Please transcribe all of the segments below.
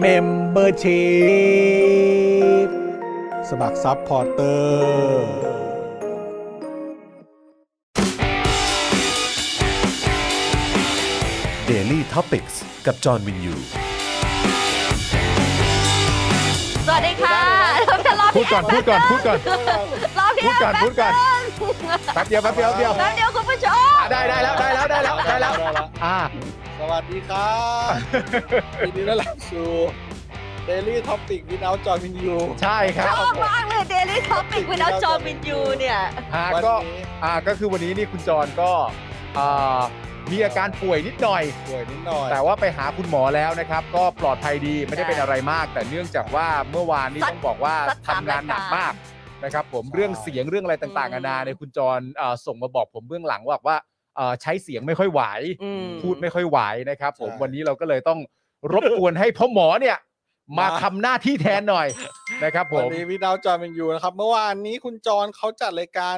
เมมเบอร์ชีพสมัครซัพพอร์เตอร์ Daily t o p i c กกับจอห์นวินยู สวัสดีค่ะเริ่มกันรอบ พูด ที่แอ ก่อน ป พูดก่อนพูดก่อน รอบที่ พูด แอป ก่อน แป๊บ พูดก่อนแป๊บเดียวแป๊บเดียวแป๊บเดียว แป๊บเดียวคุณผู้ชม ได้ได้แล้วได้แล้วได้แล้วได้แล้วอ่า สวัสดีครับยินดีต้อนรับสู่ Daily Topic วินเอาจอมินยู ใช่ครับ ชอบมากเลย Daily Topic without จอมินยูเนี่ย อ่า วัน ก็ นี้ อ่าก็คือวันนี้นี่คุณจรก็อ่ามีอาการป่วยนิดหน่อย ป่วยนิดหน่อย แต่ว่าไปหาคุณหมอแล้วนะครับ ก็ปลอดภัยดีไม่ได้เป็นอะไรมาก แต่เนื่องจากว่าเมื่อวานนี้ต้องบอกว่าทำงานหนักมากนะครับ ผมเรื่องเสียงเรื่องอะไรต่างๆนานาในยคุณจรเอ่อส่งมาบอกผมเบื้องหลังว่าว่าเอ่อใช้เสียงไม่ค่อยไหว อืม พูดไม่ค่อยไหวนะครับ ผมวันนี้เราก็เลยต้องรบกวนให้พ่อหมอเนี่ย มาทำหน้าที่แทนหน่อยนะครับผ วัน ม นี้วินเอาจอมินยูนะครับ เมื่อวานนี้คุณจรเขาจัดรายการ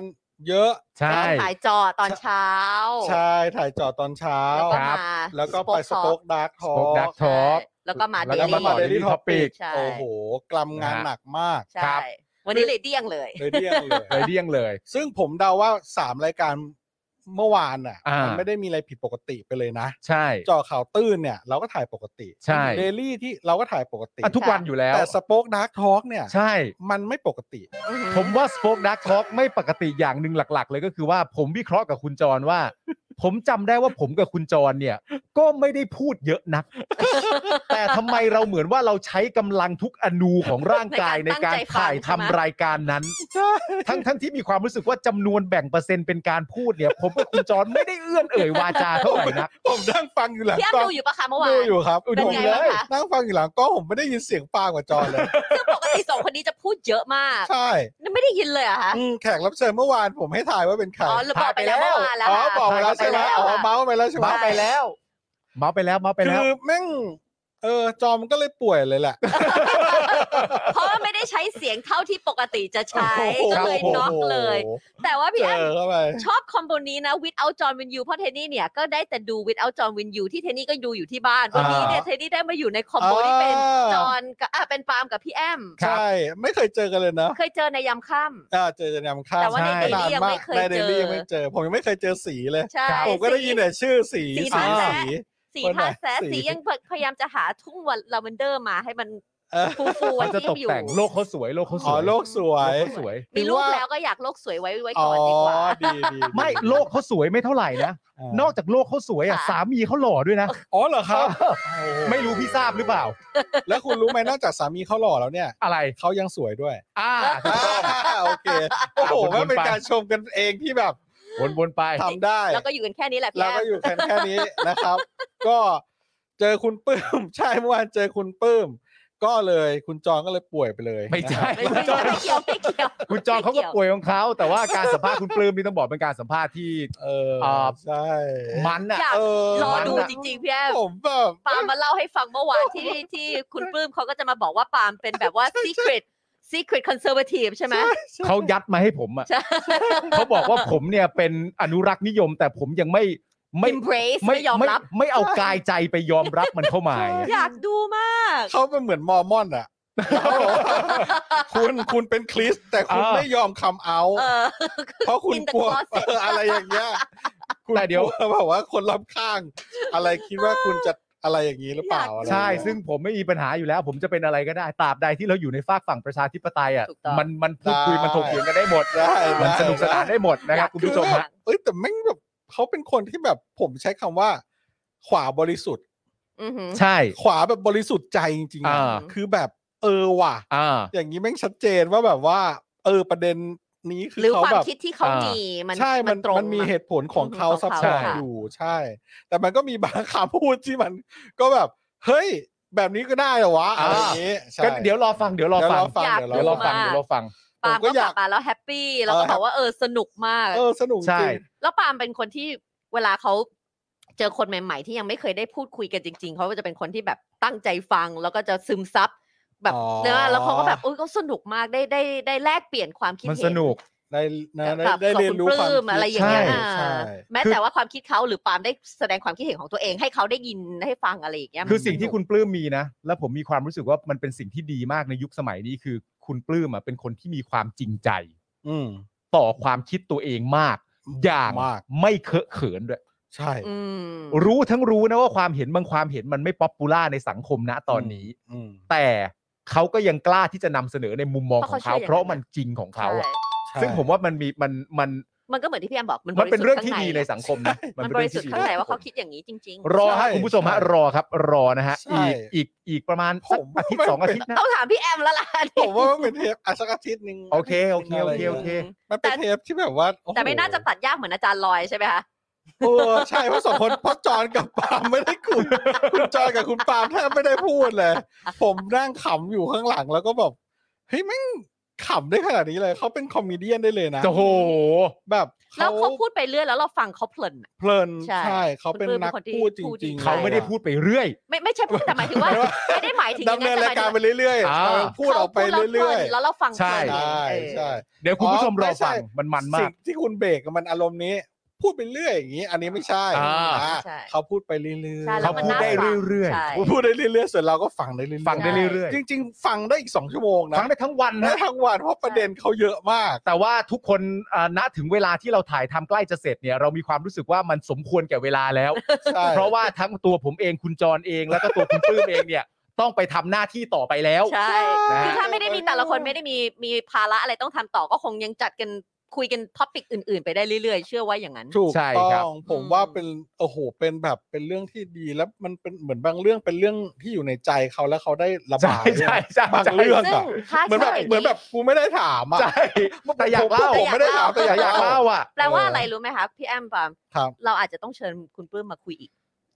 เยอะ ใช่ ถ่ายจอตอนเช้า ใช่ ถ่ายจอตอนเช้า แล้วก็มา แล้วก็ไปสป o อกดาร์กทอ Spoke Dark ใช่ Talk แล้วก็มา แล้วก็ Daily มาต่อ Daily Daily Topic ใช่ โอ้โห กลำงานหนักมาก ใช่ วันนี้เลยเดี้ยงเลย เลยเดียงเล เลย ยเลี่ยงเลย ซึ่งผมเดาว่าสามรายการเมื่อวานน่ะ อ่ามั มันไม่ได้มีอะไรผิดปกติไปเลยนะ ใช่ เจอข่าวตื้นเนี่ยเราก็ถ่ายปกติ ใช่ เดลี่ที่เราก็ถ่ายปกติ อ่ะทุกวันอยู่แล้ว แต่สป็อกดาร์กทอล์กเนี่ย ใช่ มันไม่ปกติ ผมว่า Spoke Dark Talk ไม่ปกติอย่างหนึ่งหลัก ๆ เลยก็คือว่าผมวิเคราะห์กับคุณจรว่า ผมจำได้ว่าผมกับคุณจรเนี่ย ก็ไม่ได้พูดเยอะนัก แต่ทำไมเราเหมือนว่าเราใช้กำลังทุกอนูของร่างกายใน ใน กา การร ถ่าย ตั้งทำใจฟังใช่ไหม รายการนั้น ทั้งทั้งที่มีความรู้สึกว่าจำนวนแบ่งเปอร์เซ็นต์เป็นการพูดเนี่ย ผมกับคุณจรไม่ได้เอื้อนเอ่ยวาจาเท่าไหร่นัก ผมนั่งฟังอยู่หลัง พี่แอป กล้อ ดู ง อยู่ปะคะเมื่อวา ดู น อยู่ครับ เป็น ผม ไง เล บ้าง ย คะ นั่งฟังอยู่หลังกล้องผมไม่ได้ยินเสียงปางกว่าจอเลย ซึ่งปกติสองคนนี้จะพูดเยอะมาก ใช่ ไม่ได้ยินเลยเหรอะคะ อืมแขกรับเชิญเมื่อวานผมให้ถ่ายว่าเป็นใคร อ๋อหรือบอกไปแล้วเมื่อวานแล้ว อ๋อ ค่ะ บอกไปแล้วใช่ไหม ถ่ายป อ๋อ แล้วะ เมาส์ไปแล้วใช่ไหม เมาส์ไปแล้ว เมาส์ไปแล้วเมาส์ไป คื แล้ว อแม่งเออจอมนก็เลยป่วยเลยแหละ เพราะว่าไม่ได้ใช้เสียงเท่าที่ปกติจะใช้ โอ้โห ก็เลยน็อกเลย แต่ว่าพี่ เจ แอม อเข้าไป ชอบคอมโบนี้นะ without John Win You เพราะเทนนี่เนี่ยก็ได้แต่ดู without John Win You ที่เทนนี่ก็ดูอยู่ที่บ้าน วันนี้เนี่ยเทนนี่ได้มาอยู่ในคอมโบที่เป็นจอ าน กับอ่ะเป็นปาล์มกับพี่แอม ครับ ใช่ไม่เคยเจอกันเลยนะ เคยเจอในยามค่ำ อ่าเจอจะนำข้าว แต่ว่าใน ใช่ เดลี่ นาน ยัง มา ไม่ ก เคย ใน เจ เด อ ลี่ยังไม่เจอ ผมยังไม่เคยเจอสีเลย ใช่ ผมก็ได้ยินแต่ชื่อสี สี สี ฟ้าแสะ สี สี คนไหน ท่าแสะ สี สียังพยายามจะหาทุ่งวันลาเวนเดอร์มาให้มัน เออ ฟูฟูๆ เขา วัน จะ ที่ ตก อยู่ แต่งโลกเขาสวยโลกเขาส อ๋อ วย โลกสวย โลกเขาสวย มีลูก ว่า แล้วก็อยากโลกสวยไว้ไว้ อ๋ ก่ อ อนดีกว่า ดีดีดี ไม่โลกเขาสวยไม่เท่าไหร่นะ นอกจากโลกเขาสวยอ่ะ ค่ะ สามีเขาหล่อด้วยนะ อ๋อเหรอครับ ไม่รู้พี่ทราบหรือเปล่า แล้วคุณรู้ไหมนอกจากสามีเขาหล่อแล้วเนี่ย อะไร เขายังสวย ด้วย อ่าถูกต้อง อ่าโอเคโอ้โห อ่ะวนๆไป มันเป็นการชมกันเองที่แบบ วนวนๆไป ทำได้ แล้วก็อยู่กันแค่นี้แหละพี่ เรา แอ ก็ ม อยู่กันแค่นี้นะครับ ก็เจอคุณปื้ม ใช่เมื่อวานเจอคุณปื้ม ก็เลยคุณจองก็เลยป่วยไปเลย ไม่ใช่ ไม่ไม่ไม่ไม่เกี่ยวไม่เกี่ยว คุณจองเขาก็ป่วยของเขาแต่ว่าการสัมภาษณ์คุณปลื้มนี่ต้องบอกเป็นการสัมภาษณ์ที่ เออ อ่า ใช่ มันอ่ะ อยาก เออ รอดู มันอะ จริงๆพี่แอม ผมแบบ ปาล์มมาเล่าให้ฟังเมื่อวาน ที่ที่คุณปลื้มเขาก็จะมาบอกว่าปาล์มเป็นแบบว่า secret secret conservative ใช่ไหม เขายัดมาให้ผมอ่ะ ใช่ เขาบอกว่าผมเนี่ยเป็นอนุรักษ์นิยม แต่ผมยังไม่ไม่ embrace ไม่ ไม่ยอมรับ ไม่เอากายใจไปยอมรับมันเข้ามาไง อยากดูมาก เขาเป็นเหมือนมอร์มอนอ่ะ คุณคุณเป็นคริสต์แต่คุณ อ่า ไม่ยอมคำเอา เออ เพราะคุณกลัว in the closet เอออะไรอย่างเงี้ย แต่เดี๋ยว คุณกลัแบบว่าคนรอบข้าง อะไรคิดว่าคุณจะ อะไรอย่างนี้หรือเปล่า อยาก อะไร ใช่ อย่างเงี้ย ซึ่งผมไม่มีปัญหาอยู่แล้ว ผมจะเป็นอะไรก็ได้ตราบใดที่เราอยู่ในฝากฝั่งประชาธิปไตยอ่ะ ถูกต้อง มันมันพูดคุยมันถกเถียงกันได้หมด ได้ มั ได้ นสนุกสนานได้หมดนะครับ คุณผู้ชม คือ ฮะ แบบเอ้ยแต่แม่งแบบเขาเป็นคนที่แบบผมใช้คำว่า ขวาบริสุทธิ์ อือหือ ใช่ ขวาแบบบริสุทธิ์ใจจริงๆนะ อ่า คือแบบเออว่ะ อ่า อย่างนี้แม่งชัดเจนว่าแบบว่า เออประเด็นนี้คื หรือ อเขา ความ แบบ คิดที่เขา อ่ามี มีมัน ใช่ มั มัน น ตรง มันมี อะ เหตุผลของ อืม เขา ของ ซับ เขา ซ้อน ค่ะ อยู่ใช่ แต่มันก็มีบางคำพูดที่มัน ก็แบบ เฮ้ย แบบนี้ก็ได้เหรอวะอะไรอย่างนี้ใช่ ก็เดี๋ยวรอฟังเดี๋ยวรอฟัง อยาก เดี๋ เดี๋ย ยวว ร ร อ อฟั ฟัง ง ดู เดี๋ยวรอ มา ฟัง ปาล์ม ผมก็ ก็ อก ยาก ลับมาแล้วแฮปปี้ แล้วก็ เออ บอกว่าเออสนุกมาก เออสนุก ใช่ จริง แล้วปาล์มเป็นคนที่เวลาเขาเจอคนใหม่ ๆ ที่ยังไม่เคยได้พูดคุยกันจริง ๆเขาก็จะเป็นคนที่แบบตั้งใจฟัง แล้วก็จะซึมซับแบบ อ๋อ เนอะแล้วเขาก็แบบอุ้ยเขาสนุกมากได้ได้ได้แลกเปลี่ยนความคิด มัน เห็น สนุก ได้นะได้ กับ ได้ ของ เรียน ณ รู้ ป ความ ลื้ม คิด อะไรอย่างเงี้ย ใช่ อ่า ใช่ แม้ คือ แต่ว่าความคิดเขาหรือปาล์มได้แสดงความคิดเห็นของตัวเองให้เขาได้ยินให้ฟังอะไรอย่างเงี้ย คือ มัน สิ่งที่คุณปลื้มมีนะ แล้วผมมีความรู้สึกว่ามันเป็นสิ่งที่ดีมากในยุคสมัยนี้คือคุณปลื้มอ่ะเป็นคนที่มีความจริงใจ อืม ต่อความคิดตัวเองมาก อย่าง มาก ไม่เคอะเขินด้วย ใช่ อืม รู้ทั้งรู้นะว่าความเห็นบางความเห็นมันไม่ป๊อปปูล่าในสังคมนะตอนนี้ อืม แต่เขาก็ยังกล้าที่จะนำเสนอในมุมมองของเขา เพ เพ ราะ ราะ เขาเชื่ออย่างนั้น มันจริงของเขาอะ ใช่ ซึ่งผมว่ามันมีมันมัน มันก็เหมือนที่พี่แอมบอกมัน มันเป็น บ เรื่อง สุ ที่ ข้า ดีในสังคมนะ มันบ เป็ ริ เอ สุทธิ์ ดี ข้างในว่า สั เขา งคม คิดอย่างนี้จริง ๆ รอฮะ ใช่ คุณผู้ชมฮะรอครับ รอนะฮะ ใช่ อีกอีกอีกประมาณสักอาทิตย์สองอาทิตย์นะ ต้องถามพี่แอมแล้วล่ะอัน ผ นี้ มว่ามันเป็นเทปอาชักอาทิตย์หนึ่ง โอเคโอเคโอเคโอเค มันเป็นเทปที่แบบว่าโอ้โห แต่ไม่น่าจะตัดยากเหมือนอาจารย์ลอยใช่ไหมคะ โอ้ใช่เพราะสองคนเพราะจอนกับปาล์มไม่ได้คุยคุณจอนกับคุณปาล์มแทบไม่ได้พูดเลย ผมนั่งขำอยู่ข้างหลังแล้วก็แบบเฮ้ยแม่งขำได้ขนาดนี้เลยเขาเป็นคอมเมเดี้ได้เลยนะ โอ้โห แบบ แล้ว เขา เขาพูดไปเรื่อยแล้วเราฟังเขาเพลินอะ เพลิน ใช่ ใช่เขาเป็นนักพูดจ คุณปลื้มเป็นคนที่ ริงๆ เขาไม่ได้พูดไปเรื่อย ไม่ไม่ใช่พูดแต่หมายถึงว่า ไม่ได้หมายถึงอย่างดำเนิน แต่ รายการไปเรื่อย อ่า ๆพูดออกไปเรื่อย ๆแล้วเราฟัง ใช่ เพลิน ๆ ไง ใช่ เออ ใช่ เดี๋ยวคุณผู้ชมรอฟัง อ๋อ มันมันมา สิ่ ก งที่คุณเบรกมันอารมณ์นี้ พูดไปเรื่อยอย่างนี้ อันนี้ไม่ใช่ อ่า อ่า ใช่ เขาพูดไปเรื่อยๆ ใช่แล้ เขา วมัน พูด น่า ได้เรื่อย ใช่ พูดได้เรื่อยๆส่วนเราก็ฟังได้เรื่อย ๆ ๆ ฟังได้เรื่อย จริง ๆ ฟังได้อีกสองชั่วโมง ๆ นะ ฟังได้ทั้งวัน ได้ นะ ทั้งวันเพราะประเด็นเขาเยอะมาก แต่ว่าทุกคนอ่าณถึงเวลาที่เราถ่ายทำใกล้จะเสร็จเนี่ยเรามีความรู้สึกว่ามันสมควรแก่เวลาแล้ว ใช่ เพราะว่าทั้งตัวผมเองคุณจรเองแล้วก็ตัวคุณปลื้มเองเนี่ย ต้องไปทำหน้าที่ต่อไปแล้ว ใช่ นะ คือถ้าไม่ได้มีแต่ละคนไม่ได้มีมีภาระอะไรต้องทำต่อก็คงยังจัดกันคุยกันท็อปิกอื่น ๆ ไปได้เรื่อยๆ เชื่อว่าอย่างนั้น ถูก ใช่ ต้ ครับ องผมว่าเป็นโอ้โหเป็นแบบเป็นเรื่องที่ดีแล้วมันเป็นเหมือนบางเรื่องเป็นเรื่องที่อยู่ในใจเขาแล้วเขาได้ระ ใช่ บาย ใช่ใช่ บาง ใช่ เรื่อง ซึ่ อะ งถ้า เหมือนแบบ ใช่ เหมือนแบบกูไม่ได้ถามอะ ใช่แต่อยากเล่า ผมไม่ได้ถามแต่ แต่ออายยากก เล่า เล่า อ่ะ แปลว่าอะไรรู้ไหมคะพี่แอมปาล์ม ครับ เราอาจจะต้องเชิญคุณปลื้มมาคุยอีก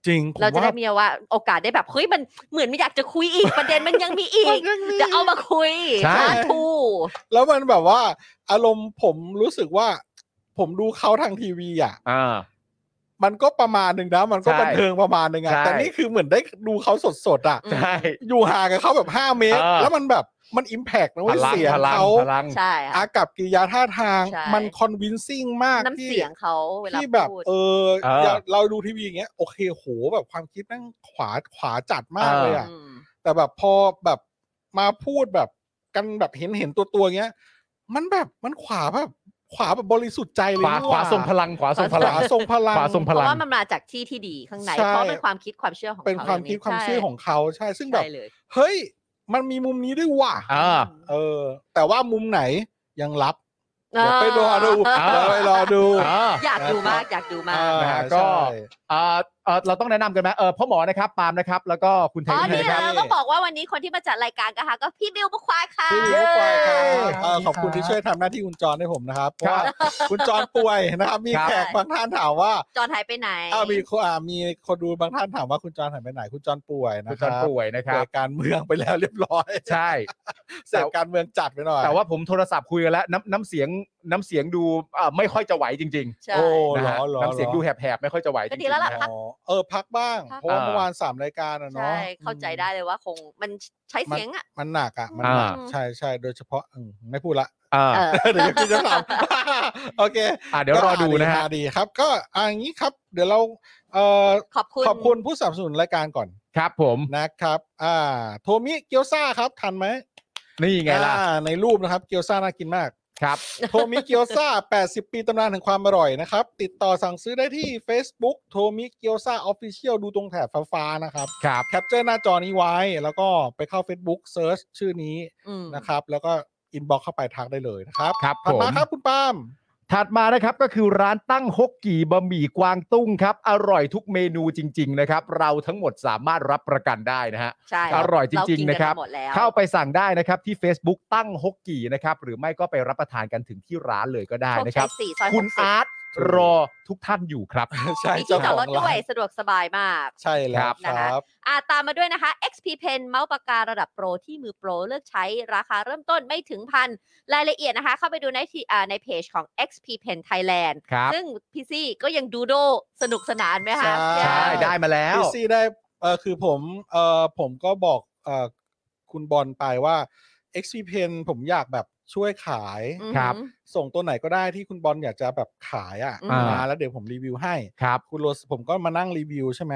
จริงผม เราจะ ว่า ได้มีว่าโอกาสได้แบบเฮ้ยมันเหมือนมันอยากจะคุยอีก ประเด็นมันยังมีอี มั ก นยังมี จะเอามาคุย ใช่ สาธุ แล้วมันแบบว่า อารมณ์ผมรู้สึกว่า ผมดูเขาทางทีวีอ่ะ อ่า มันก็ประมาณหนึ่งนะ มันก็ ใช่ บันเทิงประมาณหนึ่งอะ ใช่ แต่นี่คือเหมือนได้ดูเขาสดๆอ่ะ ใช่ อยู่ห่างกับเขาแบบห้าเมตร เออ แล้วมันแบบมันอิมแพกนะ พ เว้ย ลัง เสียง พลัง เขา พลัง ใช่ค่ะ อากับกิริยาท่าทาง ใช่ มันคอนวินซิ่งมาก น้ำ ที่ เสียงเขาเวลา ที่แบบ พูด เออ เอออ ย่างเราดูทีวีอย่างเงี้ยโอเคโหแบบความคิดนั่งขวาขวาจัดมากเลยอ่ะ ม แต่แบบพอแบบมาพูดแบบกันแบบเห็นเห็นตัวตัวๆเงี้ย มันแบบมันขวาแบบขวาแบบบริสุทธิ์ใจเลยวขา นี่ ขวาทรงพ ลัง ลังขวาทรงพ ข ลัง วาทรงพลัง ขวาทรงพ เพ ลัง ราะว่ามันมาจากที่ที่ดีข้างใน ใช่ เพราะเป็นความคิดความเชื่อของ เป็น ข ความคิดความเชื่อของเขาใช่ซึ่งแบบ ใช่เลย เฮ้ย มันมีมุมนี้ด้วยว่ะ อ่า เออ แต่ว่ามุมไหนยังรับ อ่า เดี๋ยวไปรอดู อ่า เดี๋ยวไปรอดู อ่า อยากดูมากอยากดูมาก นะฮะก็ อ่าเอ่อเราต้องแนะนำกันไหมเออพ่อหมอนะครับปาล์มนะครับ แล้วก็คุณเท อ๋อ น นี่ นะค เรา รับ ก็บอกว่าวันนี้คนที่มาจัดรายการก็ค่ะก็พี่บิวมะควายค่ะ พี่บิวควายครับเอ่อ ครับ ขอบคุณที่ช่วยทำหน้าที่คุณจรให้ผมนะครับเพ ค ราะ รับ ว่าคุณจรป่วยนะครับ มี ครับ แขกบางท่านถามว่า จอนหายไปไหน อ้าวมีคนอ่ามีคนดูบางท่านถามว่าคุณจรหายไปไหน คุณจรป่วย คุ นะ ณ ค จอ รั น บ ป่วยนะค ป่ รั ว บ ยการเมืองไปแล้วเรียบร้อย ใช่ เสพการเมืองจัดไปหน่อย แต่ว่าผมโทรศัพท์คุยกันแล้วน้ำน้ำเสียงน้ำเสียงดูอ่าไม่ค่อยจะไหวจริง ใช่ โอ้ ๆนะ เหร ฮะ อหรอ น้ำเสียงดูแหบๆไม่ค่อยจะไหวจ ก็ ริงๆ ดีแล้วล่ะ นะ ครั ฮะ บ อ๋อเออพักบ้าง พัก เพราะว่า อ่า เมื่อวานสามรายการอะเนาะ ใช่ เข้าใจได้เลยว่าคงมันใช้เสียงอ่ะ มันหนักอะมัน อ่า หนักใช่ใช่โดยเฉพาะอืมไม่พูดละ อ่า เออ เดี๋ยวคุณจะถาม โอเค อ่าเดี๋ยวรอดูนะฮะ ก็ดีครับ ก็อะอย่างนี้ครับ เดี๋ยวเราเอ่อ ขอบคุณ ขอบคุณผู้สนับสนุนรายการก่อน ครับผม นะครับ อ่า โทมิเกียวซาครับ ทันไหม นี่ไงล่ะ อ่าในรูปนะครับ เกียวซาน่ากินมาก ครับ โทมิเกียวซา80 ปีตำนานแห่งความอร่อยนะครับ ติดต่อสั่งซื้อได้ที่ Facebook โทมิเกียวซาออฟฟิเชียลดูตรงแถบฟ้าๆนะครับ ครับ แคปเจอร์หน้าจอนี้ไว้ แล้วก็ไปเข้า Facebook เซิร์ชชื่อนี้ อืม นะครับ แล้วก็อินบ็อกเข้าไปทักได้เลยนะครับ ครับ ถัดมา ผม ครับคุณปาล์ม ถัดมานะครับก็คือร้านตั้งฮกกี่บะหมี่กวางตุ้งครับ อร่อยทุกเมนูจริง ๆ นะครับ เราทั้งหมดสามารถรับประกันได้นะฮะ ใช่ อร่อยจริงเาๆกิกั นะครับ หมดแล้ว เข้าไปสั่งได้นะครับที่ Facebook ตั้งฮกกี่นะครับหรือไม่ก็ไปรับประทานกันถึงที่ร้านเลยก็ได้นะครับ โชสี่ซอย คุณ หกสิบ อาร์ตรอทุกท่านอยู่ครับ ใช่ มี เจ้า ที่จ ข อด อง รถด้ ร้า วย น สะดวกสบายมาก ใช่แล้ว ครับนะ ค คะ รับ อ่าตามมาด้วยนะคะ XP Pen เมาส์ปากการะดับโปรที่มือโปรเลือกใช้ราคาเริ่มต้นไม่ถึงพันรายละเอียดนะคะ เข้าไปดูในที่อ่าในเพจของ XP Pen Thailand ครับ ซึ่งพี่ซี่ก็ยังดูโดสนุกสนานไหมคะ ใช่ ใช่ได้มาแล้ว พีซีได้เออคือผมเออผมก็บอกเออคุณบอลไปว่า XP Pen ผมอยากแบบช่วยขาย อืม ครับ ส่งตัวไหนก็ได้ที่คุณบอลอยากจะแบบขายอ่ะ อ่าม มาแล้วเดี๋ยวผมรีวิวให้ ครับ คุณโรสผมก็มานั่งรีวิวใช่ไหม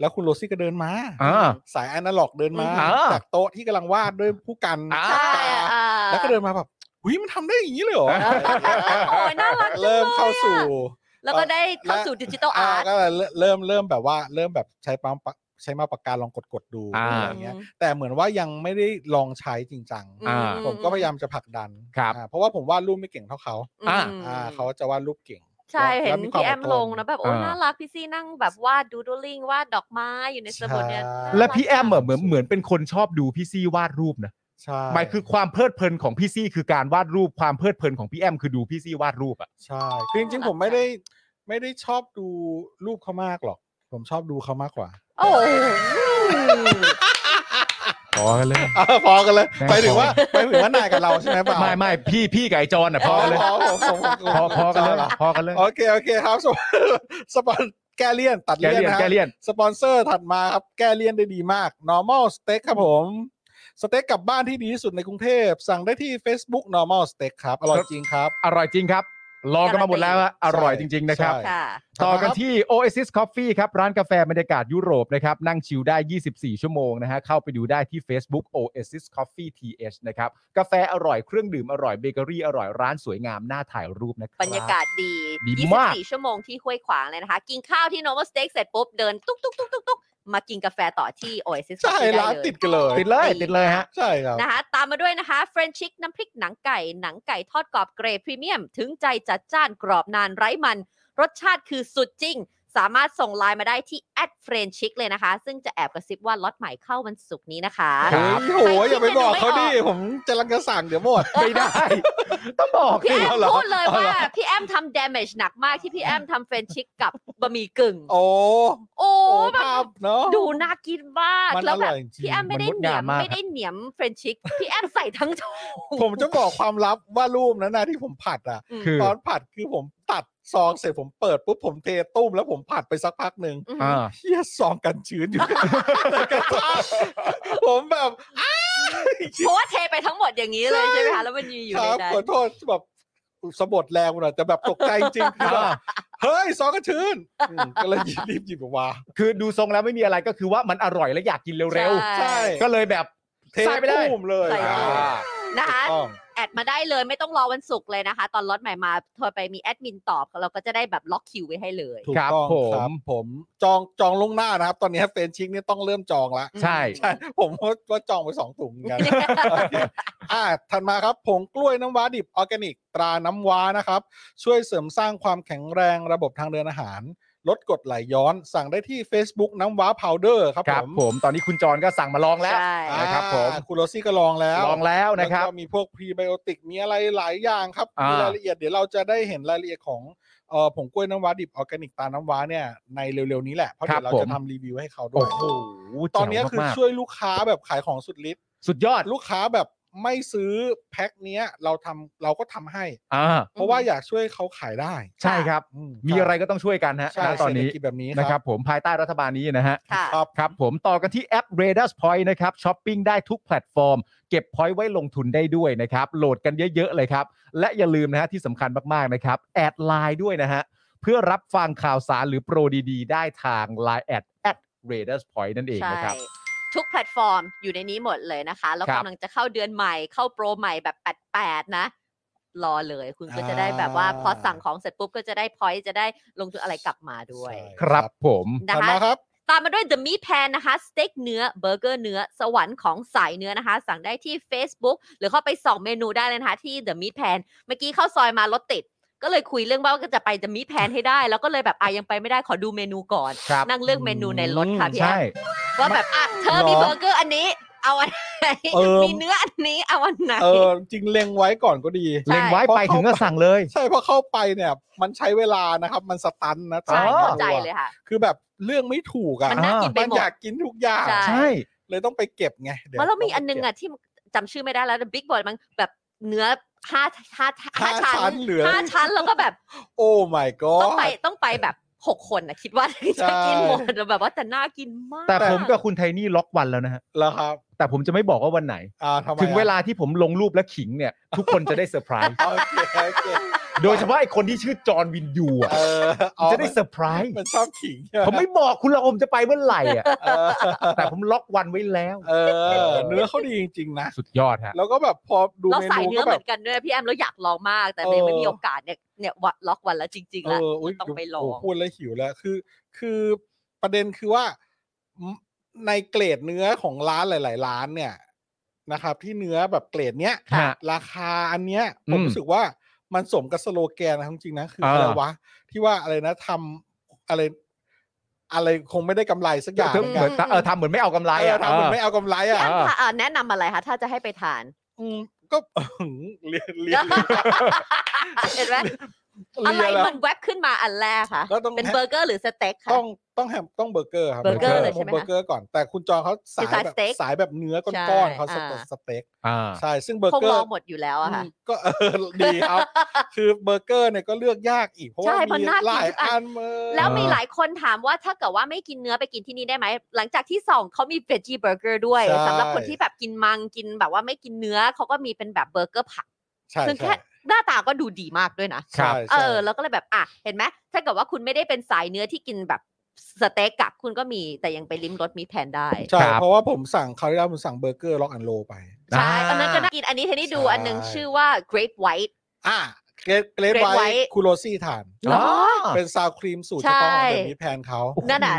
แล้วคุณโรซี่ก็เดินมา อ่า สายอนาล็อกเดินมา อืมอ่า จากโต๊ะที่กำลังวาดด้วยผู้กัน อ่า ใช่อ่า แล้วก็เดินมาแบบหุยมันทำได้อย่างนี้เลยเหรอ เออ โอ้ยน่ารัก จังลยอะ เริ่มเข้าสู่ แล้วก็ได้เข้าสู่ดิจิตอลอา อ่า ร์ต ก็เริ่มเริ่มแบบว่าเริ่มแบบใช้ปั๊มปะใช้มาปากกาลองกดกดๆดู อ่า อะไรอย่างเงี้ยแต่เหมือนว่ายังไม่ได้ลองใช้จริงจัง อ่า ผมก็พยายามจะผลักดัน ครับ อ่าเพราะว่าผมวาดรูปไม่เก่งเท่าเขา อ่า อ่าเขาจะวาดรูปเก่ง ใช่ แล้เห็วน แล้วมีความ พี่แอม ดทน ลงนะแบบโอ้ อ่า น่ารักพี่ซี่นั่งแบบวาดดูดลิงวาดดอกไม้อยู่ในสมุดเนี่ย ใช่ น่ารัก และพี่แอมอะเหมือนเหมือนเป็นคนชอบดูพี่ซี่วาดรูปนะ ใช่ หมายคือความเพลิดเพลินของพี่ซี่คือการวาดรูปความเพลิดเพลินของพี่แอมคือดูพี่ซี่วาดรูปอ่ะ ใช่คือจริงๆผมไม่ได้ไม่ได้ชอบดูรูปเขามากหรอก ผมชอบดูเขามากกว่า โอ้โห พอกันเลย อ่ะพอกันเลย แม่ง ไปถึง พอ ว่าไปถึงว่านายกับเราใช่ไหมเปล่า ไม่ไม่พี่พี่กับไอจอนอ่ะพอกันเลย พอผมผมผม พอพอกันเลย จอหรอ พอกันเลย โอเคโอเคครับสปอนสปอนแกเลียนตัด แกเลีเลี่ยนยน นะค แก รับ เลียน สปอนเซอร์ถัดมาครับแกเลียนได้ดีมาก normal steak ครับผมสเต็กกลับบ้านที่ดีที่สุดในกรุงเทพ สั่งได้ที่ Facebook normal steak ครับอร่อยจริงครับ อร่อยจริงครับ ลองกันมาหมดแล้วอะอร่อย ใช่ จริง ๆ นะครับ ใช่ ค่ะ ต่อกันที่ Oasis Coffee ครับ ร้านกาแฟบรรยากาศยุโรปนะครับ นั่งชิลได้ 24 ชั่วโมงนะฮะ เข้าไปดูได้ที่ Facebook Oasis Coffee TH นะครับ กาแฟอร่อยเครื่องดื่มอร่อยเบเกอรี่อร่อยร้านสวยงามน่าถ่ายรูปนะครับ บรรยากาศดี ดีมาก 24ชั่วโมงที่ห้วยขวางเลยนะคะ กินข้าวที่ Nova Steak เสร็จปุ๊บ เดินตุ๊กตุ๊กตุ๊กตุ๊กตุ๊กมากินกาแฟต่อที่ Oasis ใช่ Coffee ร้าน ไเลย ติดกันเลย ติดเลยติดเลยฮะ ใช่ครับ นะคะ ตามมาด้วยนะคะเฟรนชิกน้ำพริกหนังไก่ หนังไก่ทอดกรอบเกรดพรีเมียม ถึงใจจัดจ้านกรอบนานไร้มัน รสชาติคือสุดจริง สามารถส่งไลน์มาได้ที่ at f r e n c h i c เลยนะคะ ซึ่งจะแอบกระซิบว่าล็อตใหม่เข้าวันศุกร์นี้นะคะ ครับ โอ้โหอย่าไปบอกเขาดิผมจะรังจะสั่งเดี๋ยวหมด ไม่ได้ ต้องบอก พี่ สิ แอม เอาเหรอ พูดเลย เอา ว่า เหรอ พี่แอมทำ damage หนักมากที่พี่แอมทำเฟรนชิกกับบะหมี่กึ่ง โอ้ โอ้ โห แบบ ภาพเนาะ ดูน่ากินมาก มัน แล้วแบ อบ ร่อยจริง พี่แอมไม่ได้เหนียมไม่ได้เหนียมเฟรนชิกพี่แอมใส่ทั้งถุง ผมจะบอกความลับว่ารูปนั้นนะที่ผมผัดอ่ะ คือ ตอนผัดคือผมตัดซองเสร็จผมเปิดปุ๊บผมเทตุ้มแล้วผมผัดไปสักพักหนึ่ง อืม อ่า เฮียซองกันชื้นอยู่ ในกระทะผมแบบอ้า เพราะว่าเทไปทั้งหมดอย่างนี้เลยใช่ไหมคะแล้วมันมีอยู่ ค ใน รับ นั้น ขอโทษแบบสะบดแรงไปหน่อยแต่แบบตกใจจริงๆคือแบบเฮ้ยซองกันชื้นอืมก็เลยหยิบรีบหยิบออกมา คือดูทรงแล้วไม่มีอะไรก็คือว่ามันอร่อยและอยากกินเร็ว ใช่ ๆ ก็เลยแบบ เท ใส่ไปเลย ตุ้มเลย ใส่ อ่า ไปเลย นะคะ ถูกต้อง แอดมาได้เลยไม่ต้องรอวันศุกร์เลยนะคะ ตอนล็อตใหม่มาโทรไปมีแอดมินตอบเราก็จะได้แบบล็อกคิวไว้ให้เลย ถูก ครับ ต้อง ผม ครับผมจองจองล่วงหน้านะครับ ตอนนี้เฟรนชิกนี่ต้องเริ่มจองละ ใช่ ใช่ผมว่าว่าจองไปสองถุงเหมือนกัน โอเคอ่าถัดมาครับผงกล้วยน้ำว้าดิบออร์แกนิก ตราน้ำว้านะครับ ช่วยเสริมสร้างความแข็งแรงระบบทางเดินอาหาร ลดกรดไหลย้อน สั่งได้ที่ Facebook น้ำว้าพาวเดอร์ครับ ค ผ รับ ม ผมตอนนี้คุณจรก็สั่งมาลองแล้ว ใช่ อ่า นะครับผม คุณโรซี่ก็ลองแล้ว ลองแล้วนะครับ แล้วก็มีพวกพรีไบโอติกมีอะไรหลายอย่างครับ อ่ามี มีรายละเอียดเดี๋ยวเราจะได้เห็นรายละเอียดของเอ่อผงกล้วยน้ำว้าดิบออร์แกนิกตราน้ำว้าเนี่ยในเร็วๆนี้แหละเพราะเดี๋ยวเราจะทำรีวิวให้เขาด้ โอ้ วย โห ตอนนี้คือ แจ๋วมากๆ ช่วยลูกค้าแบบขายของสุดฤทธิ สุดยอด ลูกค้าแบบไม่ซื้อแพ็คเนี้ย เราทำเราก็ทำให้ อ่า เพราะว่าอยากช่วยเขาขายได้ ใช่ครับ อื มีอะไรก็ต้องช่วยกันฮะ ใช่ ณตอนนี้ เศรษฐกิจแบบนี้ นะครับ ผมภายใต้รัฐบาลนี้นะฮะ ค่ะ ครับ ครับผมต่อกันที่แอป r a d a r Point นะครับช้อปปิ้งได้ทุกแพลตฟอร์ม เก็บ point ไว้ลงทุนได้ด้วยนะครับ โหลดกันเยอะ ๆ เลยครับ และอย่าลืมนะฮะที่สำคัญมากๆนะครับแอดไลน์ด้วยนะฮะ เพื่อรับฟังข่าวสารหรือโปรดีๆ ได้ทาง Line แอด r a d a r Point นั่นเองนะครับ ใช่ทุกแพลตฟอร์มอยู่ในนี้หมดเลยนะคะ แล้ว ครับ กำลังจะเข้าเดือนใหม่เข้าโปรใหม่แบบ 88 นะ รอเลย คุณก็ อ่า จะได้แบบว่าพอสั่งของเสร็จปุ๊บก็จะได้พอยต์จะได้ลงทุนอะไรกลับมาด้วย ครับผม นะ ถัด คะ มาครับ ตามมาด้วย The Meat Pan นะคะ สเต็กเนื้อเบอร์เกอร์เนื้อ สวรรค์ของสายเนื้อนะคะ สั่งได้ที่ Facebook หรือเข้าไปส่องเมนูได้เลยนะคะ ที่ The Meat Pan เมื่อกี้เข้าซอยมารถติด ก็เลยคุยเรื่องว่าก็จะไป The Meat Pan ให้ได้ แล้วก็เลยแบบอ่ะยังไปไม่ได้ขอดูเมนูก่อน ครับ นั่งเลือกเมนูในรถค่ะพี่แอ ใช่ มว่าแบบอ่ะเธอ เหรอ มีเบอร์เกอร์อันนี้ เอาอันไหน เออ มีเนื้ออันนี้เอาอันไหน เออจริงเล็งไว้ก่อนก็ดี ใช่ เล็งไว้ไปถึงก็สั่งเลย ใช่เพราะเข้าไปเนี่ย มันใช้เวลานะครับ มันสตันนะ ใช่ ตม เข้า ตัว ใจเลยค่ะ คือแบบเรื่องไม่ถูกอ่ะ มันน่ากินไป มัน หมด อยากกินทุกอย่าง ใช่ ใช่ เลยต้องไปเก็บไงดี๋ย แล้วเรามีอันนึง ต้ไปเก็บ อ่ะที่จำชื่อไม่ได้แล้วบิ๊กบอยมันแบบเนื้อห้าห้าห้า ห้าชั้ ชั้น นเหลือ ห้าชั้นแล้วก็แบบ โอ้ my god ต้องไปต้องไปแบบหกคนนะคิดว่าจะกินหมดแต่แบบว่าแต่น่ากินมาก แต่ผมกับคุณไทนี่ล็อกวันแล้วนะฮะ แล้วครับ แต่ผมจะไม่บอกว่าวันไหน อ่าทำไม ถึงเว อ่ะ ลาที่ผมลงรูปและขิงเนี่ย ทุกคนจะได้เซอร์ไพรส์ โอเคโอเค โดยเฉพาะไอ้คนที่ชื่อจอห์นวินยูอ่ะ เอออ๋อ จะได้เซอร์ไพรส์ มันชอบขิงใช่ไหม ผมไม่บอกคุณละอมจะไปเมื่อไหร่อ่ะ เออ แต่ผมล็อกวันไว้แล้ว เออ เนื้อเขาดีจริงๆนะ สุดยอดฮะ แล้วก็แบบพอดู แล้ว เม สาย นู เนื้ ก็ อเห แบ มื บ อนกันด้วยพี่แอมแล้วอยากลองมาก แต่ เออ ไม่มีโอกาสเนี่ยเนี่ยวัดล็อกวันแล้วจริง ๆ แล้ว เอออุ๊ย ต้องไปลอง โพูดแล้วหิวแล้ว คือ คือประเด็นคือว่าอืมในเกรดเนื้อของร้านหลาย ๆ ร้านเนี่ยนะครับ ที่เนื้อแบบเกรดเนี้ย ค่ะ ราคาอันเนี้ย อืม ผมรู้สึกว่ามันสมกับสโลแกนนะจริงๆนะคือ เอออ อะไรวะ ที่ว่าอะไรนะทำอะไร อะไรคงไม่ได้กำไรสักอย่าง เธอ หมือน เหมือกันนเออทำเหมือนไม่เอากำไร เออ อ่ะ ทำเหมันไม่เอากำไร พี่ อ่ะ แอมคะอ่ะแนะนำอะไรคะถ้าจะให้ไปทาน อืมก็ เรียนเรียน เห็นไหม เรียน อะไร แล้ว มันแวบขึ้นมาอันแรกค่ะ ก็ต้อง เป็นเบอร์เกอร์หรือสเต็กค่ะ ต้องต้องแฮมต้องเบอร์เกอร์ครับ เบอร์เกอร์ เบอเลยร์เกอร์ใช่ไหมคะ เบอร์เกอร์ก่อนแต่คุณจอเขาสาย คือสาย แบบ สเต็ก สายแบบเนื้อก้ ใช่ อนๆเขาสเต็ก อ่า สเต็ก อ่า ใช่ซึ่งเบอร์ คง เกอ ล ร์ องหมดอยู่แล้วอะค่ะ อืมก็เออ ดีครับ คือเบอร์เกอร์เนี่ยก็เลือกยากอีกเพราะ ใช่ ว่า เพราะ มี น่ากิน หลาย ทุกอัน อันเมอ แล้วมี อ่า หลายคนถามว่าถ้าเกิดว่าไม่กินเนื้อไปกินที่นี่ได้ไหม หลังจากที่สองเขามีเ e จีเบอร์เกอร์ด้วยสำหรับคนที่แบบกินมังกินแบบว่าไม่กินเนื้อเขาก็มีเป็นแบบเบอร์เกอร์ผัก ใช่ ซึ่ง ใช่ แค่หน้าตาก็ดูดีมากด้วยนะ ครับ ใช่ใช่ เออ แล้วก็เลยแบบอ่ะเห็นไหมถ้าเกิดว่าคุณไม่ได้เป็นสายเนื้อที่กินแบบสเต็กอะคุณก็มีแต่ยังไปลิ้มรสมีแผนได้ ใช่ ครับ เพราะว่าผมสั่งเขาวที่แล้วผมสั่งเบอร์เกอร์ล็อกอันโลไป ใช่อันนั้นก็น่ากินอันนี้เทนนี่ดู ใช่ อันหนึงชื่อว่า grape white อ่ะเกรดเกรด Great ไว้ White คูโรซี่ทาน เหรอ เป็นซาวครีมสูตรเฉพาะของ ใช่ เดอะมิตรแพนเขา โอ้โห นั่นอะ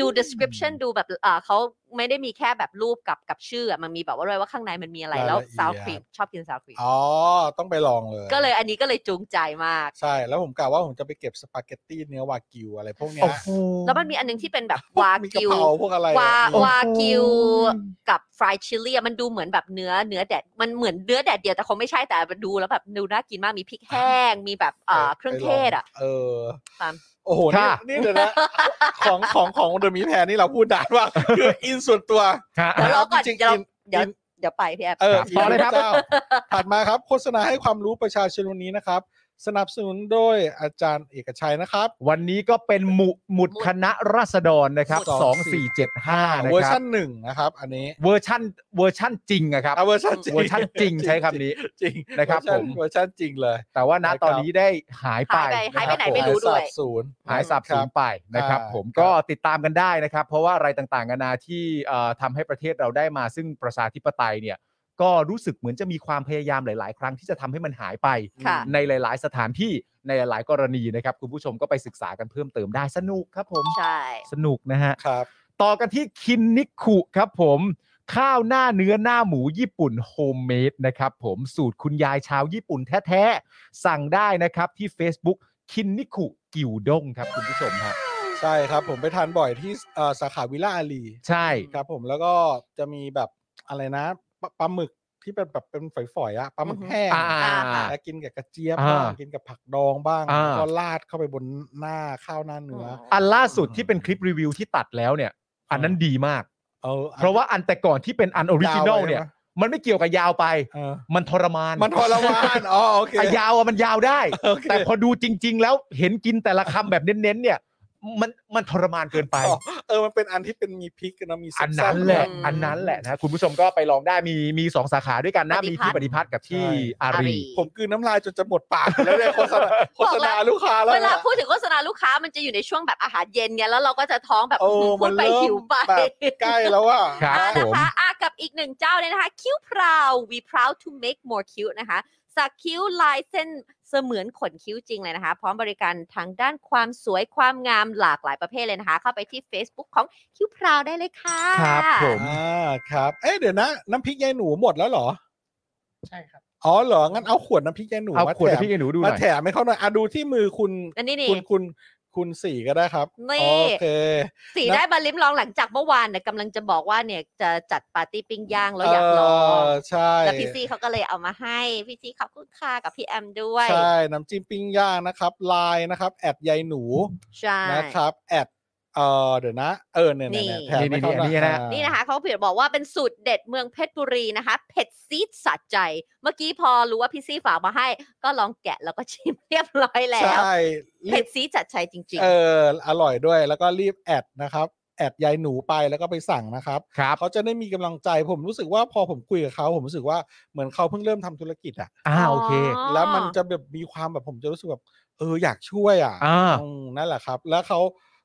ดู description ดูแบบเออเขาไม่ได้มีแค่แบบรูปกับกับชื่ออะมันมีแบบว่าด้วยว่าข้างในมันมีอะไรแล้วซาวครีมชอบกินซาวครีม อ๋อต้องไปลองเลย ก็เลยอันนี้ก็เลยจูงใจมาก ใช่แล้วผมกะว่าผมจะไปเก็บสปาเกตตี้เนื้อวากิวอะไรพวกเนี้ย โอ้โห แล้วมันมีอันหนึงที่เป็นแบบ พ วาว มีะ กิว เพรพวกอะไร วา อะ วากิวกับฟรายชิลลี่มันดูเหมือนแบบเนื้อเนื้อแดดมันเหมือนเนื้อแดดเดียวแต่คงไม่ใช่แต่ดูแล้วแบบดูน่ากินมากมีพริกแห้ง มีแบบเอ่อเครื่องเทศอ่ะ เออ ตาม โอ้โหนี่ ค่ะ นี่เดี๋ยวนะ ของของของเดอะมีแพนนี่เราพูดด่านว่า คืออินส่วนตัว ฮะ เดี๋ยวรอก่อน จริงๆ เดี๋ยวเราเดี๋อินยวเดี๋ยวไปพี่แอฟ เออ ต่อเลยครับ พะจ้าถัดมาครับ โฆษณาให้ความรู้ประชาชนวันนี้นะครับ สนับสนุนโดยอาจารย์เอกชัยนะครับ วันนี้ก็เป็นหมุหมุดคณะราษฎรนะครับ หมุด 2475 นะ เวอร์ ครั ชั บ นหนึ่งนะครับ อันนี้ เวอร์ชันเวอร์ชันจริงอะครับ อ่ะเวอร์ชันจริง เวอร์ชันจริงใช้คำนี้ จริง นะครับ เวอชั ผม เวอร์ชันจริงเลย แต่ว่าณ นะครับ ตอนนี้ได้หายไป หายไปหายไปไหน นะครับ ไม่รู้ ผม ด้วย สาบศูนย์ หายสับสูญไปนะครับ ครับ ผม ครับ ก็ติดตามกันได้นะครับ เพราะว่าอะไรต่างๆนานาที่เอ่อทำให้ประเทศเราได้มาซึ่งประชาธิปไตยเนี่ยก็รู้สึกเหมือนจะมีความพยายามหลาย ๆ ครั้งที่จะทำให้มันหายไป ค่ะ ในหลาย ๆ สถานที่ในหลาย ๆ กรณีนะครับ คุณผู้ชมก็ไปศึกษากันเพิ่มเติมได้สนุกครับผม ใช่ สนุกนะฮะ ครับ ต่อกันที่คินนิคุครับผม ข้าวหน้าเนื้อหน้าหมูญี่ปุ่นโฮมเมดนะครับผมสูตรคุณยายชาวญี่ปุ่นแท้ๆ สั่งได้นะครับที่ Facebook คินนิคุกิวด้งครับคุณผู้ชมฮะ ใช่ครับ ผมไปทานบ่อยที่เอ่อสาขาวิลล่าอาลี ใช่ ครับผมแล้วก็จะมีแบบอะไรนะปลาปลาหมึกที่เป็นแบบเป็นฝอยๆอะปลาหมึก อือฮึ แห้ง อ่า แล้วกินกับกระเจี๊ยบ อ่า บ้างกินกับผักดองบ้าง อ่า แล้วก็ราดเข้าไปบนหน้าข้าวหน้าเนื้ออ อันล่าสุดที่เป็นคลิปรีวิวที่ตัดแล้วเนี่ย อันนั้นดีมาก เอออัน เพราะว่าอันแต่ก่อนที่เป็นอันออริจินอลเนี่ย าวไว้ มันไม่เกี่ยวกับยาวไป ใช่ไหมเออ มันทรมาน มันทรมานอ๋อโอเค อ่ะยาวอะมันยาวได้ โอเค แต่พอดูจริง ๆ แล้วเห็นกินแต่ละคำแบบเน้นๆเนี่ย มันมันทรมานเกินไป อ๋ เออมันเป็นอันที่เป็นมีพริกนะมี อัน แซ่บๆ นั้นแหละ ด้วย อืม อันนั้นแหละนะคุณผู้ชมก็ไปลองได้มีมีสองสาขาด้วยกันนะ มีที่ ป ป ฏิ ฏิ พั พั ฒ ฒ น์ น์กับที่ ใช่ อา อารี รี ผมกลืนน้ำลายจนจะหมดปากอยู่แล้วเนี่ยโฆษณาโฆษณาลูกค้าแล้ว เวลา อะ พูดถึงโฆษณาลูกค้ามันจะอยู่ในช่วงแบบอาหารเย็นไงแล้วเราก็จะท้องแบบ โอ้ พูดไป มันเริ่ม หิวไป แบบใกล้แล้วอะ ครับ อ่า ผนะมคะอ่ะกับอีกหนึ่งเจ้าเนี่ยนะคะ คิ้วพราว we proud to make more cute นะคะ สักคิ้วลายเส้นเสมือนขนคิ้วจริงเลยนะคะ พร้อมบริการทางด้านความสวยความงามหลากหลายประเภทเลยนะคะ เข้าไปที่ Facebook ของคิ้วพราวได้เลยค่ะ ครับผม อ่าครับ เอ๊ะเดี๋ยวนะ น้ำพริกยายหนูหมดแล้วเหรอ ใช่ครับ อ๋อเหรอ งั้นเอาขวดน้ำพริกยายหนู เอา มา ขวด แถ ให้ ม พี่ไอ้หนูดูห มา น่อย แถมให้เขาหน่อยอ่ะดูที่มือคุณ อันนี้นี่ คุณคุณคุณสี่ก็ได้ครับ นี่ โอเค สี นะ ได้มาลิ้มลองหลังจากเมื่อวานเนี่ยกำลังจะบอกว่าเนี่ยจะจัดปาร์ตี้ปิ้งย่างแล้วอยากลอง เใช่ แล้วพี่ซีเขาก็เลยเอามาให้ พี่ซีขอบคุณค่ะกับพี่แอมด้วย ใช่ น้ำจิ้มปิ้งย่างนะครับไลน์นะครับแอดยายหนู ใช่ นะครับแอดเออเดี๋ยวนะ เออเนี่ยเนี่ยเนี่ย นี่ แถมให้เขาหน่อย นี่ๆๆนี่นะ อ่า นี่นะคะเขาเพียนบอกว่าเป็นสูตรเด็ดเมืองเพชรบุรีนะคะ เผ็ดซีดสะใจ เมื่อกี้พอรู้ว่าพี่ซี่ฝากมาให้ ก็ลองแกะแล้วก็ชิม เรียบร้อยแล้ว ใช่รี เผ็ดบซีดจัดใจจริง เอออร่อยด้วยแล้วก็รีบแอดนะครับ แอดยายหนูไปแล้วก็ไปสั่งนะครับ ครับ เขาจะได้มีกำลังใจผมรู้สึกว่าพอผมคุยกับเขาผมรู้สึกว่าเหมือนเขาเพิ่งเริ่มทำธุรกิจอ่ะ อ่าโอเค อ๋อ แล้วมันจะแบบมีความแบบผมจะรู้สึกแบบเอออยากช่วยอ่ะ อ่า อืมนั่นแหละครับ แล้วเขา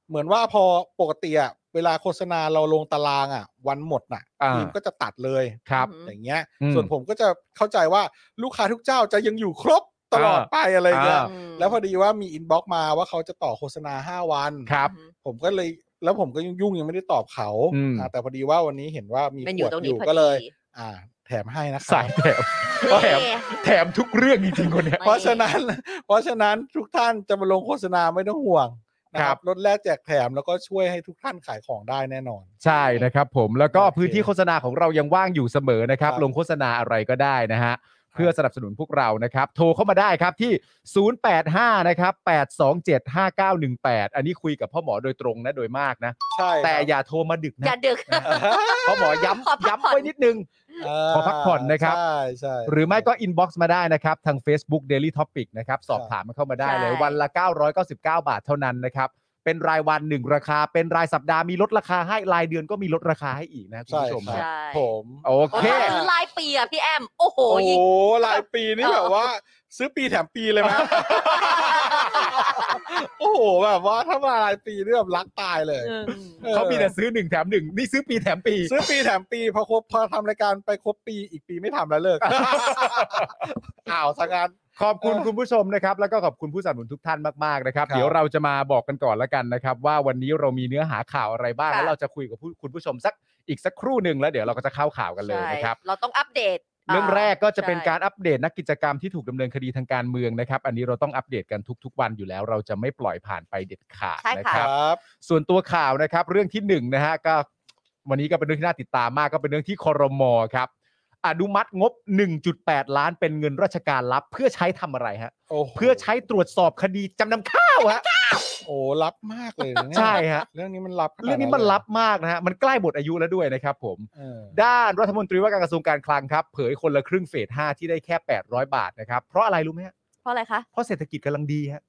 เหมือนว่าพอปกติอ่ะเวลาโฆษณาเราลงตารางอ่ะ วันหมดน่ะ อ่า ทีมก็จะตัดเลย ครับ อืม อย่างเงี้ย อืม ส่วนผมก็จะเข้าใจว่าลูกค้าทุกเจ้าจะยังอยู่ครบตลอด อ่า ไปอะไรเงี้ย อ่า ม แล้วพอดีว่ามีอินบ็อกมาว่าเขาจะต่อโฆษณา 5 วัน ครับ อืม ผมก็เลยแล้วผมก็ยังยุ่งยังไม่ได้ตอบเขา อืม อ่าแต่พอดีว่าวันนี้เห็นว่ามี มันอขยู่ วด ตรง อ นี้ ยู่ พอดี ก็เลย อ่า แถมให้นะครั สา บ ยแถม นี่ ก็แถม แถมทุกเรื่องจริงๆคนเนี้ย เพราะฉะนั้น เพราะฉะนั้นทุกท่านจะมาลงโฆษณาไม่ต้องห่วงนะค ครั รับ บลดแลกแจกแถมแล้วก็ช่วยให้ทุกท่านขายของได้แน่นอน ใช่นะครับผมแล้วก็ โอเค พื้นที่โฆษณาของเรายังว่างอยู่เสมอนะครับ ครับ ลงโฆษณาอะไรก็ได้นะฮะ เพื่อสนับสนุนพวกเรานะครับ โทรเข้ามาได้ครับที่ 085 นะครับ 827 5918 อันนี้คุยกับพ่อหมอโดยตรงนะโดยมากนะ ใช่ครับ แต่อย่าโทรมาดึก อย่า นะ ดึก พ่อหมอ ขอพัก ย้ำ ผ่อ ย้ำ น ไว้นิดนึง า ขอพักผ่อนนะครับ ใช่ใช่ หรือไม่ก็ inbox มาได้นะครับ ทาง Facebook Daily Topic นะครับ สอบถามมาเข้ามาได้เลย ใช่ วันละ 999 บาทเท่านั้นนะครับ เป็นรายวันหนึ่งราคา เป็นรายสัปดาห์มีลดราคาให้รายเดือนก็มีลดราคาให้อีกนะคุณ ใช่ ผู้ชม ค นะ รับ ใช่ ผม โอ โอ้ เค ยซื้อลายปีอะพี่แอม โอ้โห โอ้โห ยิ่ง รายปีนี่แบบว่า ซื้อปีแถมปีเลยไหม โอ้โหแบบว่าถ้ามารายปีนี่แบบรักตายเลย เออ เขามีแต่ซื้อหนึ่งแถมหนึ่งนี่ซื้อปีแถมปี ซื้อปีแถมปีพอครบพอทำรายการไปครบปีอีกปีไม่ทำแล้วเลิก อ้าวสังงาน ขอบคุณ เออ คุณผู้ชมนะครับ แล้วก็ขอบคุณผู้สนับสนุนทุกท่านมากๆนะครับ ครับ เดี๋ยวเราจะมาบอกกันก่อนละกันนะครับ ว่าวันนี้เรามีเนื้อหาข่าวอะไรบ้าง ค่ะ แล้วเราจะคุยกับผู้คุณผู้ชมสักอีกสักครู่หนึ่งแล้วเดี๋ยวเราก็จะเข้าข่าวกันเลยนะครับ ใช่เราต้องอัปเดต เรื่องแรกก็จะเป็นการ ใช่ อัปเดตนักกิจกรรมที่ถูกดำเนินคดีทางการเมืองนะครับ อันนี้เราต้องอัปเดตกันทุก ๆ วันอยู่แล้ว เราจะไม่ปล่อยผ่านไปเด็ดขาด ใช่ นะ ค่ะ ครับ ครับ ส่วนตัวข่าวนะครับเรื่องที่หนึ่งนะฮะก็วันนี้ก็เป็นเรื่องที่น่าติดตามมากก็เป็นเรื่องที่คอรมอครับ อนุมัติงบ 1.8 ล้านเป็นเงินราชการรับ เพื่อใช้ทำอะไรฮะ โอ้โห เพื่อใช้ตรวจสอบคดีจำนำข้าวฮะ โอ้รับมากเลยนะเนี่ย ใช่ฮะ เรื่องนี้มันรับขาด เรื่องนี้มันลับมากนะฮะมันใกล้หมดอายุแล้วด้วยนะครับผม เออ ด้านรัฐมนตรีว่าการกระทรวงการคลังครับเผยคนละครึ่งเฟส5ที่ได้แค่ 800 บาทนะครับเพราะอะไรรู้ไหมฮะ เพราะอะไรคะ เพราะเศรษฐกิจกำลังดีฮะ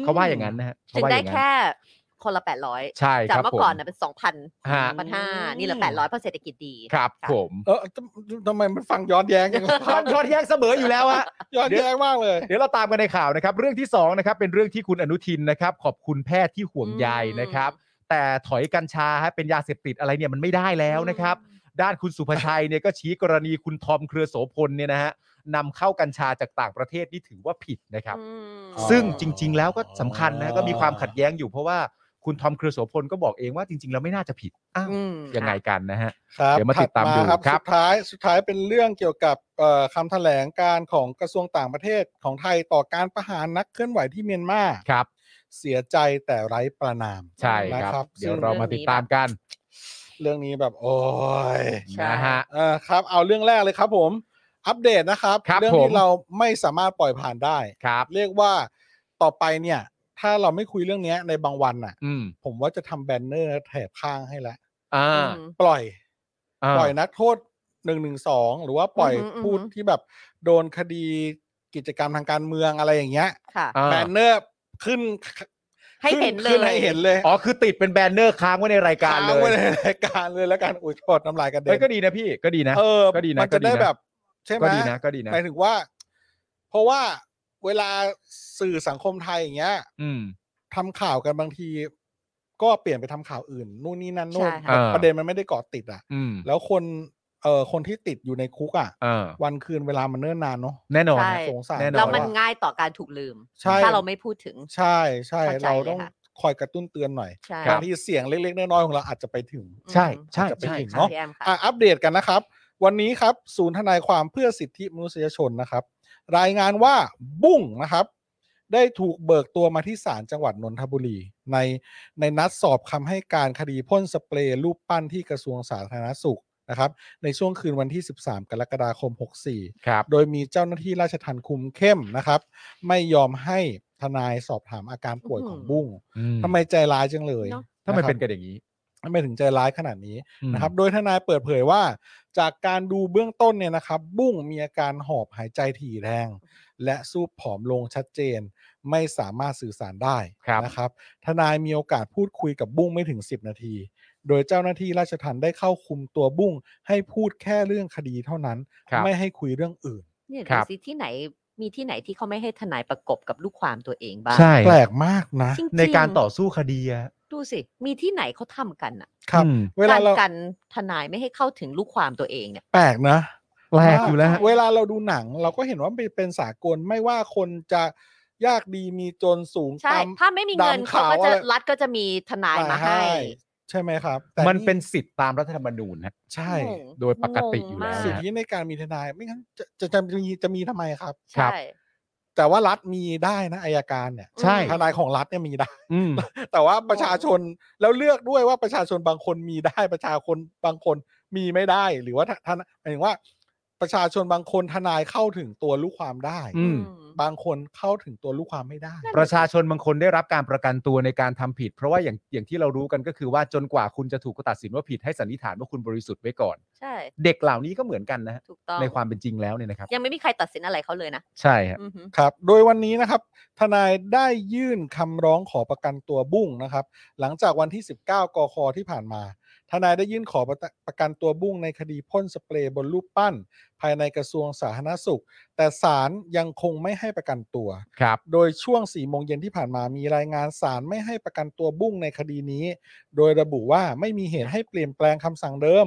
เขาว่าอย่างนั้นนะฮะเขา ถึง ว่าอ ได้ ย่างนั้น แค่คนละ 800 ใช่ จาก ครับ เมื่อ ผม ก่อนนะเป็น 2,000 ฮะ 2,500 นี่เหลือ 800 เพราะเศรษฐกิจดี ครับผม เออทำทำไมมันฟังย้อนแย้งกัน มันย้อนแย้งเสมออยู่แล้วฮะ ย้อนแย้งมากเลย เดี๋ยวเราตามกันในข่าวนะครับ เรื่องที่2นะครับเป็นเรื่องที่คุณอนุทินนะครับ ขอบคุณแพทย์ที่ห่วงใยนะครับ แต่ถอยกัญชาฮะเป็นยาเสพติดอะไรเนี่ยมันไม่ได้แล้วนะครับ ด้านคุณสุภชัยเนี่ยก็ชี้กรณีคุณทอมเครือโสพลเนี่ยนะฮะนำเข้ากัญชาจากต่างประเทศนี่ถือว่าผิดนะครับ อืม อ๋อ ซึ่งจริง ๆ แล้วก็สำคัญนะก็มีความขัดแย้งอยู่เพราะว่าคุณทอมเครือโสพลก็บอกเองว่าจริง ๆ แล้วไม่น่าจะผิดอ้าว อืม ยังไงกันนะฮะ ครับ เดี๋ยวมาติดตาม ถั ดู ครับ ครับ สุดท้ายสุดท้ายเป็นเรื่องเกี่ยวกับเอ่อคำแถลงการของกระทรวงต่างประเทศของไทยต่อการประหารนักเคลื่อนไหวที่เมียนมา ครับ เสียใจแต่ไร้ประนาม ใช่ครับ นะครับ เดี๋ยวเรามาติดตามกัน เรื่องนี้แบบโอ้ย ใช่ นะฮะ เออครับ เอาเรื่องแรกเลยครับผม อัปเดตนะครับ ครับ เรื่อง ผม ที่เราไม่สามารถปล่อยผ่านได้ ครับ เรียกว่าต่อไปเนี่ย ถ้าเราไม่คุยเรื่องเนี้ยในบางวันน่ะ อืม ผมว่าจะทำแบนเนอร์แถบข้างให้ละ อ่า ปล่อย า ปล่อยนักโทษหนึ่งหนึ่งสองหรือว่าปล่อย อือหือ ผู้ อือหือ ที่แบบโดนคดีกิจกรรมทางการเมืองอะไรอย่างเงี้ย ค่ะ อ่า แบนเนอร์ขึ้น ให้เห็นเลย ขึ้นให้เห็นเลย อ๋อ คือติดเป็นแบนเนอร์ค้างไว้ในรายการเล ค้งไว้ ย ในรายการเลยแล้วกันอุ้ยโทษน้ำลายกันเด็ เฮ้ยก็ดีนะพี่ ก็ดีนะ เออ ก็ดีนะ มัจะได้ ก็ดีนะ แบบ ใช่ไหม ก็ดีนะ ก็ดีนะ หมายถึงว่า เพราะว่าเวลาสื่อสังคมไทยอย่างเงี้ย อืม ทำข่าวกันบางที ก็เปลี่ยนไปทำข่าวอื่น นู่นนี่นั่นนู่น ใช่ แบบ ค่ะ ประเด็นมันไม่ได้เกาะติดอ่ะ อืม แล้วคน เออคนที่ติดอยู่ในคุกอ่ะ เออ วันคืนเวลามันเนิ่นนานเนาะ แน่นอน ใช่ สงสาร แน่นอน แล้วมัน อะ ง่ายต่อการถูกลืม ใช่ ถ้าเราไม่พูดถึง ใช่ใช่ เข้าใจ เราต้อง เลยค่ะ คอยกระตุ้นเตือนหน่อย ใช่ ครับ างทีเสียงเล็กๆน้อยๆของเราอาจจะไปถึง อืม ใช่ใช่ จะไป ใช่ ถึง ค่ะ เนาะ พี่แอม อ่ะ ค่ะ อัปเดตกันนะครับ วันนี้ครับ ศูนย์ทนายความเพื่อสิทธิมนุษยชนนะครับ รายงานว่าบุ้งนะครับ ได้ถูกเบิกตัวมาที่ศาลจังหวัดนนทบุรี ในในนัดสอบคำให้การคดีพ่นสเปรย์รูปปั้นที่กระทรวงสาธารณสุขนะครับ ในช่วงคืนวันที่ 13 กรกฎาคม 64 ครับ โดยมีเจ้าหน้าที่ราชทัณฑ์คุมเข้มนะครับ ไม่ยอมให้ทนายสอบถามอาการป่วยของบุ้ง อืม ทำไมใจร้ายจังเลย เนอะ ทำไมเป็น กั กัน นอย่างนี้ ทำไมถึงใจร้ายขนาดนี้ อืม นะครับโดยทนายเปิดเผยว่า จากการดูเบื้องต้นเนี่ยนะครับ บุ้งมีอาการหอบหายใจถี่แรง และสูบผอมลงชัดเจน ไม่สามารถสื่อสารได้ ครับ นะครับ ทนายมีโอกาสพูดคุยกับบุ้งไม่ถึง 10 นาที โดยเจ้าหน้าที่ราชทัณฑ์ได้เข้าคุมตัวบุ้งให้พูดแค่เรื่องคดีเท่านั้น ครับ ไม่ให้คุยเรื่องอื่น เนี่ยดูครับ สิที่ไหนมีที่ไหนที่เขาไม่ให้ทนายประกบกับลูกความตัวเองบ้าง ใช่ แปลกมากนะ จริงๆ ในการต่อสู้คดีอะ ดูสิ มีที่ไหนเขาทำกันอะ ครับ อืม เวลา การ เรา กันทนายไม่ให้เข้าถึงลูกความตัวเองเนี่ย แปลกนะ แปลกอยู่แล้ว เวลาเราดูหนังเราก็เห็นว่ามันเป็นสากลไม่ว่าคนจะยากดีมีจนสูง ใช่ ต่ำ ถ้าไม่มีเงิน ดำ เขา ขาว ก็จะ อะไร รัฐก็จะมีทนายมาให้ ใช่ไหมครับแต่ มันเป็นสิทธิ์ตามรัฐธรรมนูญนะ ใช่ งง โดยปกติอยู่แล้ว งงมาก สิท นะ ธิในการมีทนายไม่งั้นจะจะจะมีจะมีทำไมครับ ครับ ใช่ แต่ว่ารัฐมีได้นะอายการเนี่ย ใช่ ทนายของรัฐเนี่ยมีได้ อืม แต่ว่าประชาชนแล้วเลือกด้วยว่าประชาชนบางคนมีได้ประชาชนบางคนมีไม่ได้ หรือว่าททนายหมายถึงว่า ประชาชนบางคนทนายเข้าถึงตัวลูกความได้ อื อืม บางคนเข้าถึงตัวลูกความไม่ได้ ประชาชนบางคนได้รับการประกันตัวในการทำผิด เพราะว่าอย่างอย่างที่เรารู้กันก็คือว่าจนกว่าคุณจะถูกตัดสินว่าผิดให้สันนิษฐานว่าคุณบริสุทธิ์ไว้ก่อน ใช่ เด็กเหล่านี้ก็เหมือนกันนะฮะ ถูกต้อง ในความเป็นจริงแล้วเนี่ยนะครับ ยังไม่มีใครตัดสินอะไรเขาเลยนะ ใช่ครับ อือหือ ครับ โดยวันนี้นะครับ ทนายได้ยื่นคำร้องขอประกันตัวบุ้งนะครับ หลังจากวันที่ 19 กคที่ผ่านมา ทนายได้ยื่นขอประประกันตัวบุ้งในคดีพ่นสเปรย์บนรูปปั้น ภายในกระทรวงสาธารณสุข แต่ศาลยังคงไม่ให้ประกันตัว ครับ โดยช่วง 4 โมงเย็นที่ผ่านมามีรายงานศาลไม่ให้ประกันตัวบุ้งในคดีนี้ โดยระบุว่าไม่มีเหตุให้เปลี่ยนแปลงคำสั่งเดิม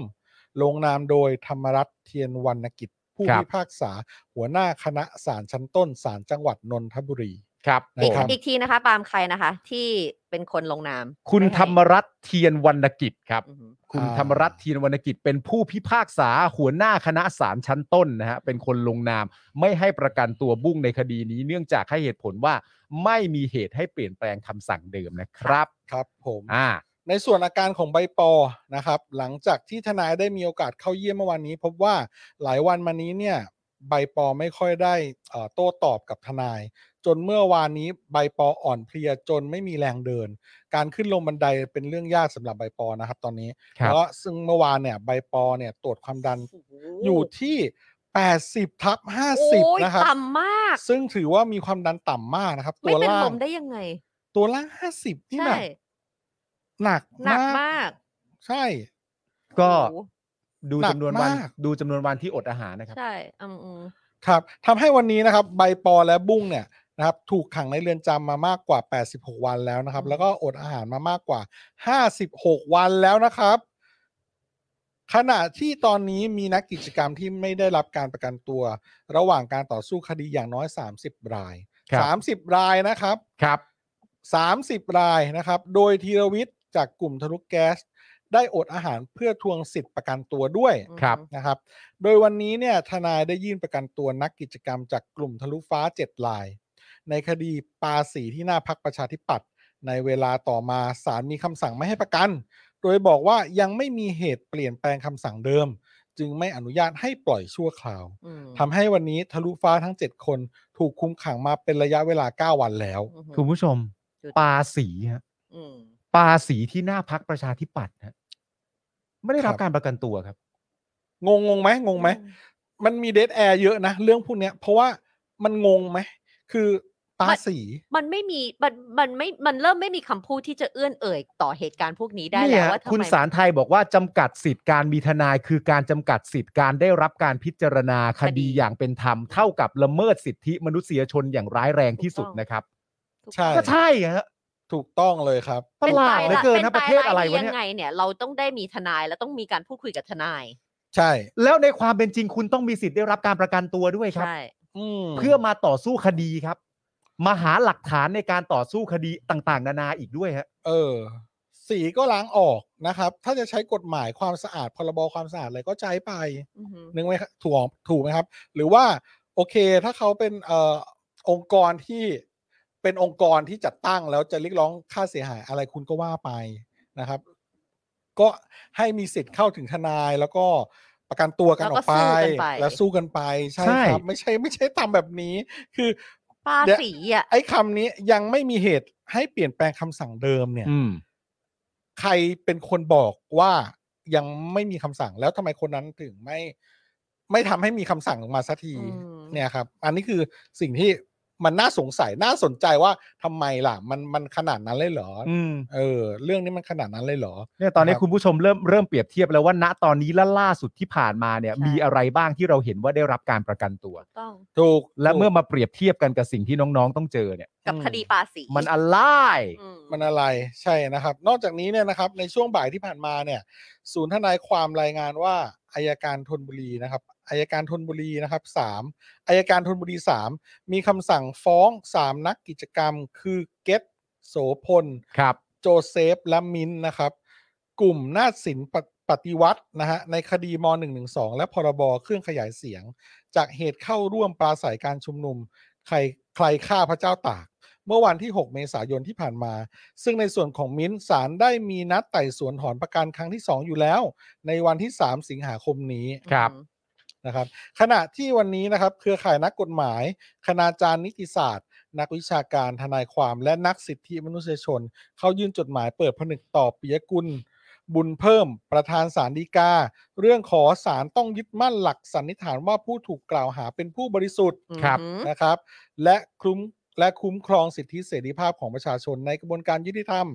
ลงนามโดยธรรมรัตน์เทียนวรรณกิจ ผู้ ครับ พิพากษา หัวหน้าคณะศาลชั้นต้นศาลจังหวัดนนทบุรี ครับ นะ อีก ครับ อีกทีนะคะ ปาล์มใครนะคะ ที่เป็นคนลงนาม คุณ ไม่ให้ ธรรมรัตน์เทียนวรรณกิจครับ อือหือ คุณ อ่า ธรรมรัตน์เทียนวรรณกิจเป็นผู้พิพากษาหัวหน้าคณะศาลชั้นต้นนะฮะเป็นคนลงนามไม่ให้ประกันตัวบุ้งในคดีนี้เนื่องจากให้เหตุผลว่าไม่มีเหตุให้เปลี่ยนแปลงคำสั่งเดิมนะครับ ครับผม อ่า ในส่วนอาการของใบปอนะครับ หลังจากที่ทนายได้มีโอกาสเข้าเยี่ยมเมื่อวานนี้ พบว่าหลายวันมานี้เนี่ยใบปอไม่ค่อยได้เอ่อโต้ตอบกับทนาย จนเมื่อวานนี้ใบปออ่อนเพลียจนไม่มีแรงเดิน การขึ้นลงบันไดเป็นเรื่องยากสำหรับใบปอนะครับ ตอนนี้ ครับ แล้วก็ซึ่งเมื่อวานเนี่ยใบปอเนี่ยตรวจความดัน โโห อยู่ที่ 80ทับ โอ้ย 50 นะครับ ต่ำมาก ซึ่งถือว่ามีความดันต่ำมากนะครับ ไม่ ตัว เป็น ล่า ล ง มได้ยังไง ตัวล่าง50นี่ ใช่ แบบ หนัก หนักมาก ใช่ ก็ โอ้โห ดู หนัก จำนวนวัน มาก ดูจำนวนวันที่อดอาหารนะครับ ใช่อืมอืม ครับทำให้วันนี้นะครับ ใบปอและบุ้งเนี่ยนะครับ ถูกขังในเรือนจำมามากกว่า 86 วันแล้วนะครับ แล้วก็อดอาหารมามากกว่า 56 วันแล้วนะครับ ขณะที่ตอนนี้มีนักกิจกรรมที่ไม่ได้รับการประกันตัว ระหว่างการต่อสู้คดีอย่างน้อย 30 ราย ครับ 30 รายนะครับ ครับ 30 รายนะครับ โดยธีรวิทย์จากกลุ่มทะลุแก๊ส ได้อดอาหารเพื่อทวงสิทธิ์ประกันตัวด้วย อืม ครับ นะครับ โดยวันนี้เนี่ยทนายได้ยื่นประกันตัวนักกิจกรรมจากกลุ่มทะลุฟ้า 7 ลาย ในคดีปาสีที่หน้าพักประชาธิปัตย์ในเวลาต่อมาศาลมีคำสั่งไม่ให้ประกัน โดยบอกว่ายังไม่มีเหตุเปลี่ยนแปลงคำสั่งเดิม จึงไม่อนุญาตให้ปล่อยชั่วคราว อืม ทำให้วันนี้ทะลุฟ้าทั้ง 7 คนถูกคุมขังมาเป็นระยะเวลา 9 วันแล้ว อือหือ คุณผู้ชม จุด ปาสีฮะ อืม ปาสีที่หน้าพักประชาธิปัตย์ฮะไม่ได้รับ ครับ การประกันตัวครับ งงงงไหมงงไหม มันมีเดทแอร์เยอะนะ เรื่องพวกเนี้ย เพราะว่ามันงงไหม คือปาสี มันไม่มีมันมันไม่มันเริ่มไม่มีคำพูดที่จะเอื้อนเอ่ยต่อเหตุการณ์พวกนี้ได้ นี่ แล้ว ฮะ ว่าทำไม คุณสารไทยบอกว่าจำกัดสิทธิ์การมีทนายคือการจำกัดสิทธิ์การได้รับการพิจารณาคดีอย่างเป็นธรรมเท่ากับละเมิดสิทธิมนุษยชนอย่างร้ายแรงที่สุดนะครับ ทุก ใช่ ก็ใช่ฮะ ถูกต้องเลยครับ ประหลาดเหลือเกินนะประเทศอะไร ดี วะ ยั เนี่ย งไงเนี่ย เราต้องได้มีทนายแล้วต้องมีการพูดคุยกับทนาย ใช่ แล้วในความเป็นจริงคุณต้องมีสิทธิ์ได้รับการประกันตัวด้วยครับ ใช่ อืม เพื่อมาต่อสู้คดีครับ มาหาหลักฐานในการต่อสู้คดีต่างๆ นานาอีกด้วยฮะ เออ สีก็ล้างออกนะครับ ถ้าจะใช้กฎหมายความสะอาดพรบความสะอาดอะไรก็ใช้ไป อือหือ นึกไหมครับถูกออกถูกไหมครับ หรือว่าโอเคถ้าเขาเป็นเอ่อองค์กรที่เป็นองค์กรที่จัดตั้งแล้วจะเรียกร้องค่าเสียหายอะไรคุณก็ว่าไปนะครับ ก็ให้มีสิทธิ์เข้าถึงทนาย แล้วก็ประกันตัวกันออกไป แล้ แล้ว ว ก็สู้ สู้ กั กัน น ไป ไปใช่ ใช่ ครับไม่ใช่ไม่ใช่ทำแบบนี้ คือ ปา เดี๋ยว สีอ่ะ ไอ้คำนี้ยังไม่มีเหตุให้เปลี่ยนแปลงคำสั่งเดิมเนี่ย อืม ใครเป็นคนบอกว่ายังไม่มีคำสั่งแล้วทำไมคนนั้นถึงไม่ ไม่ทำให้มีคำสั่งออกมาสักที อืม เนี่ยครับ อันนี้คือสิ่งที่มันน่าสงสัยน่าสนใจว่าทำไมล่ะ มันมันขนาดนั้นเลยเหรออ อืม เออ เรื่องนี้มันขนาดนั้นเลยเหรอ เนี่ยตอนนี้ ครับ คุณผู้ชมเริ่มเริ่มเปรียบเทียบแล้วว่าณตอนนี้และล่าสุดที่ผ่านมาเนี่ย ใช่ มีอะไรบ้างที่เราเห็นว่าได้รับการประกันตัว ต้อง ถูก และ ถูก เมื่อมาเปรียบเทียบกันกับสิ่งที่น้องๆต้องเจอเนี่ย กับคดีปาสี มันอะไร อืม มันอะไรใช่นะครับ นอกจากนี้เนี่ยนะครับ ในช่วงบ่ายที่ผ่านมาเนี่ย ศูนย์ทนายความรายงานว่าอายการธนบุรีนะครับอายการธนบุรีนะครับสามอายการธนบุรีสามมีคำสั่งฟ้องสามนักกิจกรรม คือเกตโสพล ครับ โจเซฟ และมินท์นะครับ กลุ่มนาฏศิลป์ปะปฏิวัตินะฮะในคดีม .112 และพรบเครื่องขยายเสียง จากเหตุเข้าร่วมปราศัยการชุมนุม ใครใครฆ่าพระเจ้าตาก เมื่อวันที่ 6 เมษายนที่ผ่านมา ซึ่งในส่วนของมิ้นท์ศาลได้มีนัดไต่สวนถอนประกันครั้งที่ 2 อยู่แล้ว ในวันที่ 3 สิงหาคมนี้ ครับ นะครับขณะที่วันนี้นะครับเครือข่ายนักกฎหมาย คณาจารย์นิติศาสตร์ นักวิชาการทนายความและนักสิทธิมนุษยชน เข้ายื่นจดหมายเปิดผนึกต่อปิยกุล บุญเพิ่ม ประธานศาลฎีกา เรื่องขอศาลต้องยึดมั่นหลักสันนิษฐานว่าผู้ถูกกล่าวหาเป็นผู้บริสุทธิ์ อืม ครับ อืม นะครับและคุ้มและคุ้มครองสิทธิเสรีภาพของประชาชนในกระบวนการยุติธรรม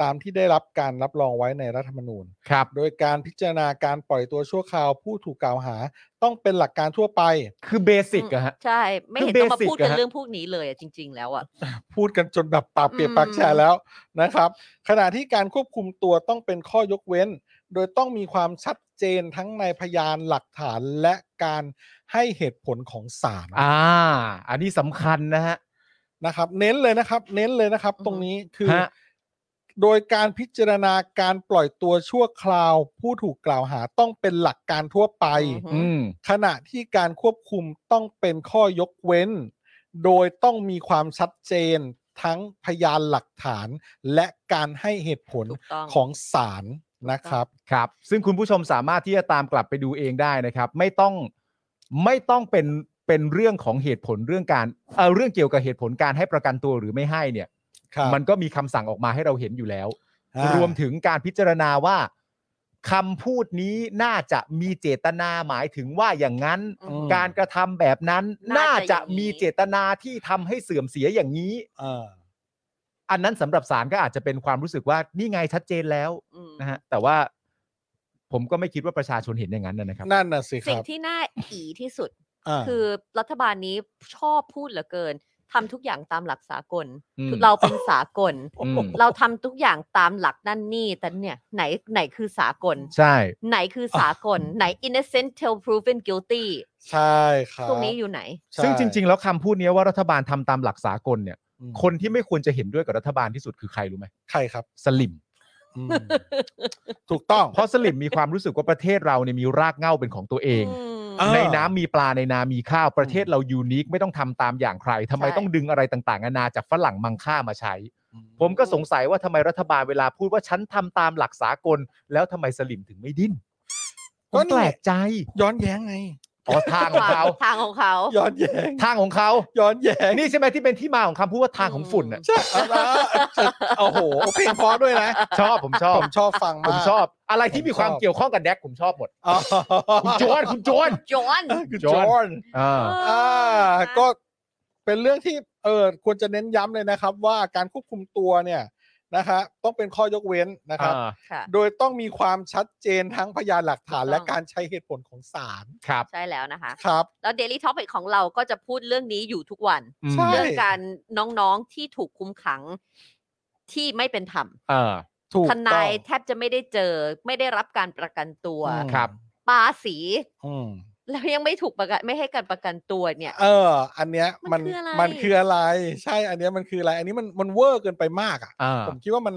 ตามที่ได้รับการรับรองไว้ในรัฐธรรมนูญ ครับ โดยการพิจารณาการปล่อยตัวชั่วคราวผู้ถูกกล่าวหาต้องเป็นหลักการทั่วไป คือเบสิกอะฮะ ใช่ ไม่ คือ เห็นต้องมา basic พูดกัน อะฮะ เรื่องพวกนี้เลยอะจริง ๆ แล้วอ่ะ พูดกันจนแบบปากเปียกปากแฉะ อืม แล้วนะครับ ขณะที่การควบคุมตัวต้องเป็นข้อยกเว้น โดยต้องมีความชัดเจนทั้งในพยานหลักฐานและการให้เหตุผลของศาล อ่า อันนี้สำคัญนะฮะ นะครับเน้นเลยนะครับ เน้นเลยนะครับ อือฮึ ตรงนี้คือ ฮะ โดยการพิจารณาการปล่อยตัวชั่วคราว ผู้ถูกกล่าวหาต้องเป็นหลักการทั่วไป อื อื ม ม ขณะที่การควบคุมต้องเป็นข้อยกเว้น โดยต้องมีความชัดเจนทั้งพยานหลักฐาน และการให้เหตุผล ถูกต้อง ของศาลนะครับ ครับ ซึ่งคุณผู้ชมสามารถที่จะตามกลับไปดูเองได้นะครับ ไม่ต้องไม่ต้องเป็นเป็นเรื่องของเหตุผลเรื่องการเออเรื่องเกี่ยวกับเหตุผลการให้ประกันตัวหรือไม่ให้เนี่ย ครับ มันก็มีคำสั่งออกมาให้เราเห็นอยู่แล้ว อ่าร วมถึงการพิจารณาว่าคำพูดนี้น่าจะมีเจตนาหมายถึงว่าอย่างนั้น อืม การกระทำแบบนั้น น่า น่า จะ จะ อย่างนี้ มีเจตนาที่ทำให้เสื่อมเสียอย่างนี้ อ่า อันนั้นสำหรับศาลก็อาจจะเป็นความรู้สึกว่านี่ไงชัดเจนแล้ว อืม นะฮะแต่ว่าผมก็ไม่คิดว่าประชาชนเห็นอย่างนั้นนะนะครับ นั่นน่ะสิค สิ่ รั ง บ ที่น่าอีที่สุด า คือรัฐบาลนี้ชอบพูดเหลือเกินทำทุกอย่างตามหลักสากล อืม เราเป็นสากล อืม เราทำทุกอย่างตามหลักนั่นนี่แต่เนี่ยไหนไหนคือสากล ใช่ ไหนคือสากล ไหน innocent till proven guilty ใช่ครับ พวกนี้อยู่ไหน ใช่ ซึ่งจริง ๆ แล้วคำพูดเนี้ยว่ารัฐบาลทำตามหลักสากลเนี่ย อืม คนที่ไม่ควรจะเห็นด้วยกับรัฐบาลที่สุดคือใครรู้ไหม ใครครับ สลิม อืมถูกต้อง เพราะสลิมมีความรู้สึกว่าประเทศเราเนี่ยมีรากเหง้าเป็นของตัวเอง อ่า ในน้ำมีปลาในนามีข้าวประเทศเรายูนิคไม่ต้องทำตามอย่างใครทำไม ใช่ ต้องดึงอะไรต่างๆนานาจากฝรั่งมังค่ามาใช้ ผมก็สงสัยว่าทำไมรัฐบาลเวลาพูดว่าฉันทำตามหลักสากล แล้วทำไมสลิมถึงไม่ดิ้นผ ก็ ม นี่ แปลกใจ ย้อนแย้งไง อ๋อทางของ เขา ทางของเขา ย้อนแย้ง ทางของเขา ย้อนแย้ง นี่ใช่ไหมที่เป็นที่มาของคำพูดว่าทางของฝุ่นน่ะ ใช่เอาละโอ้โหเพลงเพราะด้วยนะ ชอบผมชอบ ผมชอบฟังมาก ผมชอบ อะไรที่ ผม มีความ ชอบ เกี่ยวข้องกับแดกผมชอบหมด อ๋อ คุณโจนคุณโจน จอห์น คือ จ จ อ อ ห์น ห์น อ่า อ่าก็เป็นเรื่องที่เออควรจะเน้นย้ำเลยนะครับ ว่าการควบคุมตัวเนี่ยนะคะต้องเป็นข้อยกเว้นนะครับ ค่ะ โดยต้องมีความชัดเจนทั้งพยานหลักฐาน ถูกต้อง และการใช้เหตุผลของศาล ครับ ใช่แล้วนะคะ ครับ แล้ว Daily Topic ของเราก็จะพูดเรื่องนี้อยู่ทุกวัน อืม ใช่ เรื่องการน้องๆที่ถูกคุมขังที่ไม่เป็นธรรม เออ ถูทกต้อง นายแทบจะไม่ได้เจอ ไม่ได้รับการประกันตัว อืม ครับ ปาสี อืม แล้วยังไม่ถูกประกันไม่ให้การประกันตัวเนี่ย เออ อันเนี้ย มั มัน น คืออะไร มันคืออะไร ใช่ อันเนี้ยมันคืออะไร อันนี้มันมันเวอร์เกินไปมากอ่ะ อ่า ผมคิดว่ามัน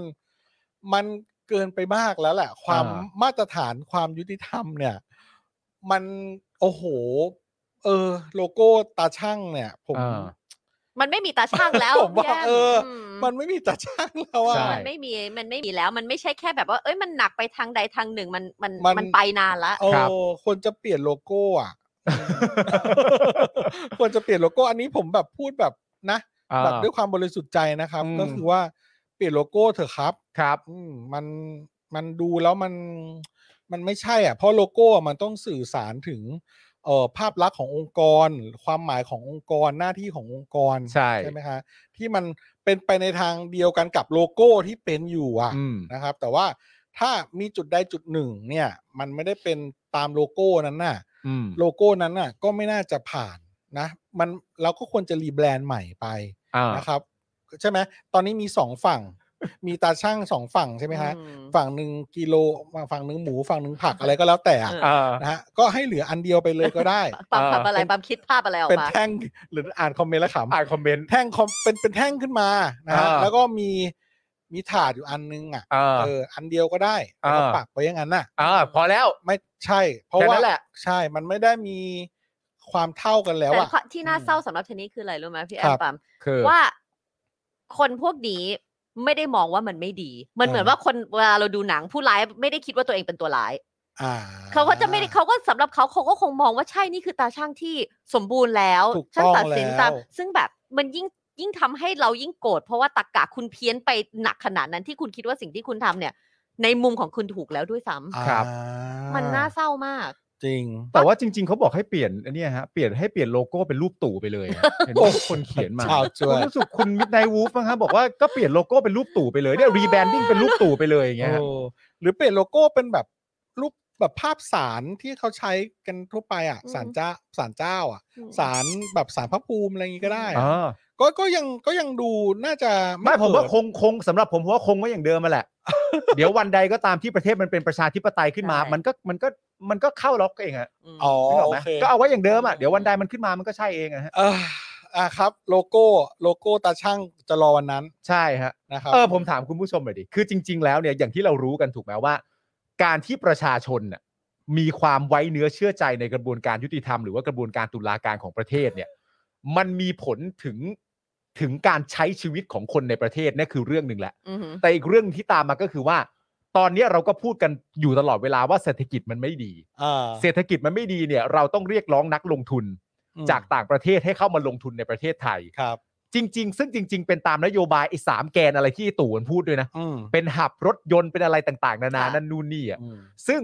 มันเกินไปมากแล้วแหละ ความ อ่า มาตรฐานความยุติธรรมเนี่ย มันโอ้โห เออ โลโก้ตาช่างเนี่ย ผม อ่า มันไม่มีตาช่างแล้ว ผมว่า พี่แม เออ ม มันไม่มีตาช่างแล้วอ่ะ ใช่ มันไม่มีมันไม่มีแล้ว มันไม่ใช่แค่แบบว่าเอ้ยมันหนักไปทางใดทางหนึ่งมันมัน มัน มันไปนานละ โอ้ ครับ ควรจะเปลี่ยนโลโก้อ่ะ ควรจะเปลี่ยนโลโก้ อันนี้ผมแบบพูดแบบนะ อ่า แบบด้วยความบริสุทธิ์ใจนะครับ อืม ก็คือว่าเปลี่ยนโลโก้เถอะครับ ครับ อืมมันมันดูแล้วมันมันไม่ใช่อ่ะ เพราะโลโก้อะมันต้องสื่อสารถึงเอ่อภาพลักษณ์ขององค์กร ความหมายขององค์กรหน้าที่ขององค์กร ใช่ ไหมคะที่มันเป็นไปในทางเดียวกันกับโลโก้ที่เป็นอยู่อ่ะ อืม นะครับแต่ว่าถ้ามีจุดใดจุดหนึ่งเนี่ย มันไม่ได้เป็นตามโลโก้นั้นน่ะ อืม โลโก้นั้นน่ะ ก็ไม่น่าจะผ่านนะ มันเราก็ควรจะรีแบรนด์ใหม่ไป อ่า นะครับ ใช่ไหมตอนนี้มีสอง ฝั่ง มีตาช่างสองฝั่งใช่ไหมฮะ อืม ฝั่งหนึ่งกิโลฝั่งหนึ่งหมูฝั่งหนึ่ง ผักอะไรก็แล้วแต่อะ เอ อ่า นะฮะก็ให้เหลืออันเดียวไปเลยก็ได้ ปั๊ม เอ่อ ทำอะไรปั๊มคิดภาพอะไรออก เป็น มา แท่งหรืออ่านคอมเมนต์แล้วขำ อ่านคอมเมนต์ แท่งคอมเป็นเป็นแท่งขึ้นมานะฮะ อ่า แล้วก็มีมีถาดอยู่อันนึงอ่ะ อ่า เอออันเดียวก็ได้แล้วก็ อ่า ปักไว้อย่างนั้นน่ะ อ่าพอแล้ว ไม่ใช่ เพราะ แค่นั้ ว่าน แหละ ใช่มันไม่ได้มีความเท่ากันแล้ว แต่ อ่ะ ข้อที่น่าเศร้าสำหรับเทนนี้คืออะไรรู้ไหมพี่แอ ครั ม บ ปั๊ม คือ ว่าคนพวกนี้ไม่ได้มองว่ามันไม่ดี มันเหมือนว่าคนเวลาเราดูหนังผู้ร้ายไม่ได้คิดว่าตัวเองเป็นตัวร้าย อ่า เขาก็จะไม่ได้เขาก็สำหรับเขาเขาก็คงมองว่าใช่นี่คือตาช่างที่สมบูรณ์แล้ว ถูก ช่าง ต้อง ตัดสินตาม แล้ว ซึ่งแบบมันยิ่งยิ่งทำให้เรายิ่งโกรธเพราะว่าตรกกะคุณเพี้ยนไปหนักขนาดนั้นที่คุณคิดว่าสิ่งที่คุณทำเนี่ย ในมุมของคุณถูกแล้วด้วยซ้ำ อ่า ครับ มันน่าเศร้ามาก จริง แต่ว่าจริง ๆเขาบอกให้เปลี่ยนอันเนี้ยฮะ เปลี่ยนให้เปลี่ยนโลโก้เป็นรูปตู่ไป เลยอะเห็นว่ามีคนเขียนมา ชาวจ้วย ผมรู้สึกคุณมิดไนวูฟมั้งฮะบอกว่าก็เปลี่ยนโลโก้เป็นรูปตู่ไปเลย เนี่ยรีแบรนดิ้งเป็นรูปตู่ไปเลยอย่างเงี้ยฮะ โอ้หรือเปลี่ยนโลโก้เป็นแบบรูปแบบภาพสารที่เขาใช้กันทั่วไปอ่ะ อืม สารเจ้าสารเจ้าอ่ะ อืม สารแบบสารพระภูมิอะไรอย่างงี้ก็ได้อะ อ่า ก็ก็ยังก็ยังดูน่าจะ ไม่ผมว่า เกิด คงคงสำหรับผมผมว่าคงไว้อย่างเดิมมา แหละ เดี๋ยววันใดก็ตามที่ประเทศมันเป็นประชาธิปไตยขึ้นมา ใช่ มันก็มันก็มันก็เข้าล็อกเองอะ อืม อ๋อ นึกออก โอ ไหม เค ก็เอาไว้อย่างเดิมอะเดี๋ยววันใดมันขึ้นมามันก็ใช่เองอะฮะ เอ่ออ่ะครับ โลโก้โลโก้ตาช่างจะรอวันนั้น ใช่ฮะ นะครับ เออผมถามคุณผู้ชมหน่อยดิ คือจริง ๆ แล้วเนี่ยอย่างที่เรารู้กันถูกไหมว่า การที่ประชาชนน่ะมีความไว้เนื้อเชื่อใจในกระบวนการยุติธรรมหรือว่ากระบวนการตุลาการของประเทศเนี่ย มันมีผลถึงถึงการใช้ชีวิตของคนในประเทศนั่นคือเรื่องหนึ่งแหละ อือหือ แต่อีกเรื่องที่ตามมาก็คือว่า ตอนเนี้ยเราก็พูดกันอยู่ตลอดเวลาว่าเศรษฐกิจมันไม่ดี อ่า เศรษฐกิจมันไม่ดีเนี่ย เราต้องเรียกร้องนักลงทุน อืม จากต่างประเทศให้เข้ามาลงทุนในประเทศไทย ครับ จริง ๆ ซึ่งจริง ๆ เป็นตามนโยบายไอ้สามแกนอะไรที่ไอ้ตู่มันพูดด้วยนะ อืม เป็นหับรถยนต์เป็นอะไรต่างๆ นานานั่นนู่นนี่อ่ะ อืม ซึ่ง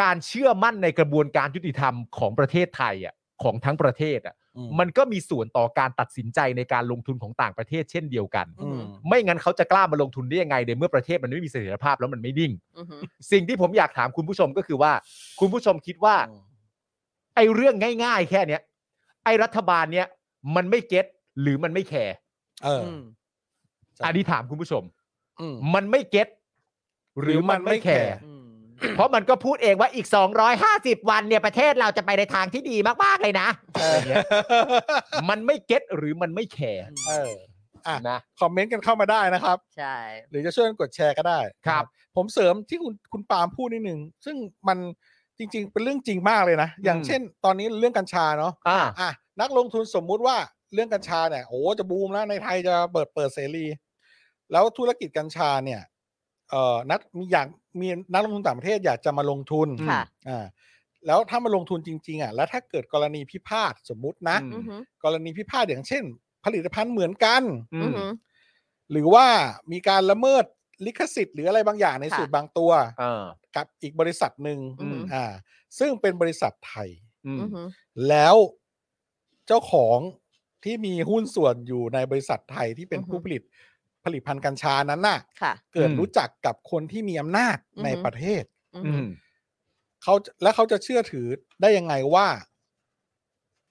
การเชื่อมั่นในกระบวนการยุติธรรมของประเทศไทยอ่ะของทั้งประเทศอ่ะ อื มันก็มีส่วนต่อการตัดสินใจในการลงทุนของต่างประเทศเช่นเดียวกัน อืม ไม่งั้นเขาจะกล้ามาลงทุนได้ยังไงในเมื่อประเทศมันไม่มีเสถียรภาพแล้วมันไม่นิ่ง อือหือ สิ่งที่ผมอยากถามคุณผู้ชมก็คือว่า คุณผู้ชมคิดว่า ไอ้เรื่องง่าย ๆ แค่เนี้ยไอ้รัฐบาลเนี้ยมันไม่เก็ตหรือมันไม่แคร์ เออ ใช่ อันนี้ถามคุณผู้ชม อืม มันไม่เก็ตหรือมันไม่แคร์ อื เพราะมันก็พูดเองว่าอีก 250 วันเนี่ยประเทศเราจะไปในทางที่ดีมาก ๆ เลยนะ เออ มันไม่เก็ตหรือมันไม่แคร์ เออ อ่ะ นะ คอมเมนต์กันเข้ามาได้นะครับ ใช่ หรือจะช่วยกันกดแชร์ก็ได้นะครับ ผมเสริมที่คุณคุณปาล์มพูดนิดนึง ซึ่งมันจริง ๆ เป็นเรื่องจริงมากเลยนะ อย่างเช่น ตอนนี้เรื่องกัญชาเนาะ อ่า อ่ะนักลงทุนสมมุติว่าเรื่องกัญชาเนี่ยโอ้โหจะบูมแล้วในไทยจะเปิดเปิดเสรี แล้วธุรกิจกัญชาเนี่ยเอ่อนักมีอยากมีนักลงทุนต่างประเทศอยากจะมาลงทุน ค่ะ อ่าแล้วถ้ามาลงทุนจริง ๆอ่ะแล้วถ้าเกิดกรณีพิพาทสมมุตินะ อืม อือหือก รณีพิพาทอย่างเช่น ผลิตภัณฑ์เหมือนกัน อื อือ ม หือ หรือว่ามีการละเมิดลิขสิทธิ์หรืออะไรบางอย่างใน ค่ะ สูตรบางตัว เออ กับอีกบริษัทหนึ่ง อืม อ่าซึ่งเป็นบริษัทไทย อืม อือหือ แล้วเจ้าของที่มีหุ้นส่วนอยู่ในบริษัทไทยที่เป็น อือฮึ ผู้ผลิตผลิตภัณฑ์กัญชานั้นน่ะ ค่ะ เกิดรู้จักกับคนที่มีอำนาจ อือฮึ ในประเทศ อือ อื หือ ม เขาแล้วเขาจะเชื่อถือได้ยังไงว่า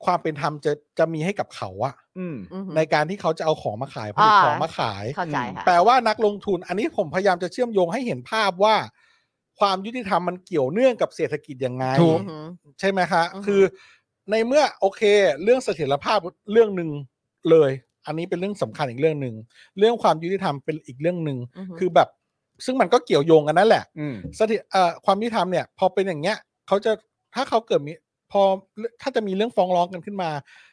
ความเป็นธรรมจะจะมีให้กับเขาอะ อืม อือหือ ในการที่เขาจะเอาของมาขายผลิต อ่า ของมาขาย เข้าใจค่ะ แปลว่านักลงทุน อันนี้ผมพยายามจะเชื่อมโยงให้เห็นภาพว่า ความยุติธรรมมันเกี่ยวเนื่องกับเศรษฐกิจยังไง ถู อื ก อหือ ใช่ไหมคะ อือฮึ คือในเมื่อโอเค เรื่องเสถียรภาพเรื่องหนึ่งเลย อันนี้เป็นเรื่องสำคัญอีกเรื่องหนึ่ง เรื่องความยุติธรรมเป็นอีกเรื่องหนึ่ง อหือ คือแบบซึ่งมันก็เกี่ยวโยงกันนั่นแหละ อืม เสถิเอ่อความยุติธรรมเนี่ยพอเป็นอย่างเงี้ยเขาจะถ้าเขาเกิดมีพอถ้าจะมีเรื่องฟ้องร้องกันขึ้นมา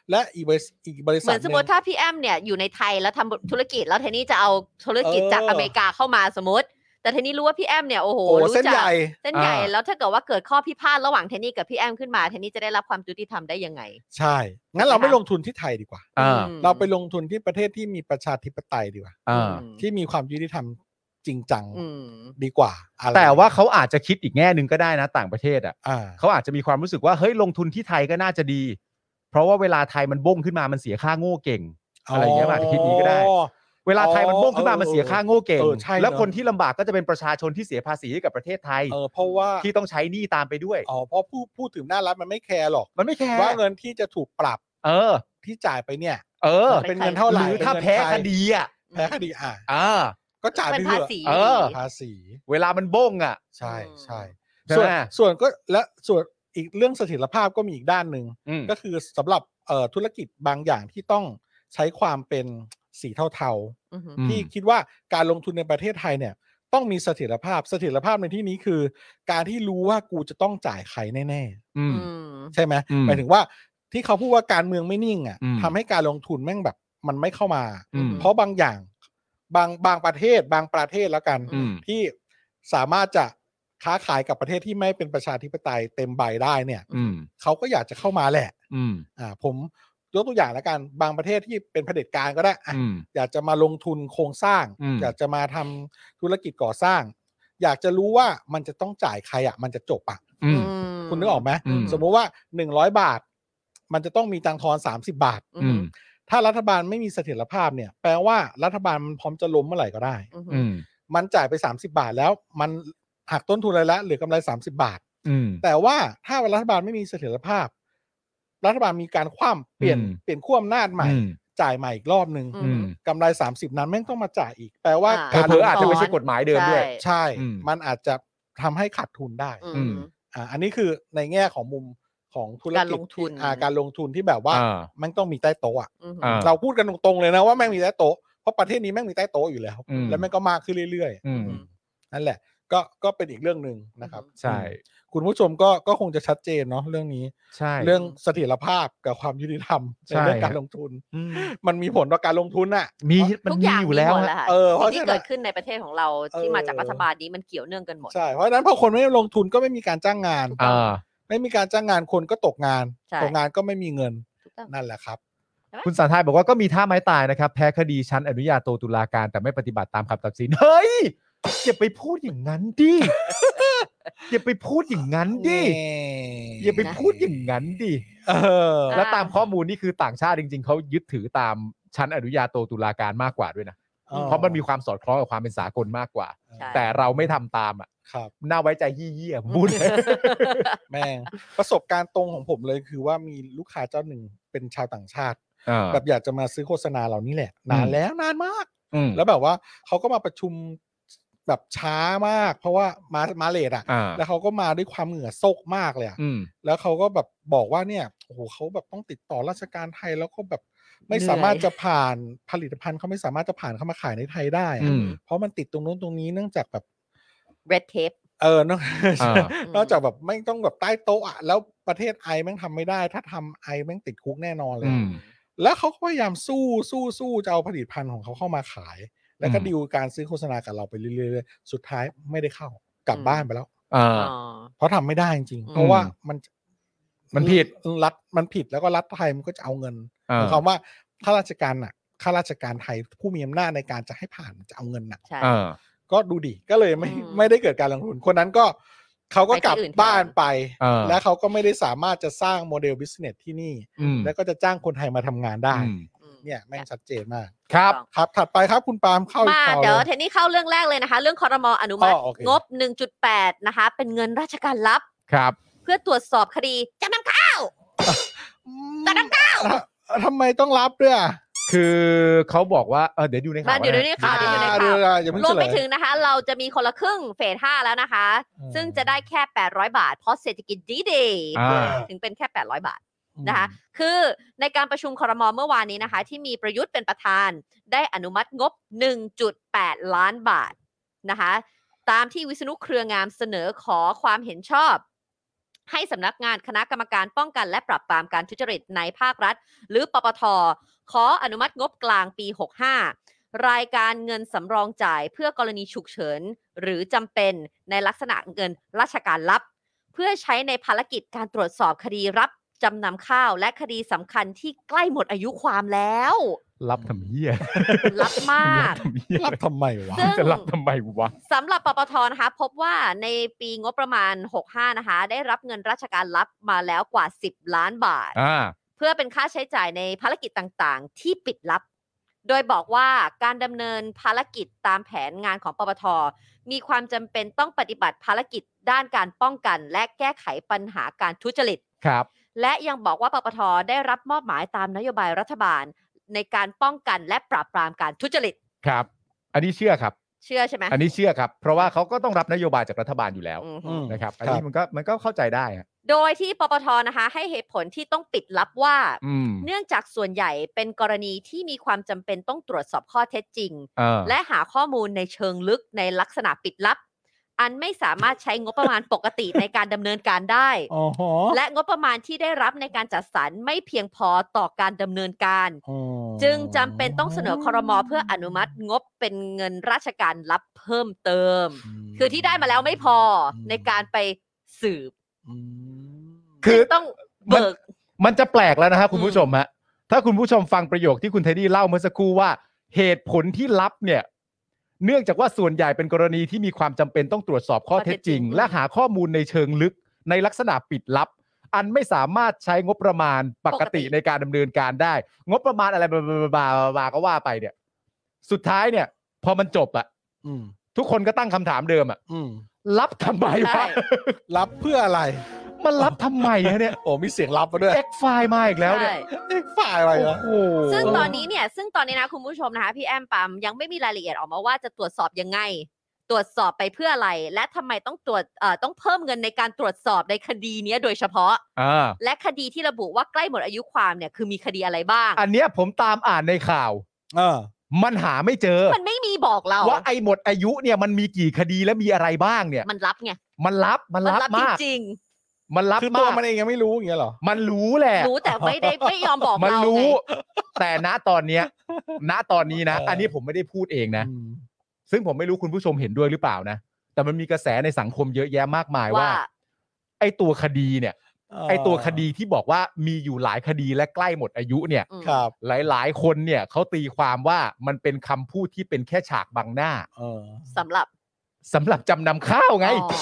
และอีกบริษอีกบริ เห ษั มื ท อนสม ห ม นึ่ ติ ง ถ้าพี่แอมเนี่ยอยู่ในไทยแล้วทำธุรกิจแล้วเทนนี่จะเอาธุรกิจจาก เอออ อเมริกาเข้ามาสมมติ แต่เทนนี่รู้ว่าพี่แอมเนี่ยโอ้โห โอ้ รู้ เส้น จั ให ก ญ่ เส้นใหญ่ อ่า แล้วถ้าเกิดว่าเกิดข้อพิพาทระหว่างเทนนี่กับพี่แอมขึ้นมาเทนนี่จะได้รับความยุติธรรมได้ยังไง ใช่ งั้นเรา ใช่ไหม ไม่ลงทุนที่ไทยดีกว่า อ่า อืม เราไปลงทุนที่ประเทศที่มีประชาธิปไตยดีกว่า อ่า ที่มีความยุติธรรมจริงจัง อืม ดีกว่าอะไร แต่ว่าเขาอาจจะคิดอีกแง่หนึ่งก็ได้นะ ต่างประเทศอ่ะ อ่า เขาอาจจะมีความรู้สึกว่าเฮ้ยลงทุนที่ไทยก็น่าจะดี เพราะว่าเวลาไทยมันบ้งขึ้นมามันเสียค่าโง่เก่ง อะไรอย่างเงี้ยมันอาจจะคิดอย่างนี้ก็ได้ เวลาไทยมันบ้งขึ้นมามันเสียค่าโง่เก่ง เออใช่เนอะ แล้วคนที่ลำบากก็จะเป็นประชาชนที่เสียภาษีให้กับประเทศไทย เออเพราะว่า ที่ต้องใช้หนี้ตามไปด้วย อ๋อเพราะผู้ผู้ถือหน้ารัฐมันไม่แคร์หรอก มันไม่แคร์ ว่าเงินที่จะถูกปรับ เออ ที่จ่ายไปเนี่ย เออ เป็นเงินเท่าไหร่ หรือถ้าแพ้คดีอ่ะ แพ้คดีอ่ะ อ่า ก็จ่ายไป เป็น เถ ภา อะ ษี เออ ภาษี เวลามันบ้งอ่ะ ใช่ใช่ ใช่ ส่วน ไหม ส่วนก็และส่วนอีกเรื่องเสถียรภาพก็มีอีกด้านหนึ่ง อืม ก็คือสำหรับเอ่อธุรกิจบางอย่างที่ต้องใช้ความเป็นสีเทา อือหือ ๆที่คิดว่าการลงทุนในประเทศไทยเนี่ยต้องมีเสถียรภาพเสถียรภาพในที่นี้คือ การที่รู้ว่ากูจะต้องจ่ายใครแน่ๆ อืม อืม ใช่ไหม อืม หมายถึงว่าที่เขาพูดว่าการเมืองไม่นิ่งอ่ะ อืม ทำให้การลงทุนแม่งแบบมันไม่เข้ามา อืม เพราะบางอย่างบางบางประเทศบางประเทศแล้วกัน อืม ที่สามารถจะค้าขายกับประเทศที่ไม่เป็นประชาธิปไตยเต็มใบได้เนี่ย อืม เขาก็อยากจะเข้ามาแหละ อืม อ่าผมยกตัวอย่างแล้วกัน บางประเทศที่เป็นเผด็จการก็ได้อ่ะ อืม อยากจะมาลงทุนโครงสร้าง อืม อยากจะมาทำธุรกิจก่อสร้าง อยากจะรู้ว่ามันจะต้องจ่ายใครอ่ะมันจะจบอ่ะ อืม คุณนึกออกไหม อืม สมมุติว่าหนึ่งร้อยบาท มันจะต้องมีตังค์ทอนสามสิบาท อืม ถ้ารัฐบาลไม่มีเสถียรภาพเนี่ย แปลว่ารัฐบาลมันพร้อมจะล้มเมื่อไหร่ก็ได้ อืม อืม มันจ่ายไป 30 บาทแล้ว มันหักต้นทุนอะไรแล้วเหลือกำไร 30 บาท อืม แต่ว่าถ้ารัฐบาลไม่มีเสถียรภาพ รัฐบาลมีการคว่ำเปลี่ยน อืม เปลี่ยนขั้วอำนาจใหม่ อืม จ่ายใหม่อีกรอบหนึ่ง อื อื ม ม กำไร 30 นั้นแม่งต้องมาจ่ายอีก แปลว่า อ่า การ เผลอๆอาจจะไม่ใช่กฎหมายเดิมด้วย ใช่ อืม มันอาจจะทำให้ขาดทุนได้ อื อื ม ม อ่าอันนี้คือในแง่ของมุมของธุรกากิจรลงทุน อ่าการลงทุนที่แบบว่า อ่า แม่งต้องมีใต้โต๊ะอะ อืม อ่า เราพูดกันตรงๆเลยนะว่าแม่งมีใต้โต๊ะเพราะประเทศนี้แม่งมีใต้โต๊ะอยู่แล้ว อืม แล้วแม่งก็มากขึ้นเรื่อย อืม อืม ๆนั่นแหละ ก็ก็เป็นอีกเรื่องหนึ่งนะครับ ใช่ อืมคุณผู้ชมก็ก็คงจะชัดเจนเนาะเรื่องนี้ ใช่ เรื่องเสถียรภาพกับความยุติธรรม ใช่ ในเรื่องการลงทุน อืม มันมีผลต่อการลงทุนน่ะ มีมัน ทุก มี อย่าง อ มี ยู่แล้ว หมดแล้วฮะค่ะ เออเพราะ สิ่งที่ ฉะนั้น เกิดขึ้นในประเทศของเราที่มาจาก เออ รัฐบาลนี้มันเกี่ยวเนื่องกันหมด ใช่เพราะฉะนั้นพอคนไม่ลงทุนก็ไม่มีการจ้างงาน อ่า ไม่มีการจ้างงานคนก็ตกงาน ใช่ ตกงานก็ไม่มีเงิน ถูกต้อง นั่นแหละครับ คุณสันทายบอกว่าก็มีท่าไม้ตายนะครับ แพ้คดีชั้นอนุญาโตตุลาการแต่ไม่ปฏิบัติตามคำตัดสิน เฮ้ยอย่าไปพูดอย่างนั้นดิ อย่าไปพูดอย่างนั้น ดิ อย่าไปพูดอย่างนั้นดิ เออ อ่า แล้วตามข้อมูลนี่คือต่างชาติจริง ๆเขายึดถือตามชั้นอนุญาโตตุลาการมากกว่าด้วยนะ อ๋อ เพราะมันมีความสอดคล้องกับความเป็นสากลมากกว่า ใช่ แต่เราไม่ทำตามอ่ะ ครับ น่าไว้ใจเยี่ยๆผมพูด เลย แม่ง ประสบการณ์ตรงของผมเลยคือว่ามีลูกค้าเจ้าหนึ่งเป็นชาวต่างชาติ แบบอยากจะมาซื้อโฆษณาเหล่านี้แหละ นาน อืม แล้วนานมาก อืม แล้วแบบว่าเขาก็มาประชุมแบบช้ามาก เพราะว่ามามาเลทอะ อ่า แล้วเขาก็มาด้วยความเหงื่อโซกมากเลยอะ อืม แล้วเขาก็แบบบอกว่าเนี่ยโอ้โหเขาแบบต้องติดต่อราชการไทยแล้วก็แบบไม่ เหนื่อย สามารถจะผ่านผลิตภัณฑ์เขาไม่สามารถจะผ่านเข้ามาขายในไทยได้อะ อืม เพราะมันติดตรงโน้นตรงนี้เนื่องจากแบบ red tape เออเนอะ อ่า นอกจากแบบไม่ต้องแบบใต้โต๊ะอะแล้วประเทศไอแม่งทำไม่ได้ ถ้าทำไอแม่งติดคุกแน่นอนเลย อื อะ ม แล้วเขาก็พยายามสู้สู้สู้จะเอาผลิตภัณฑ์ของเขาเข้ามาขาย แล้วก็ อืม ดีลการซื้อโฆษณากับเราไปเรื่อยๆ สุดท้ายไม่ได้เข้ากลับ อืม บ้านไปแล้ว อ่า อ๋อ เพราะทำไม่ได้จริง อื ๆ ม เพราะว่ามัน มันผิด รัฐมันผิดแล้วก็รัฐไทยมันก็จะเอาเงินอ่ามหายความว่าข้าราชการน่ะข้าราชการไทยผู้มีอำนาจในการจะให้ผ่านจะเอาเงินน่ะ ใช่ อ่า ก็ดูดีก็เลยไม่ อืม ไม่ได้เกิดการลงทุนคนนั้นก็เขาก็กลับ ไปที่อื่นแทน บ้านไป เออ และเขาก็ไม่ได้สามารถจะสร้างโมเดลบิสเนสที่นี่ อืม แล้วก็จะจ้างคนไทยมาทำงานได้ อืม อืม เนี่ยแม่งชัดเจนมาก ครับ ครับ ถัดไปครับคุณปาล์มเข้าอีก มา ข่าว เดี๋ยว เลย เทนนี่เข้าเรื่องแรกเลยนะคะ เรื่องคอรมออนุมัติ อ๋อโอเค งบ 1.8 นะคะ เป็นเงินราชการลับ ครับ เพื่อตรวจสอบคดีจำนำข้าว อืม แต่ดัง ทำไมต้องรับด้วยอ่ะ คือเขาบอกว่าเออเดี๋ยวดูในข่าว นั่นเดี๋ยวดูในข่าว ะ เดี๋ยวดูใน อ่าดูเวลาอย่าเพิ่ง รว เฉ ม ล ไป ย ถึงนะคะ เราจะมีคนละครึ่งเฟส5แล้วนะคะ อืม ซึ่งจะได้แค่ 800 บาท เพราะเศรษฐกิจดีเดย์ อ่า ถึงเป็นแค่ 800 บาท นะคะคือในการประชุมครมเมื่อวานนี้นะคะ ที่มีประยุทธ์เป็นประธาน ได้อนุมัติงบ 1.8 ล้านบาทนะคะ ตามที่วิษณุเครืองามเสนอขอความเห็นชอบ ให้สำนักงานคณะกรรมการป้องกันและปรับปรามการทุจริตในภาครัฐ หรือปปท ขออนุมัติงบกลางปี 65 รายการเงินสำรองจ่ายเพื่อกรณีฉุกเฉิน หรือจำเป็นในลักษณะเงินราชการลับ เพื่อใช้ในภารกิจการตรวจสอบคดีรับจำนำข้าวและคดีสำคัญที่ใกล้หมดอายุความแล้ว รับทำเหี้ย ลับมาก ทำเหี้ย รับทำไมวะ ซึ่ง จะรับทำไมวะ สำหรับปปทนะคะ พบว่าในปีงบประมาณ 65 นะคะ ได้รับเงินราชการรับมาแล้วกว่า 10 ล้านบาท อ่า เพื่อเป็นค่าใช้จ่ายในภารกิจต่างๆ ที่ปิดลับ โดยบอกว่าการดำเนินภารกิจตามแผนงานของปปท มีความจำเป็นต้องปฏิบัติภารกิจด้านการป้องกัน และแก้ไขปัญหาการทุจริต ครับ และยังบอกว่าปปทได้รับมอบหมายตามนโยบายรัฐบาล ในการป้องกันและปราบปรามการทุจริต ครับ อันนี้เชื่อครับ เชื่อใช่ไหม อันนี้เชื่อครับ เพราะว่าเขาก็ต้องรับนโยบายจากรัฐบาลอยู่แล้ว อืม ม นะครับ ครับ อันนี้มันก็มันก็เข้าใจได้อะ โดยที่ปปทนะคะ ให้เหตุผลที่ต้องปิดลับว่า อืม เนื่องจากส่วนใหญ่เป็นกรณีที่มีความจำเป็นต้องตรวจสอบข้อเท็จจริง เออ และหาข้อมูลในเชิงลึกในลักษณะปิดลับ อันไม่สามารถใช้งบประมาณ ปกติในการดำเนินการได้ อ๋อฮะ และงบประมาณที่ได้รับในการจัดสรรไม่เพียงพอต่อการดำเนินการ อ๋อ จึงจำเป็นต้องเสนอคอรมอเพื่ออนุมัติงบเป็นเงินราชการรับเพิ่มเติม ม คือที่ได้มาแล้วไม่พออ ม ในการไปสืบ อืม คือ จึงต้อง มัน เบิก มันจะแปลกแล้วนะฮะ อืม คุณผู้ชมฮะ ถ้าคุณผู้ชมฟังประโยคที่คุณเทดดี้เล่าเมื่อสักครู่ว่า เหตุผลที่รับเนี่ย เนื่องจากว่าส่วนใหญ่เป็นกรณีที่มีความจำเป็นต้องตรวจสอบข้อเท็จจริง และหาข้อมูลในเชิงลึกในลักษณะปิดลับ อันไม่สามารถใช้งบประมาณปกติในการดำเนินการได้ งบประมาณอะไรบาๆๆๆๆก็ว่าไปเนี่ย สุดท้ายเนี่ย พอมันจบอะ อืม ทุกคนก็ตั้งคำถามเดิมอะ อืม รับทำไม ใช่ วะ รับเพื่ออะไร มันรับทำไมฮะเนี่ย โอ้มีเสียงรับมาด้วย เอ็กไฟล์มาอีกแล้วเนี่ย ใช่ เอ๊ะฝ่ายอะไร โอ้ นะ โห ซึ่งตอนนี้เนี่ย ซึ่งตอนนี้นะคุณผู้ชมนะคะ พี่แอมปามยังไม่มีรายละเอียดออกมาว่าจะตรวจสอบยังไง ตรวจสอบไปเพื่ออะไร และทำไมต้องตรวจเอ่อต้องเพิ่มเงินในการตรวจสอบในคดีเนี้ยโดยเฉพาะ อ่า และคดีที่ระบุว่าใกล้หมดอายุความเนี่ยคือมีคดีอะไรบ้าง อันเนี้ยผมตามอ่านในข่าว เออ มันหาไม่เจอ มันไม่มีบอกเรา ว่าไอ้หมดอายุเนี่ยมันมีกี่คดีและมีอะไรบ้างเนี่ย มันรับไง มันรับมันรับ จ มาก ริง มันรับ คือตัว มาก มันเองยังไม่รู้อย่างเงี้ยเหรอ มันรู้แหละ ๆรู้แต่ไม่ได้ไม่ยอมบอก มัน เรา รู้ ไง แต่ณตอน เนี้ย ณตอนนี้นะ เอออั อันนี้ผมไม่ได้พูดเองนะ อืม ซึ่งผมไม่รู้คุณผู้ชมเห็นด้วยหรือเปล่านะ แต่มันมีกระแสในสังคมเยอะแยะมากมายว่า ว่า ไอ้ตัวคดีเนี่ย ไอ้ตัวคดีที่บอกว่ามีอยู่หลายคดีและใกล้หมดอายุเนี่ย อืม ครับ หลาย ๆ คนเนี่ยเขาตีความว่ามันเป็นคำพูดที่เป็นแค่ฉากบังหน้า เออ สำหรับ สำหรับจำนำข้าวไง อ๋อ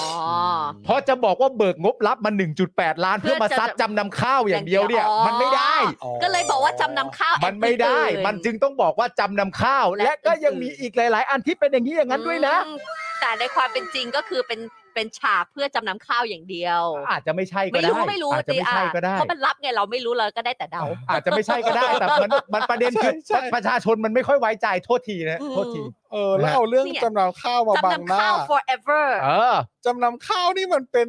เพราะจะบอกว่าเบิกงบรับมา 1.8 ล้าน เพื่ เพื่ อ อมาซัดจำนำข้าวอย่างเดียวเนี่ย อย่างเดียว มันไม่ได้ อ๋อ ก็เลยบอกว่าจำนำข้าว มันไม่ได้ อื่ๆ มันจึงต้องบอกว่าจำนำข้าว และ และก็ยัง อื่นๆ มีอีกหลาย ๆ อันที่เป็นอย่างนี้อย่างนั้นด้วยนะ อืมแต่ในความเป็นจริงก็คือเป็นเป็นฉากเพื่อจำนำข้าวอย่างเดียว อาจจะไม่ใช่ก็ ไม่ ได้ รู้ไม่รู้ อาจจะไม่ใช่ อ่ะ ก็ได้ เพราะมันรับไงเราไม่รู้เราก็ได้แต่เดา อาจจะไม่ใช่ก็ ได้ แต่มันมันประเด็นคือ ใช่ใช่ ประชาชนมันไม่ค่อยไว้ใจโทษทีนะ อืม โทษที เออแล้วเอาเรื่อง เนี่ย จำนำข้าวมาบั จำ งห นำ น้า ข้าว forever เออ จำนำข้าวนี่มันเป็น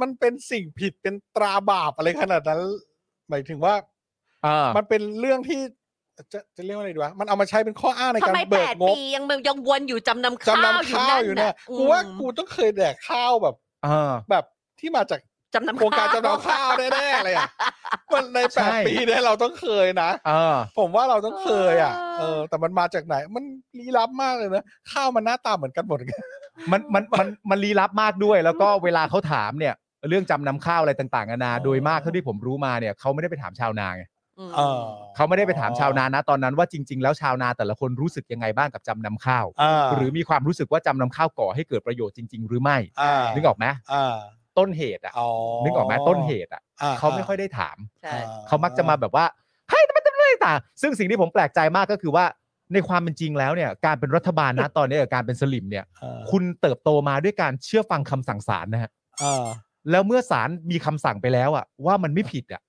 มันเป็นสิ่งผิดเป็นตราบาปอะไรขนาดนั้น หมายถึงว่า เออ มันเป็นเรื่องที่จะจะเรียกว่าอะไรดีวะ มันเอามาใช้เป็นข้ออ้างใน ทำ การ ไม เบิ แป ก ด งบ ปียังยังวนอยู่จำนำข้าวนจำำ อยู่ ข้านั่วน อยู่ น่ะ เนี่ยกูว่ากูต้องเคยแดกข้าวแบบ เออ แบบที่มาจาก จำนำ โครงการจำนำข้าวแน่ๆเลยอ่ะมันในแป ใช่ ดปีเนี่ยเราต้องเคยนะ เออ ผมว่าเราต้องเคยอ่ะ เออ แต่มันมาจากไหน มันลี้ลับมากเลยนะ ข้าวมันหน้าตาเหมือนกันหมด มันมันมันมันลี้ลับมากด้วย แล้วก็เวลาเขาถามเนี่ย เรื่องจำนำข้าวอะไรต่างๆนานา อ๋อ โดยมากเท่าที่ผมรู้มาเนี่ยเขาไม่ได้ไปถามชาวนาไง อืม เออ เขาไม่ได้ไปถามชาวนานะตอนนั้นว่าจริง ๆ แล้วชาวนาแต่ละคนรู้สึกยังไงบ้างกับจำนำข้าว อ่า หรือมีความรู้สึกว่าจำนำข้าวก่อให้เกิดประโยชน์จริง ๆ หรือไม่ อ่า นึกออกไหม อ่า ต้นเหตุอ่ะ อ๋อ นึกออกไหมต้นเหตุอ่ะ อ่ เขาไม่ค่อยได้ถาม ใช่ อ่ เขามักจะมาแบบว่าเฮ้ยทำไมทำไมต่างซึ่งสิ่งที่ผมแปลกใจมากก็คือว่าในความเป็นจริงแล้วเนี่ยการเป็นรัฐบาลนะตอนนี้กับการเป็นสลิมเนี่ย อ่า คุณเติบโตมาด้วยการเชื่อฟังคำสั่งศาลนะฮะ อ่า แล้วเมื่อศาลมีคำสั่งไปแล้วอะว่ามันไม่ผิดอะ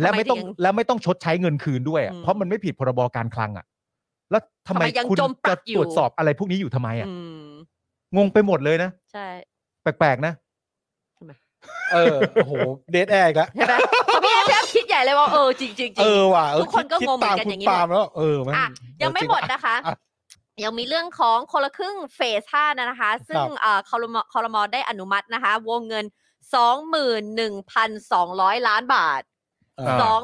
และไม่ต้อง ทำไมถึงยัง และไม่ต้องชดใช้เงินคืนด้วยอะ อืม เพราะมันไม่ผิดพรบการคลังอ่ะ แล้วทำไม ทำไมยัง คุณ จมปลั จะ กอยู่ ตรวจสอบอะไรพวกนี้อยู่ทำไมอ่ะ อืม งงไปหมดเลยนะ ใช่ แปลกๆนะ เออโอ้โหเดทแอร์อีกแล้ว ใช่ไหม พอพี่แอฟพี่แอฟคิดใหญ่เลยว่าเออจริงๆจริง เออว่ะเออ ทุกคนก็ ด งงเหมือนกัน ดต อย่างนี้ คุณปาล์มแล้วเออ อ่ะ แง ยังไม่หมดนะคะ อ่ะ ยังมีเรื่องของคนละครึ่งเฟส5นะคะ ซึ่งเอ่อคอรมคอรมอได้อนุมัตินะคะ วงเงิน 21,200 ล้านบาท เออ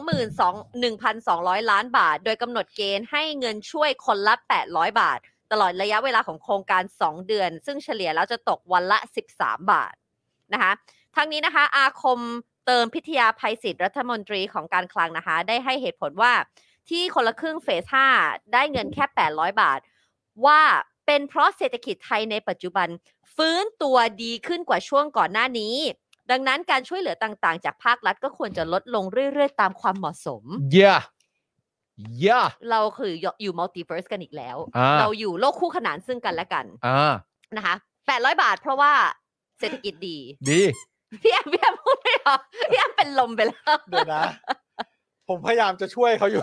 22,1,200 ล้านบาท โดยกำหนดเกณฑ์ให้เงินช่วยคนละ 800 บาท ตลอดระยะเวลาของโครงการ 2 เดือน ซึ่งเฉลี่ยแล้วจะตกวันละ 13 บาทนะคะ ทั้งนี้นะคะ อาคมเติมพิทยาภัยศิษย์รัฐมนตรีของการคลังนะคะ ได้ให้เหตุผลว่า ที่คนละครึ่งเฟส 5 ได้เงินแค่ 800 บาท ว่าเป็นเพราะเศรษฐกิจไทยในปัจจุบัน ฟื้นตัวดีขึ้นกว่าช่วงก่อนหน้านี้ ดังนั้นการช่วยเหลือต่างๆ จากภาครัฐก็ควรจะลดลงเรื่อยๆ ตามความเหมาะสม เย่เย่ เราคืออยู่มัลติเวิร์สกันอีกแล้ว อ่า เราอยู่โลกคู่ขนานซึ่งกันและกัน อ่า นะคะ 800 บาทเพราะว่าเศรษฐกิจดี ดี พี่แอมพี่แอมพูดไม่ออกพี่แอมเป็นลมไปแล้ว เดี๋ยว นะ ผมพยายามจะช่วยเขาอยู่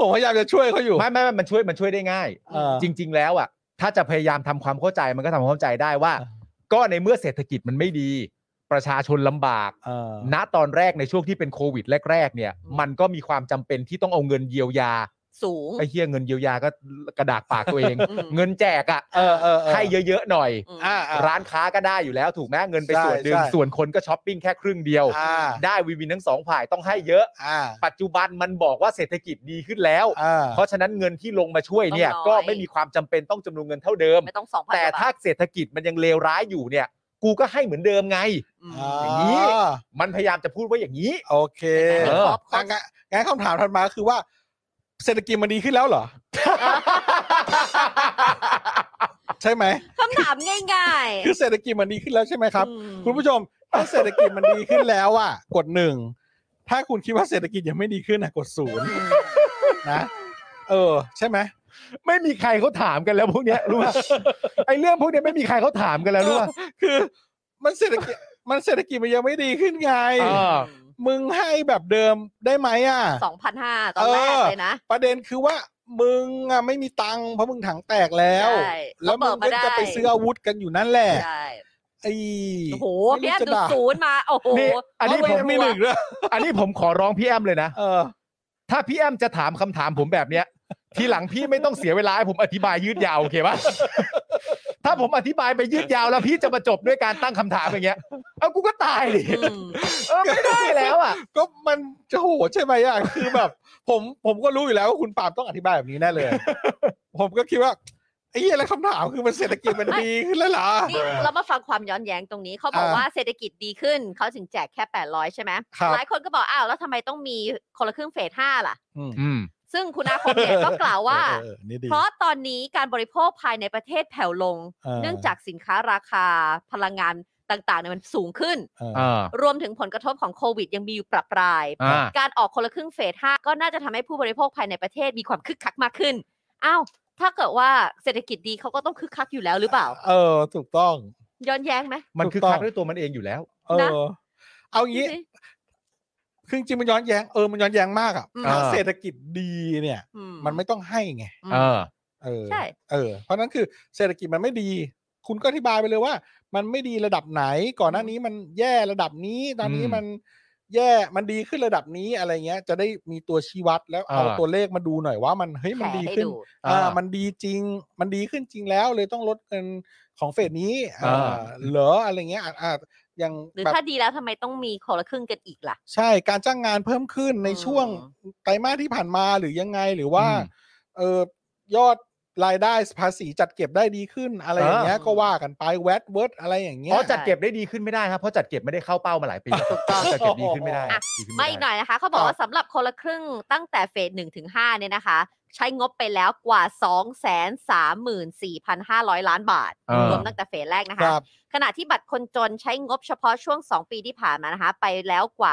ผมพยายามจะช่วยเขาอยู่ ไม่ไม่ไม่มันช่วยมันช่วยได้ง่าย เออ จริง ๆ แล้วอ่ะ ถ้าจะพยายามทำความเข้าใจมันก็ทำความเข้าใจได้ว่า อ่ะ ก็ในเมื่อเศรษฐกิจมันไม่ดี ประชาชนลำบาก เออ ณตอนแรกในช่วงที่เป็นโควิดแรก ๆ เนี่ย มันก็มีความจำเป็นที่ต้องเอาเงินเยียวยา สูง ไอ้เฮียเงินเยียวยาก็กระดากปากตัวเอง อืม เงินแจกอ่ะ เออเออเออ ให้เยอะๆหน่อย อืม อ่าอ่า ร้านค้าก็ได้อยู่แล้วถูกไหมเงินไปส่วนหนึ่ง ใช่ใช่ ส่วนคนก็ช้อปปิ้งแค่ครึ่งเดียว อ่า ได้วินวินทั้งสองฝ่ายต้องให้เยอะ อ่า ปัจจุบันมันบอกว่าเศรษฐกิจดีขึ้นแล้ว อ่า เพราะฉะนั้นเงินที่ลงมาช่วยเนี่ย ต้ ก็ องน้อย ไม่มีความจำเป็นต้องจำนวนเงินเท่าเดิม ไม่ต้องสองพัน แต่ถ้าเศรษฐกิจมันยังเลวร้ายอยู่เนี่ย กูก็ให้เหมือนเดิมไง อย่างนี้ มันพยายามจะพูดว่าอย่างนี้ โอเค เออ อ่ะงั้นงั้นคำถามถัดมาคือว่า เศรษฐกิจมันดีขึ้นแล้วเหรอ ใช่ไหม คำถามง่ายๆ คือเศรษฐกิจมันดีขึ้นแล้วใช่ไหมครับ อืม คุณผู้ชม ถ้าเศรษฐกิจมันดีขึ้นแล้วอ่ะ กดหนึ่ง ถ้าคุณคิดว่าเศรษฐกิจยังไม่ดีขึ้นอ่ะ กดศูนย์นะ เออ ใช่ไหม ไม่มีใครเขาถามกันแล้วพวกเนี้ยรู้ป่ะ ไอ้เรื่องพวกเนี้ยไม่มีใครเขาถามกันแล้วรู้ป่ะ คือมันเศรษฐกิจมันเศรษฐกิจมันยังไม่ดีขึ้นไง เออ มึงให้แบบเดิมได้ไหมอ่ะ สองพันห้าตอนแรก เออ เลยนะ ประเด็นคือว่ามึงอ่ะไม่มีตังค์เพราะมึงถังแตกแล้ว ใช่ แล้วมึ เบิ ง กมาได้ก็จะไปซื้ออาวุธกันอยู่นั่นแหละ ใช่ ไอ้ โอ้โห ไม่ พี่แอมรู้จะ ดู ด่า ศูนย์มา โอ้โห นี่อันนี้ เา ผม ไป มีหนึ่งด้วย อันนี้ผมขอร้องพี่แอมเลยนะ เออ ถ้าพี่แอมจะถามคำถามผมแบบเนี้ย ทีหลังพี่ไม่ต้องเสียเวลาให้ผมอธิบายยืดยาวโอเคปะ ถ้าผมอธิบายไปยืดยาวแล้วพี่จะมาจบด้วยการตั้งคำถามอย่างเงี้ย เอากูก็ตายดิ อืม เออไม่ได้แล้วอ่ะ ก็มันจะโหดใช่ไหมอ่ะ คือแบบ ผมผมก็รู้อยู่แล้วว่าคุณปาล์มต้องอธิบายแบบนี้แน่เลย ผมก็คิดว่าไอ้เหี้ยอะไรคำถามคือมันเศรษฐกิจมัน ไม่ ดีขึ้นแล้วเหรอ นี่เรามาฟังความย้อนแย้งตรงนี้เขาบอก อ่า ว่าเศรษฐกิจดีขึ้นเขาถึงแจกแค่ 800 ใช่ไหม ครับ หลายคนก็บอกอ้าวแล้วทำไมต้องมีคนละครึ่งเฟสห้าล่ะ อืม อืม ซึ่งคุณอาคมเนี่ยก็กล่าวว่า เออเออนี่ดี เพราะตอนนี้การบริโภคภายในประเทศแผ่วลง เนื่องจากสินค้าราคาพลังงานต่างๆเนี่ยมันสูงขึ้น เออ อ่า รวมถึงผลกระทบของโควิดยังมีอยู่ปรับปราย อ่า การออกคนละครึ่งเฟส 5 ก็น่าจะทำให้ผู้บริโภคภายในประเทศมีความคึกคักมากขึ้น อ้าว ถ้าเกิดว่าเศรษฐกิจดีเขาก็ต้องคึกคักอยู่แล้วหรือเปล่า เออ ถูกต้อง ย้อนแย้งไหม มันคือ ถูกต้อง คักด้วยตัวมันเองอยู่แล้ว เอ นะ อ เอางี้ ดูสิ คือจริงๆมันย้อนแย้งเออมันย้อนแย้งมากอ่ะ อืม ถ้าเศรษฐกิจดีเนี่ย อื มันไม่ต้องให้ไง อืม เออ เออ ใช่ เออ เพราะนั้นคือเศรษฐกิจมันไม่ดี คุณก็อธิบายไปเลยว่า มันไม่ดีระดับไหน ก่อนหน้านี้มันแย่ระดับนี้ ตอนนี้ อืม มันแย่มันดีขึ้นระดับนี้อะไรเงี้ย จะได้มีตัวชี้วัดแล้วเอา อ่า ตัวเลขมาดูหน่อยว่ามันเฮ้ยมันดี แผลให้ ขึ้น อ่า อ่ามันดีจริง มันดีขึ้นจริงแล้วเลยต้องลดเงินของเฟสนี้ออ่า่า เหรออะไรเงี้ยอ่ะอ่ะอย่าง หรือ แบบ ถ้าดีแล้วทำไมต้องมีคนละครึ่งกันอีกล่ะ ใช่การจ้างงานเพิ่มขึ้นในช่วงไตรมาสที่ผ่านมาหรือยังไงหรือว่า อืม เออยอดรายได้ภาษีจัดเก็บได้ดีขึ้นอะไรอย่างเงี้ย เออ ก็ว่ากันไปแวดเวิร์ดอะไรอย่างเงี้ อ๋ ย อจัดเก็บได้ดีขึ้นไม่ได้ครับ เพราะจัดเก็บไม่ได้เข้าเป้ามาหลายปีแล้ว ถูกต้อง จัดเก็บดีขึ้นไม่ได้ อ่ะ ดีขึ้น ไม่หน่อยนะคะเขาบอกว่าสำหรับคนละครึ่งตั้งแต่เฟสหนึ่งถึงห้าเนี่ยนะคะ ใช้งบไปแล้วกว่า2 3 4 5 0 0 ล้านบาท เออ รวมตั้งแต่เฟสแรกนะ ค คะ รับ ขณะที่บัตรคนจนใช้งบเฉพาะช่วง 2 ปีที่ผ่านมานะคะ ไปแล้วกว่า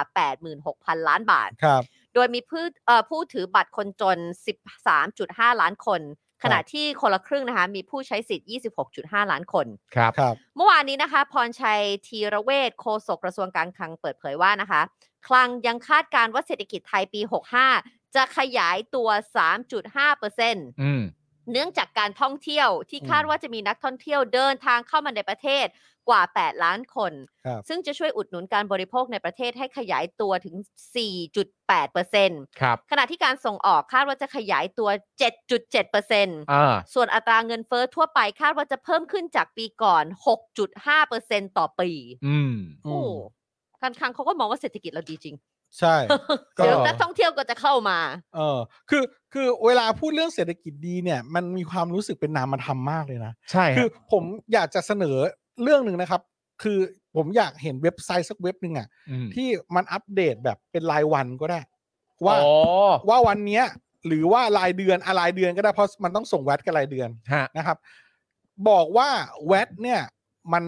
86,000 ล้านบาท ครับ โดยมีผู้เอ่อผู้ถือบัตรคนจน 13.5 ล้านคน ขณะที่คนละครึ่งนะคะ มีผู้ใช้สิทธิ์ 26.5 ล้านคน ครับ ครับ เมื่อวานนี้นะคะ พรชัยธีระเวชโฆษกกระทรวงการคลังเปิดเผยว่านะคะ คลังยังคาดการณ์ว่าเศรษฐกิจไทยปี 65 จะขยายตัว 3.5% อืม เนื่องจากการท่องเที่ยวที่ อืม คาดว่าจะมีนักท่องเที่ยวเดินทางเข้ามาในประเทศกว่า 8 ล้านคน ครับ ซึ่งจะช่วยอุดหนุนการบริโภคในประเทศให้ขยายตัวถึง 4.8% ครับ ขณะที่การส่งออกคาดว่าจะขยายตัว 7.7% อ่า ส่วนอัตราเงินเฟ้อทั่วไปคาดว่าจะเพิ่มขึ้นจากปีก่อน 6.5%ต่อปี อืม โอ้การคลังเขาก็มองว่าเศรษฐกิจเราดีจริง ใช่ ก็ เดี๋ยวนักท่องเที่ยวก็จะเข้ามา เออคือคือเวลาพูดเรื่องเศรษฐกิจดีเนี่ย มันมีความรู้สึกเป็นนามธรรมมากเลยนะ ใช่ คื ฮะ อผมอยากจะเสนอเรื่องหนึ่งนะครับ คือผมอยากเห็นเว็บไซต์สักเว็บหนึ่งอ่ะ ม ที่มันอัปเดตแบบเป็นรายวันก็ได้ ว่า อ๋อ ว่าวันเนี้ย หรือว่ารายเดือนอะไรายเดือนก็ได้เพราะมันต้องส่งแวดกันรายเดือน ฮะ นะครับ บอกว่าแวดเนี่ยมัน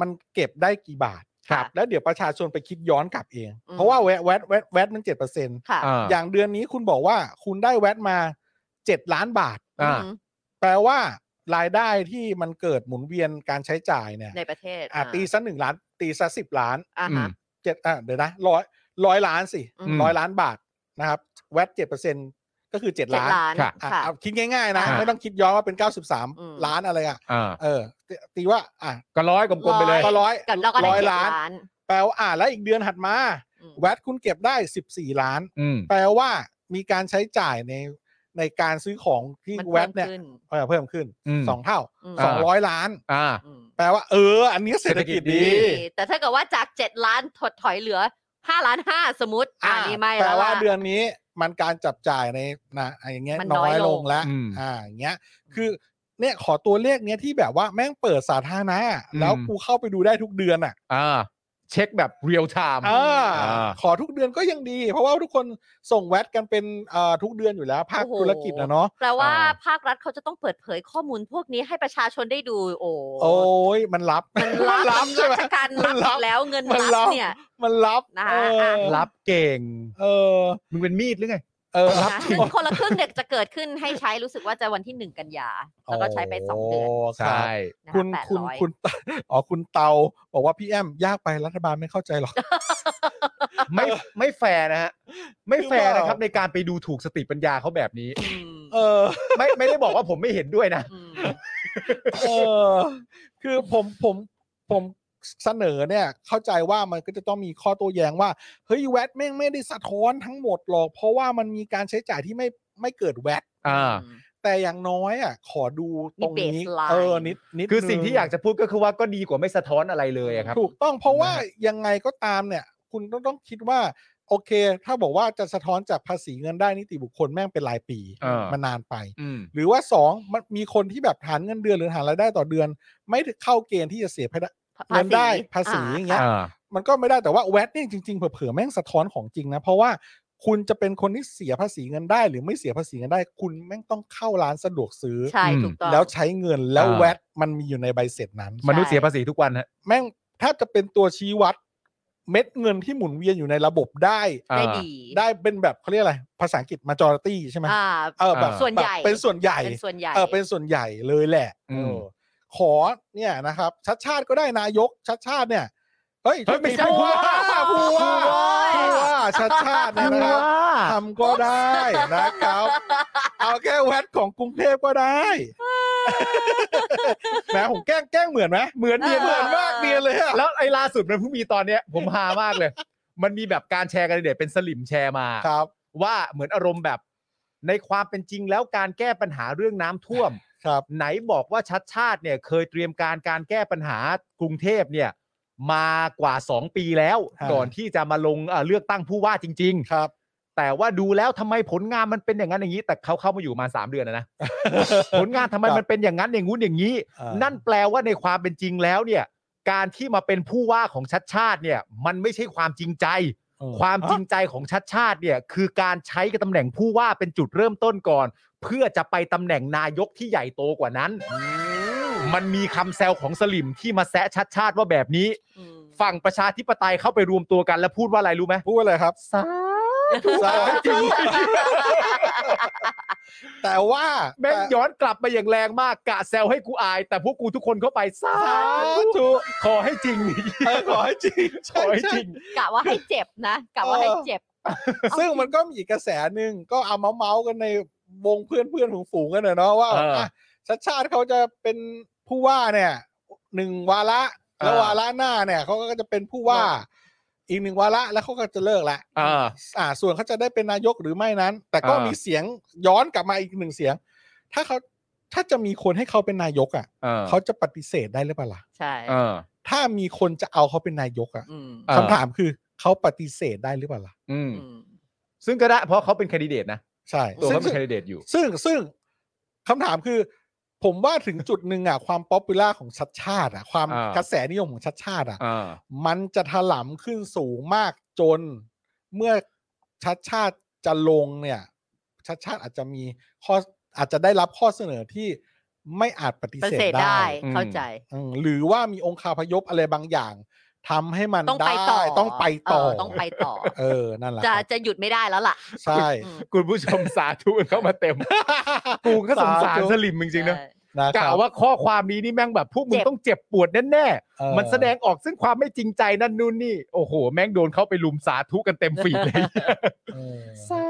มันเก็บได้กี่บาท ครับ แล้วเดี๋ยวประชาชนไปคิดย้อนกลับเอง เพราะว่าแวดแวดแวดแวดมันเจ็ดเปอร์เซ็นต์ ค่ะ อ่า อย่างเดือนนี้คุณบอกว่าคุณได้แวตมาเจ็ดล้านบาท อ่า ม แปลว่ารายได้ที่มันเกิดหมุนเวียนการใช้จ่ายเนี่ย ในประเทศ อ่ะตีซะหนึ่งล้าน ตีซะสิบล้าน อ่าฮะ เจ็ดอ่ะเดี๋ยวนะร้อยร้อยล้านสิ อืม ร้อยล้านบาทนะครับแวตเจ็ดเปอร์เซ็นก็คือเจ็ด เจ็ด ล้าน ล้าน ค่ะ อ่ะ ค่ะ เอาคิดง่ายๆนะ อ่ะ ไม่ต้องคิดย้อนว่าเป็นเก้าสิบสาม อืม ล้านอะไรอ่ะ อ่า เออตีตีว่าอ่ะ ก็ร้อยกลมๆไปเลย ก็ร้อย กับเราก็ได้ ร้อย เจ็ด ล้าน ล้าน แปลว่าอ่ะแล้วอีกเดือนถัดมา อืม แวตคุณเก็บได้สิบสี่ล้าน อืม แปลว่ามีการใช้จ่ายในในการซื้อของที่ มัน แว เพิ่มดเนี่ย ขึ้น เออเพิ่มขึ้น อืม สองเท่า อืม สองร้อยล้าน อ่า อืม แปลว่า เออ อันนี้เศรษฐกิจดี แต่ถ้าเกิดว่าจากเจ็ดล้านถดถอยเหลือห้าล้านห้าสมมติ อ่า อ่า นี่ไม่ แปล แล้ว ว่า ล่ะ เดือนนี้มันการจับจ่ายในนะอะไรอย่างเงี้ย มันน้ น้ อ อย ย ล ล ง งแล้ว อืม อ่าอย่างเงี้ยคือเนี่ยขอตัวเลขเนี้ยที่แบบว่าแม่งเปิดสาธารณะ อืม แล้วกูเข้าไปดูได้ทุกเดือนอ่ะ อ่า เช็คแบบเรียลไทม์ อ่า อ่า ขอทุกเดือนก็ยังดี เพราะว่าทุกคนส่งแวดกันเป็นเอ่อทุกเดือนอยู่แล้ว ภาค โอ้โห ธุรกิจนะเนาะ แปลว่า อ่า ภาครัฐเขาจะต้องเปิดเผยข้อมูลพวกนี้ให้ประชาชนได้ดู โอ้ โอ้ยมันรับ มันรับ มันรับใช่ไหม ราชการ มั รับอนรับ ยู่แล้วเงิน มันรั รับบ เนี่ย มันรับ นะ เอ คะ อ อ่ะ รับเก่ง เออ มึงเป็นมีดหรือไง เออ รับ นะ จริ ซึ่ ง งคนละครึ่งเนี่ยจะเกิดขึ้นให้ใช้รู้สึกว่าจะวันที่หนึ่งกันยา แล้วก็ใช้ไปสองเดือน โ ใช่ นะะ คุณคุณ 800 คุณ อ๋อ คุณเตา บอกว่าพี่แอม ยากไปรัฐบาลไม่เข้าใจหรอก ไม่ไม่แฟร์นะฮะ ไม่แฟร์ หรือเปล่า นะครับในการไปดูถูกสติปัญญาเขาแบบนี้ อืม เออ ไม่ไม่ได้บอกว่าผมไม่เห็นด้วยนะ อืม เออ คือผมผมผมเสนอเนี่ย เข้าใจว่ามันก็จะต้องมีข้อโต้แย้งว่า เฮ้ยแวดแม่งไม่ได้สะท้อนทั้งหมดหรอก เพราะว่ามันมีการใช้จ่ายที่ไม่ไม่เกิดแวด อ่า อืม แต่อย่างน้อยอ่ะ ขอดูตรง มี นี้ baseline เออ นิดนิด คือสิ่ง นึ ที่อยากจะพูดก็คือว่าก็ดีกว่าไม่สะท้อนอะไรเลยอะครับ ถูกต้องเพราะว่า นะฮะ ยังไงก็ตามเนี่ย คุณต้องต้องคิดว่า โอเค ถ้าบอกว่าจะสะท้อนจากภาษีเงินได้นิติบุคคลแม่งเป็นรายปี เออ มันนานไป อืม หรือว่าสองมันมีคนที่แบบฐานเงินเดือนหรือฐานรายได้ต่อเดือน ไม่ถึงเข้าเกณฑ์ที่จะเสียภาษี ภา เงินได้ภาษี อ่ อย่างเงี้ยมันก็ไม่ได้แต่ว่าแวดเนี่ยจริงๆเผลอๆแม่งสะท้อนของจริงนะเพราะว่าคุณจะเป็นคนที่เสียภาษีเงินได้ หรือไม่เสียภาษีเงินได้ คุณแม่งต้องเข้าร้านสะดวกซื้อ ใช่ถูกต้อง แล้วใช้เงินแล้ว อ่า แวดมันมีอยู่ในใบเสร็จนั้น มนุษย์เสียภาษีทุกวันฮะ แม่งแทบจะเป็นตัวชี้วัด เม็ดเงินที่หมุนเวียนอยู่ในระบบได้ อ่า ได้ดี ได้เป็นแบบเขาเรียกอะไร ภาษาอังกฤษ majority ใช่ไหม อ่า เออแบบ อ่า ส่วนใหญ่ แบบเป็นส่วนใหญ่ เป็นส่วนใหญ่ เออเป็นส่วนใหญ่เลยแหละ อืม เออขอเนี่ยนะครับชัดชาติก็ได้นายกชัดชาติเนี่ยเฮ้ย เฮ้ยไม่ใช่ผู้ผู้ว่า ว่าผู้ว่า ผู้ ผู้ ว่า ว่าชัดชาติเนี่ย ผู้ นะครับ ว่า ทำก็ได้นะครับ เอาแค่แวดของกรุงเทพก็ได้แหมผมแกล้งแกล้งเหมือนไหม เหมือน เนี เนี ย ย น น เห เลยมือนมากเนียนเลยอะ แล้วไอ้ล่าสุดมันเพิ่งมีตอนเนี้ย ผมฮามากเลย มันมีแบบการแชร์กันในเด็ดเป็นสลิมแชร์มา ครับ ว่าเหมือนอารมณ์แบบ ในความเป็นจริงแล้วการแก้ปัญหาเรื่องน้ำท่วม ครับ ไหนบอกว่าชัดชาติเนี่ยเคยเตรียมการการแก้ปัญหากรุงเทพเนี่ย มากว่า 2 ปีแล้ว ฮะ ก่อนที่จะมาลงเอ่อเลือกตั้งผู้ว่าจริง ๆ ครับ แต่ว่าดูแล้วทำไมผลงานมันเป็นอย่างนั้นอย่างนี้ แต่เขาเข้ามาอยู่ประมาณสามเดือนนะนะ ผลงานทำไม ครับ มันเป็นอย่างนั้นอย่างงู้นอย่างนี้ อ่านั่ นั่นแปลว่าในความเป็นจริงแล้วเนี่ย การที่มาเป็นผู้ว่าของชัดชาติเนี่ย มันไม่ใช่ความจริงใจ ความจริงใจของชัดชาติเนี่ย คือการใช้กับตำแหน่งผู้ว่าเป็นจุดเริ่มต้นก่อน เพื่อจะไปตำแหน่งนายกที่ใหญ่โตกว่านั้น มันมีคำแซวของสลิมที่มาแซะชัดชาติว่าแบบนี้ อืม ฝั่งประชาธิปไตยเข้าไปรวมตัวกันแล้วพูดว่าอะไรรู้ไหม พูดอะไรครับ สา สาธุ แต่ว่า แม่ง แต่ ย้อนกลับมาอย่างแรงมากกะแซวให้กูอาย แต่พวกกูทุกคนเข้าไปสาธุขอให้จริง เออขอให้จริง ข ใช่ อให้ ใช่ จริง กะว่าให้เจ็บนะกะว่าให้เจ็บ ซึ่งมันก็มีอีกกระแสหนึ่งก็เอามาเมาส์กันในวงเพื่อนเพื่อนฝูงฝูงๆกันนะเนาะว่า เอออ่ ะชัดชาติเขาจะเป็นผู้ว่าเนี่ยหนึ่งวาระ เออ แล้ววาระหน้าเนี่ยเขาก็จะเป็นผู้ว่า อีกหนึ่งวาระแล้วเขาก็จะเลิกละ อ่า อ่า ส่วนเขาจะได้เป็นนายกหรือไม่นั้น แต่ก็ เออ มีเสียงย้อนกลับมาอีกหนึ่งเสียง ถ้าเขาถ้าจะมีคนให้เขาเป็นนายกอ่ะ อ่า เขาจะปฏิเสธได้หรือเปล่าล่ะ ใช่ อ่า ถ้ามีคนจะเอาเขาเป็นนายกอ่ะ อืม คำถามคือเขาปฏิเสธได้หรือเปล่าล่ะ อืม อืม ซึ่งก็ได้เพราะเขาเป็นแคนดิเดตนะ ใช่ ตัวเขาเป็นซึ่ง แคนดิเดตอยู่ ซึ่งซึ่งคำถามคือ ผมว่าถึงจุดหนึ่งอ่ะ ความป๊อปปูล่าของชัดชาติอ่ะ ความ อ่าก กระแสนิยมของชัดชาติอ่ะ อ่า มันจะถล่มขึ้นสูงมากจน เมื่อชัดชาติจะลงเนี่ย ชัดชาติอาจจะมีข้ออาจจะได้รับข้อเสนอที่ไม่อาจปฏิ ปฏิ เสธ เสธ ได้ ได้ อืม เข้าใจ อืมหรือว่ามีองค์คาพยพอะไรบางอย่างทำให้มัน ต้อง ได้ ไปต่อ ต้องไปต่อ เต้องไปต่อ เออนั่นแหละ จะ ครับ จะหยุดไม่ได้แล้วล่ะ ใช่ อืม คุณผู้ชมสาธุกันเข้ามาเต็ม กูก็สงสารสลิมจริงๆนะ ใช่ นะค กะ รับ ว่าข้อความนี้นี่แม่งแบบพวกมึง เจ็บ ต้องเจ็บปวดแน่ เออ ๆมันแสดงออกซึ่งความไม่จริงใจนั่นนู่นนี่โอ้โห แม่งโดนเข้าไปลุมสาธุกันเต็มฟีดเลย สา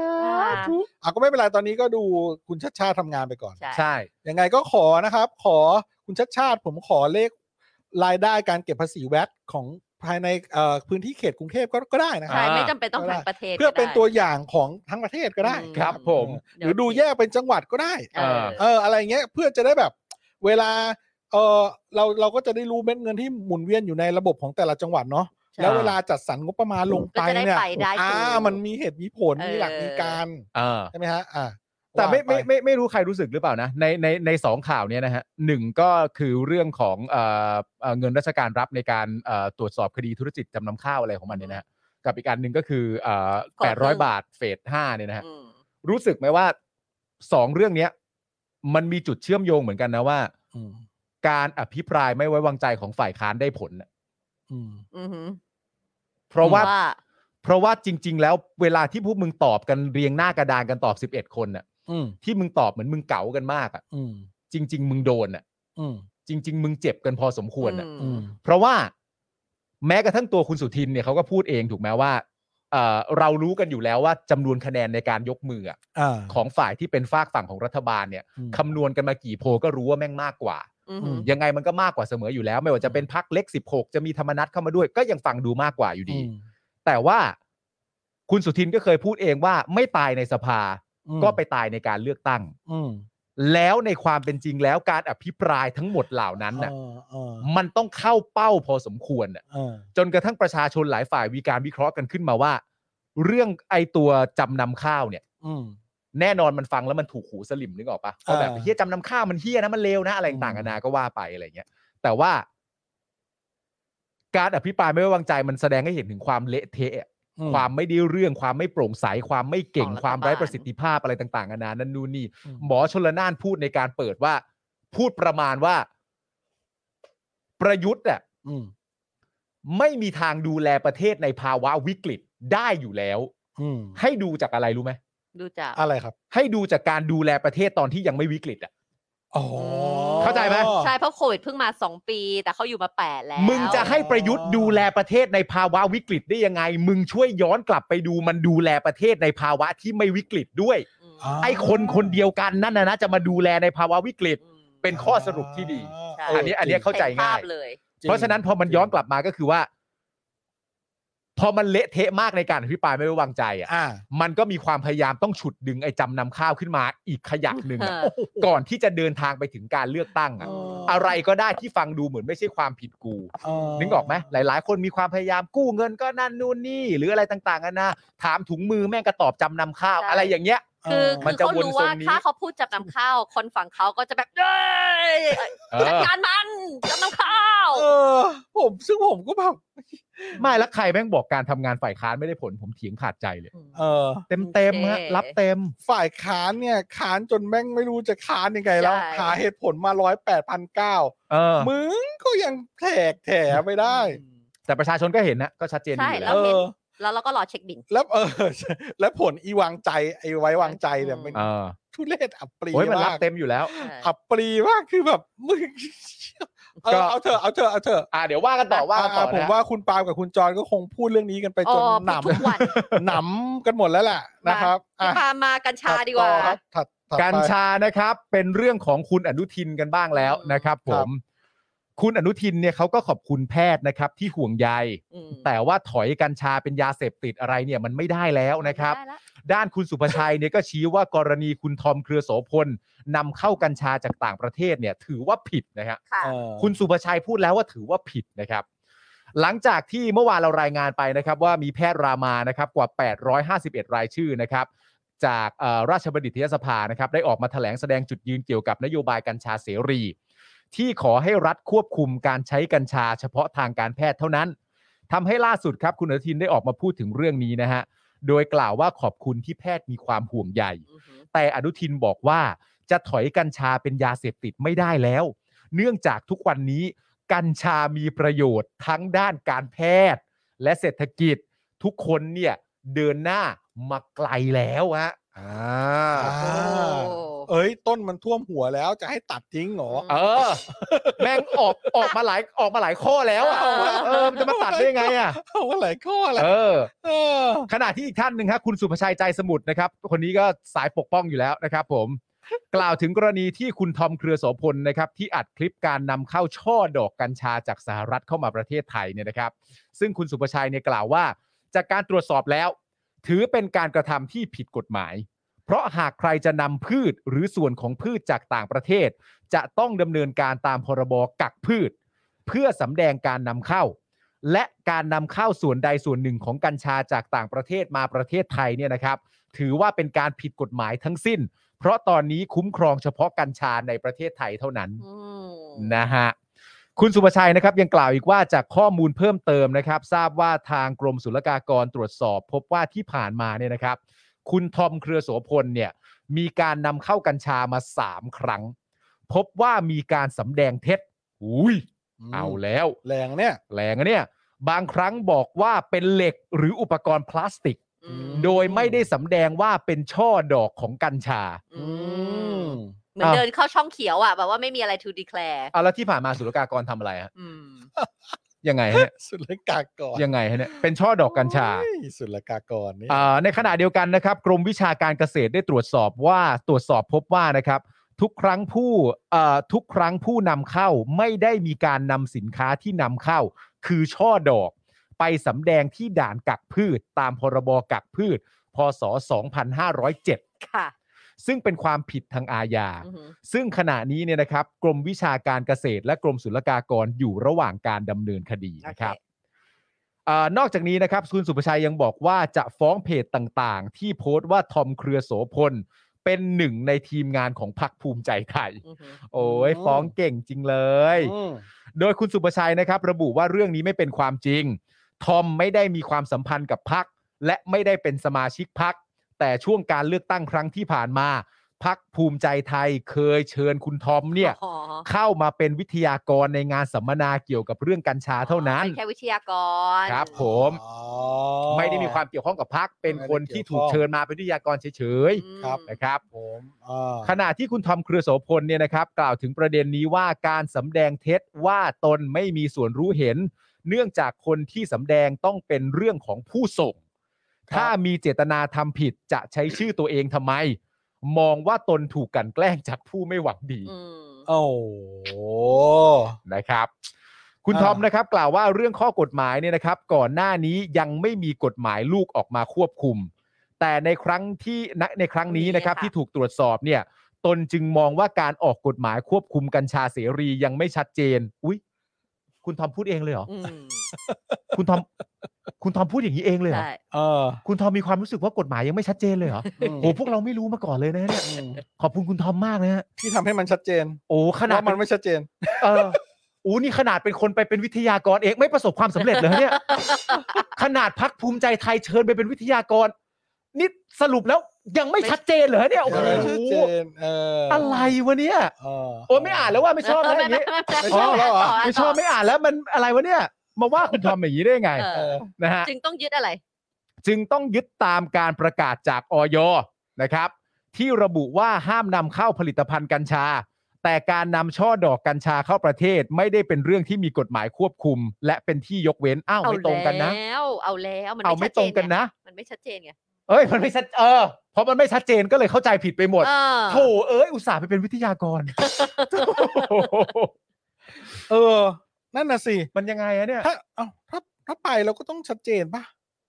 ธุ อ่ะก็ไม่เป็นไรตอนนี้ก็ดูคุณชัดชาติทำงานไปก่อน ใช่ ใช่ ยังไงก็ขอนะครับ ขอคุณชัดชาติ ผมขอเลขรายได้การเก็บภาษีแวดของภายในเอ่อพื้นที่เขตกรุงเทพก็ก็ได้นะค ใช่ รับ อ่า ไม่จำเป็นต้องทั้งประเทศ เพื่อเป็น ก็ได้ ตัวอย่างของทั้งประเทศก็ได้ อืม ครับผม หรือดูแยกเป็นจังหวัดก็ได้ เออ เอออะไรเงี้ยเพื่อจะได้แบบ เวลาเออเราเราก็จะได้รู้เม็ดเงินที่หมุนเวียนอยู่ในระบบของแต่ละจังหวัดเนาะ ใช่ แล้วเวลาจัดสรรงบประมาณลงไป ก็จะได้ เนี่ย ไปได้ อ่า ถูก มันมีเหตุมีผลมีหลักมี เออ การ อ่า ใช่ไหมฮะอ่า แต่ไม่ ว่าป ไม่ไม่ไม่รู้ใครรู้สึกหรือเปล่านะ ในในในสองข่าวเนี้ยนะฮะหนึ่งก็คือเรื่องของเอ่อเอ่อเงินราชการรับในการเอ่อตรวจสอบคดีธุรกิจจำนำข้าวอะไรของมันเนี่ยนะฮะกับอีกการหนึ่งก็คือเอ่อ ก่อน แปด เรื่ ร้อ อย ง บาทเฟสห้าเนี่ยนะฮะ อืม รู้สึกไหมว่าสองเรื่องเนี้ย มันมีจุดเชื่อมโยงเหมือนกันนะว่า อืม การอภิปรายไม่ไว้วางใจของฝ่ายค้านได้ผลน่ะ อืม อือหือ เพราะว่า ว่า เพราะว่าจริง ๆ แล้วเวลาที่พวกมึงตอบกันเรียงหน้ากระดานกันตอบ 11 คนน่ะ อืม ที่มึงตอบเหมือนมึงเก๋ากันมากอ่ะ อืม จริง ๆ มึงโดนอ่ะ อืม จริง ๆ มึงเจ็บกันพอสมควรอ่ะ อืม เพราะว่าแม้กระทั่งตัวคุณสุทินเนี่ยเขาก็พูดเองถูกไหมว่าเอ่อเรารู้กันอยู่แล้วว่าจำนวนคะแนนในการยกมืออะ อ่า ของฝ่ายที่เป็นฝากฝั่งของรัฐบาลเนี่ย อืม คำนวณกันมากี่โพลก็รู้ว่าแม่งมากกว่า อือหือ ยังไงมันก็มากกว่าเสมออยู่แล้ว ไม่ว่าจะเป็นพักเล็ก 16 จะมีธรรมนัตเข้ามาด้วย ก็ยังฟังดูมากกว่าอยู่ดี แต่ว่าคุณสุทินก็เคยพูดเองว่าไม่ตายในสภา อืม ก็ไปตายในการเลือกตั้ง อืม แล้วในความเป็นจริงแล้วการอภิปรายทั้งหมดเหล่านั้นน่ะ เออเออ มันต้องเข้าเป้าพอสมควรน่ะ เออ จนกระทั่งประชาชนหลายฝ่ายมีการวิเคราะห์กันขึ้นมาว่า เรื่องไอตัวจำนำข้าวเนี่ย อืม แน่นอนมันฟังแล้วมันถูกหูสลิมนึกออกปะก็แบบ อ่า เฮียจำนำข้าวมันเฮียนะมันเลวนะอะไรต่าง อื ๆ ม นานาก็ว่าไปอะไรเงี้ยแต่ว่า การอภิปรายไม่ไว้วางใจมันแสดงให้เห็นถึงความเละเทะอะ อืม ความไม่ได้เรื่องความไม่โปร่งใสความไม่เก่ง ของรัฐ ความไร้ บาล ประสิทธิภาพอะไรต่างๆนานานั่นนู่นนี่ อืม หมอชลนานพูดในการเปิดว่า พูดประมาณว่า ประยุทธ์อ่ะ อืม ไม่มีทางดูแลประเทศในภาวะวิกฤตได้อยู่แล้ว อืม ให้ดูจากอะไรรู้ไหม ดูจาก อะไรครับ ให้ดูจากการดูแลประเทศตอนที่ยังไม่วิกฤตอ่ะ อ๋อ เข้าใจไหม ใช่เพราะโควิดเพิ่งมา 2 ปี แต่เขาอยู่มา 8 แล้ว มึงจะให้ประยุทธ์ดูแลประเทศในภาวะวิกฤตได้ยังไง มึงช่วยย้อนกลับไปดูมันดูแลประเทศในภาวะที่ไม่วิกฤตด้วย อืม าว ไอ้คนคนเดียวกันนั่นนะนะจะมาดูแลในภาวะวิกฤต ม เป็นข้อสรุปที่ดี ใช่ อันนี้อันนี้เข้าใจ ห็นภ ง่า พ ย เลย จง เพราะฉะนั้นพอมันย้อนกลับมาก็คือว่า พอมันเละเทะมากในการอภิปรายไม่ไว้วางใจอ่ะ อ่า มันก็มีความพยายามต้องฉุดดึงไอ้จำนำข้าวขึ้นมาอีกขยักหนึ่งอะ เออ ก่อนที่จะเดินทางไปถึงการเลือกตั้งอะ อ๋อ อะไรก็ได้ที่ฟังดูเหมือนไม่ใช่ความผิดกู นึกออกไหมหลาย ๆ คนมีความพยายามกู้เงินก็นั่นนู่นนี่ หรืออะไรต่างๆกันานะถามถุงมือแม่งกระตอบจำนำข้าว ใช่ อะไรอย่างเงี้ย คือคืมัน อ จะ เขา วน รู้ ทรง ว่า นี้ ถ้าเขาพูดจับนำเข้าวคนฝั่งเขาก็จะแบบเอ้ย จัดการมันจับนำเข้าว เออ ผมซึ่งผมก็แบบ ไม่แล้วใครแม่งบอกการทำงานฝ่ายค้านไม่ได้ผลผมเถียงขาดใจเลย เออ เต็มเต็มๆฮะรับเต็ม ฝ่ายค้านเนี่ยค้านจนแม่งไม่รู้จะค้านยังไงแล้ว ใช่ หาเหตุผลมาร้อยแปดพันเก้า เออ มึงก็ยังแถกแถไปได้ แต่ประชาชนก็เห็นนะก็ชัดเจนอ ใช่ ยู่ แล้ แล้ว ว เห็น เออ แล้วเราก็รอเช็คบิน แล้วเออ แล้วผลอีวางใจไอ้ไว้วางใจเนี่ย อืม มัน เออ ทุเรศอับปรี โอ้ยมันรับ มาก เต็มอยู่แล้ว เออ อับปรีมากคือแบบมึง เอ ก็ อเอาเถอะเอาเถอะเอาเถอะ อ่าเดี๋ยวว่ากันต่อว่ากันต่อ อ่าผม นะ ว่าคุณปาล์มกับคุณจอนก็คงพูดเรื่องนี้กันไป อ๋ จ อน ห พูดทุก นำ วัน หนำกันหมดแล้วล่ะนะครับ พี่ อ่ะ ปามากัญชาดีกว่า ถัต่อครับถัดถัดไป กัญชานะครับ เป็นเรื่องของคุณอนุทินกันบ้างแล้ว อืม นะครับผม คุณอนุทินเนี่ยเขาก็ขอบคุณแพทย์นะครับ ที่ห่วงใย อืม แต่ว่าถอยกัญชาเป็นยาเสพติดอะไรเนี่ยมันไม่ได้แล้วนะครับ ได้ละ ด้านคุณสุภชัยเนี่ยก็ชี้ว่ากรณีคุณทอมเครือโสพลนำเข้ากัญชาจากต่างประเทศเนี่ยถือว่าผิดนะฮะ ค่ะ คุณสุภชัยพูดแล้วว่าถือว่าผิดนะครับ หลังจากที่เมื่อวานเรารายงานไปนะครับ ว่ามีแพทย์รามานะครับกว่า 851 รายชื่อนะครับ จากเอ่อราชบัณฑิตยสภานะครับ ได้ออกมาแถลงแสดงจุดยืนเกี่ยวกับนโยบายกัญชาเสรี ที่ขอให้รัฐควบคุมการใช้กัญชาเฉพาะทางการแพทย์เท่านั้นทำให้ล่าสุดครับคุณอนุทินได้ออกมาพูดถึงเรื่องนี้นะฮะโดยกล่าวว่าขอบคุณที่แพทย์มีความห่วงใย อือหือ แต่อนุทินบอกว่าจะถอยกัญชาเป็นยาเสพติดไม่ได้แล้ว เนื่องจากทุกวันนี้ กัญชามีประโยชน์ทั้งด้านการแพทย์ และเศรษฐกิจ ทุกคนเนี่ยเดินหน้ามาไกลแล้วฮะอ่า อ่า โอ้ เอ้ยต้นมันท่วมหัวแล้วจะให้ตัดทิ้งเหรอ เออ แม่งออกออกมาหลายออกมาหลายข้อแล้วอ่ะ เออ เออมันจะมาตัดได้ยังไงอ่ะ เอาอะไรข้ออะไร เออ เออ ขณะที่อีกท่านหนึ่งครับคุณสุภชัยใจสมุทรนะครับ คนนี้ก็สายปกป้องอยู่แล้วนะครับผม กล่าวถึงกรณีที่คุณทอมเครือโสพลนะครับ ที่อัดคลิปการนำเข้าช่อดอกกัญชาจากสหรัฐเข้ามาประเทศไทยเนี่ยนะครับ ซึ่งคุณสุภชัยเนี่ยกล่าวว่า จากการตรวจสอบแล้ว ถือเป็นการกระทำที่ผิดกฎหมาย เพราะหากใครจะนำพืชหรือส่วนของพืชจากต่างประเทศ จะต้องดำเนินการตามพรบกักพืช เพื่อสำแดงการนำเข้า และการนำเข้าส่วนใดส่วนหนึ่งของกัญชาจากต่างประเทศมาประเทศไทยเนี่ยนะครับ ถือว่าเป็นการผิดกฎหมายทั้งสิ้น เพราะตอนนี้คุ้มครองเฉพาะกัญชาในประเทศไทยเท่านั้น อืม นะฮะคุณสุภชัยนะครับยังกล่าวอีกว่าจากข้อมูลเพิ่มเติมนะครับ ทราบว่าทางกรมศุลกากรตรวจสอบ พบว่าที่ผ่านมาเนี่ยนะครับ คุณทอมเครือโสพลเนี่ยมีการนำเข้ากัญชามา 3 ครั้ง พบว่ามีการสำแดงเท็จอุ้ยเอาแล้ว แรงเนี่ย แรงอะเนี่ยบางครั้งบอกว่าเป็นเหล็กหรืออุปกรณ์พลาสติก อืม โดยไม่ได้สำแดงว่าเป็นช่อดอกของกัญชา อืมเหมือน อ่ะ เดินเข้าช่องเขียวอ่ะ แบบว่าไม่มีอะไร to declare เอาแล้วที่ผ่านมาศุลกากรทำอะไรฮะ อืม ยังไงฮะเนี่ย สุลกากร ยังไงฮะเนี่ยเป็นช่อดอกกัญชา โอ้ยสุลกากรนี่ อ่าในขณะเดียวกันนะครับกรมวิชาการเกษตรได้ตรวจสอบว่าตรวจสอบพบว่านะครับ ทุกครั้งผู้เอ่อทุกครั้งผู้นำเข้าไม่ได้มีการนำสินค้าที่นำเข้า คือช่อดอก ไปสำแดงที่ด่านกักพืช ตามพรบกักพืช พศ 2507 ค่ะ ซึ่งเป็นความผิดทางอาญา อือหือ ซึ่งขณะนี้เนี่ยนะครับ กรมวิชาการเกษตร และกรมศุลกากรอยู่ระหว่างการดำเนินคดี โอ นะ เค ครับ เออนอกจากนี้นะครับคุณสุภชัยยังบอกว่าจะฟ้องเพจต่างๆ ที่โพสต์ว่าทอมเครือโสพล เป็นหนึ่งในทีมงานของพรรคภูมิใจไทย อือหือ โอ้ย อืม ฟ้องเก่งจริงเลย อืม โดยคุณสุภชัยนะครับ ระบุว่าเรื่องนี้ไม่เป็นความจริง ทอมไม่ได้มีความสัมพันธ์กับพัก และไม่ได้เป็นสมาชิกพัก แต่ช่วงการเลือกตั้งครั้งที่ผ่านมาพักภูมิใจไทยเคยเชิญคุณทอมเนี่ย อ๋อ เข้ามาเป็นวิทยากรในงานสัมมนาเกี่ยวกับเรื่องกัญชาเท่านั้น ป็แค่วิทยากร ครับผม อ๋อ ไม่ได้มีความเกี่ยวข้องกับพักเป็นคนที่ถูกเชิญมาเป็นวิทยากรเฉย อืม ครับ ๆนะครับ ผมอ่า ขณะที่คุณทอมเครือโสพลเนี่ยนะครับ กล่าวถึงประเด็นนี้ว่าการสำแดงเท็จว่าตนไม่มีส่วนรู้เห็น เนื่องจากคนที่สำแดงต้องเป็นเรื่องของผู้ส่ง ถ้ามีเจตนาทำผิดจะใช้ชื่อตัวเองทำไม มองว่าตนถูกกลันแกล้งจากผู้ไม่หวังดี อืม โอ้โห นะครับ คุณ อ่า ทอมนะครับกล่าวว่าเรื่องข้อกฎหมายเนี่ยนะครับ ก่อนหน้านี้ยังไม่มีกฎหมายลูกออกมาควบคุม แต่ในครั้งที่ณในครั้งนี้นะครับ นี่ค่ะ ที่ถูกตรวจสอบเนี่ย ตนจึงมองว่าการออกกฎหมายควบคุมกัญชาเสรียังไม่ชัดเจน อุ๊ย คุณทอมพูดเองเลยเหรอ อืม คุณทอม คุณทอมพูดอย่างนี้เองเลยเหรอ ใช่ เออ คุณทอมมีความรู้สึกว่ากฎหมายยังไม่ชัดเจนเลยเหรอ อืม โอ้พวกเราไม่รู้มาก่อนเลยนะเนี่ย อืม ขอบคุณคุณทอมมากนะฮะ ที่ทำให้มันชัดเจน โอ้ขนาด ว่ามันไม่ชัดเจน เออ โอ้นี่ขนาดเป็นคนไปเป็นวิทยากรเองไม่ประสบความสำเร็จเลยเนี่ย ขนาดพักภูมิใจไทยเชิญไปเป็นวิทยากร นี่สรุปแล้วยังไม่ชัดเจนเหรอเนี่ยโอ้โห ยังไม่ชัดเจน เอออ อะไรวะเนี่ย เออ โอ้ยไม่อ่านแล้วว่าไม่ชอบแล้วอย่างนี้ ไม่ชอบแล้วเหรอ ไม่ชอบไม่อ่านแล้วมันอะไรวะเนี่ย มาว่าคุณทอมอย่างนี้ได้ยังไง เออ เออ นะฮะ จึงต้องยึดอะไร จึงต้องยึดตามการประกาศจากออยนะครับ ที่ระบุว่าห้ามนำเข้าผลิตภัณฑ์กัญชา แต่การนำช่อดอกกัญชาเข้าประเทศไม่ได้เป็นเรื่องที่มีกฎหมายควบคุม และเป็นที่ยกเว้นอ้าว เอา ไม่ตรงกันนะ แล้วเอาแล้วมัน เอาไม่ตรงกันนะ มันไม่ชัดเจนไง เอ้ยมันไม่ชัดเออเพราะมันไม่ชัดเจนก็เลยเข้าใจผิดไปหมด เออ โถเอ้ยอุตส่าห์ไปเป็นวิทยากร โอ้โห เออ นั่นน่ะสิ มันยังไงอะเนี่ย ถ้าเอ้าถ้าถ้าไปเราก็ต้องชัดเจนป่ะ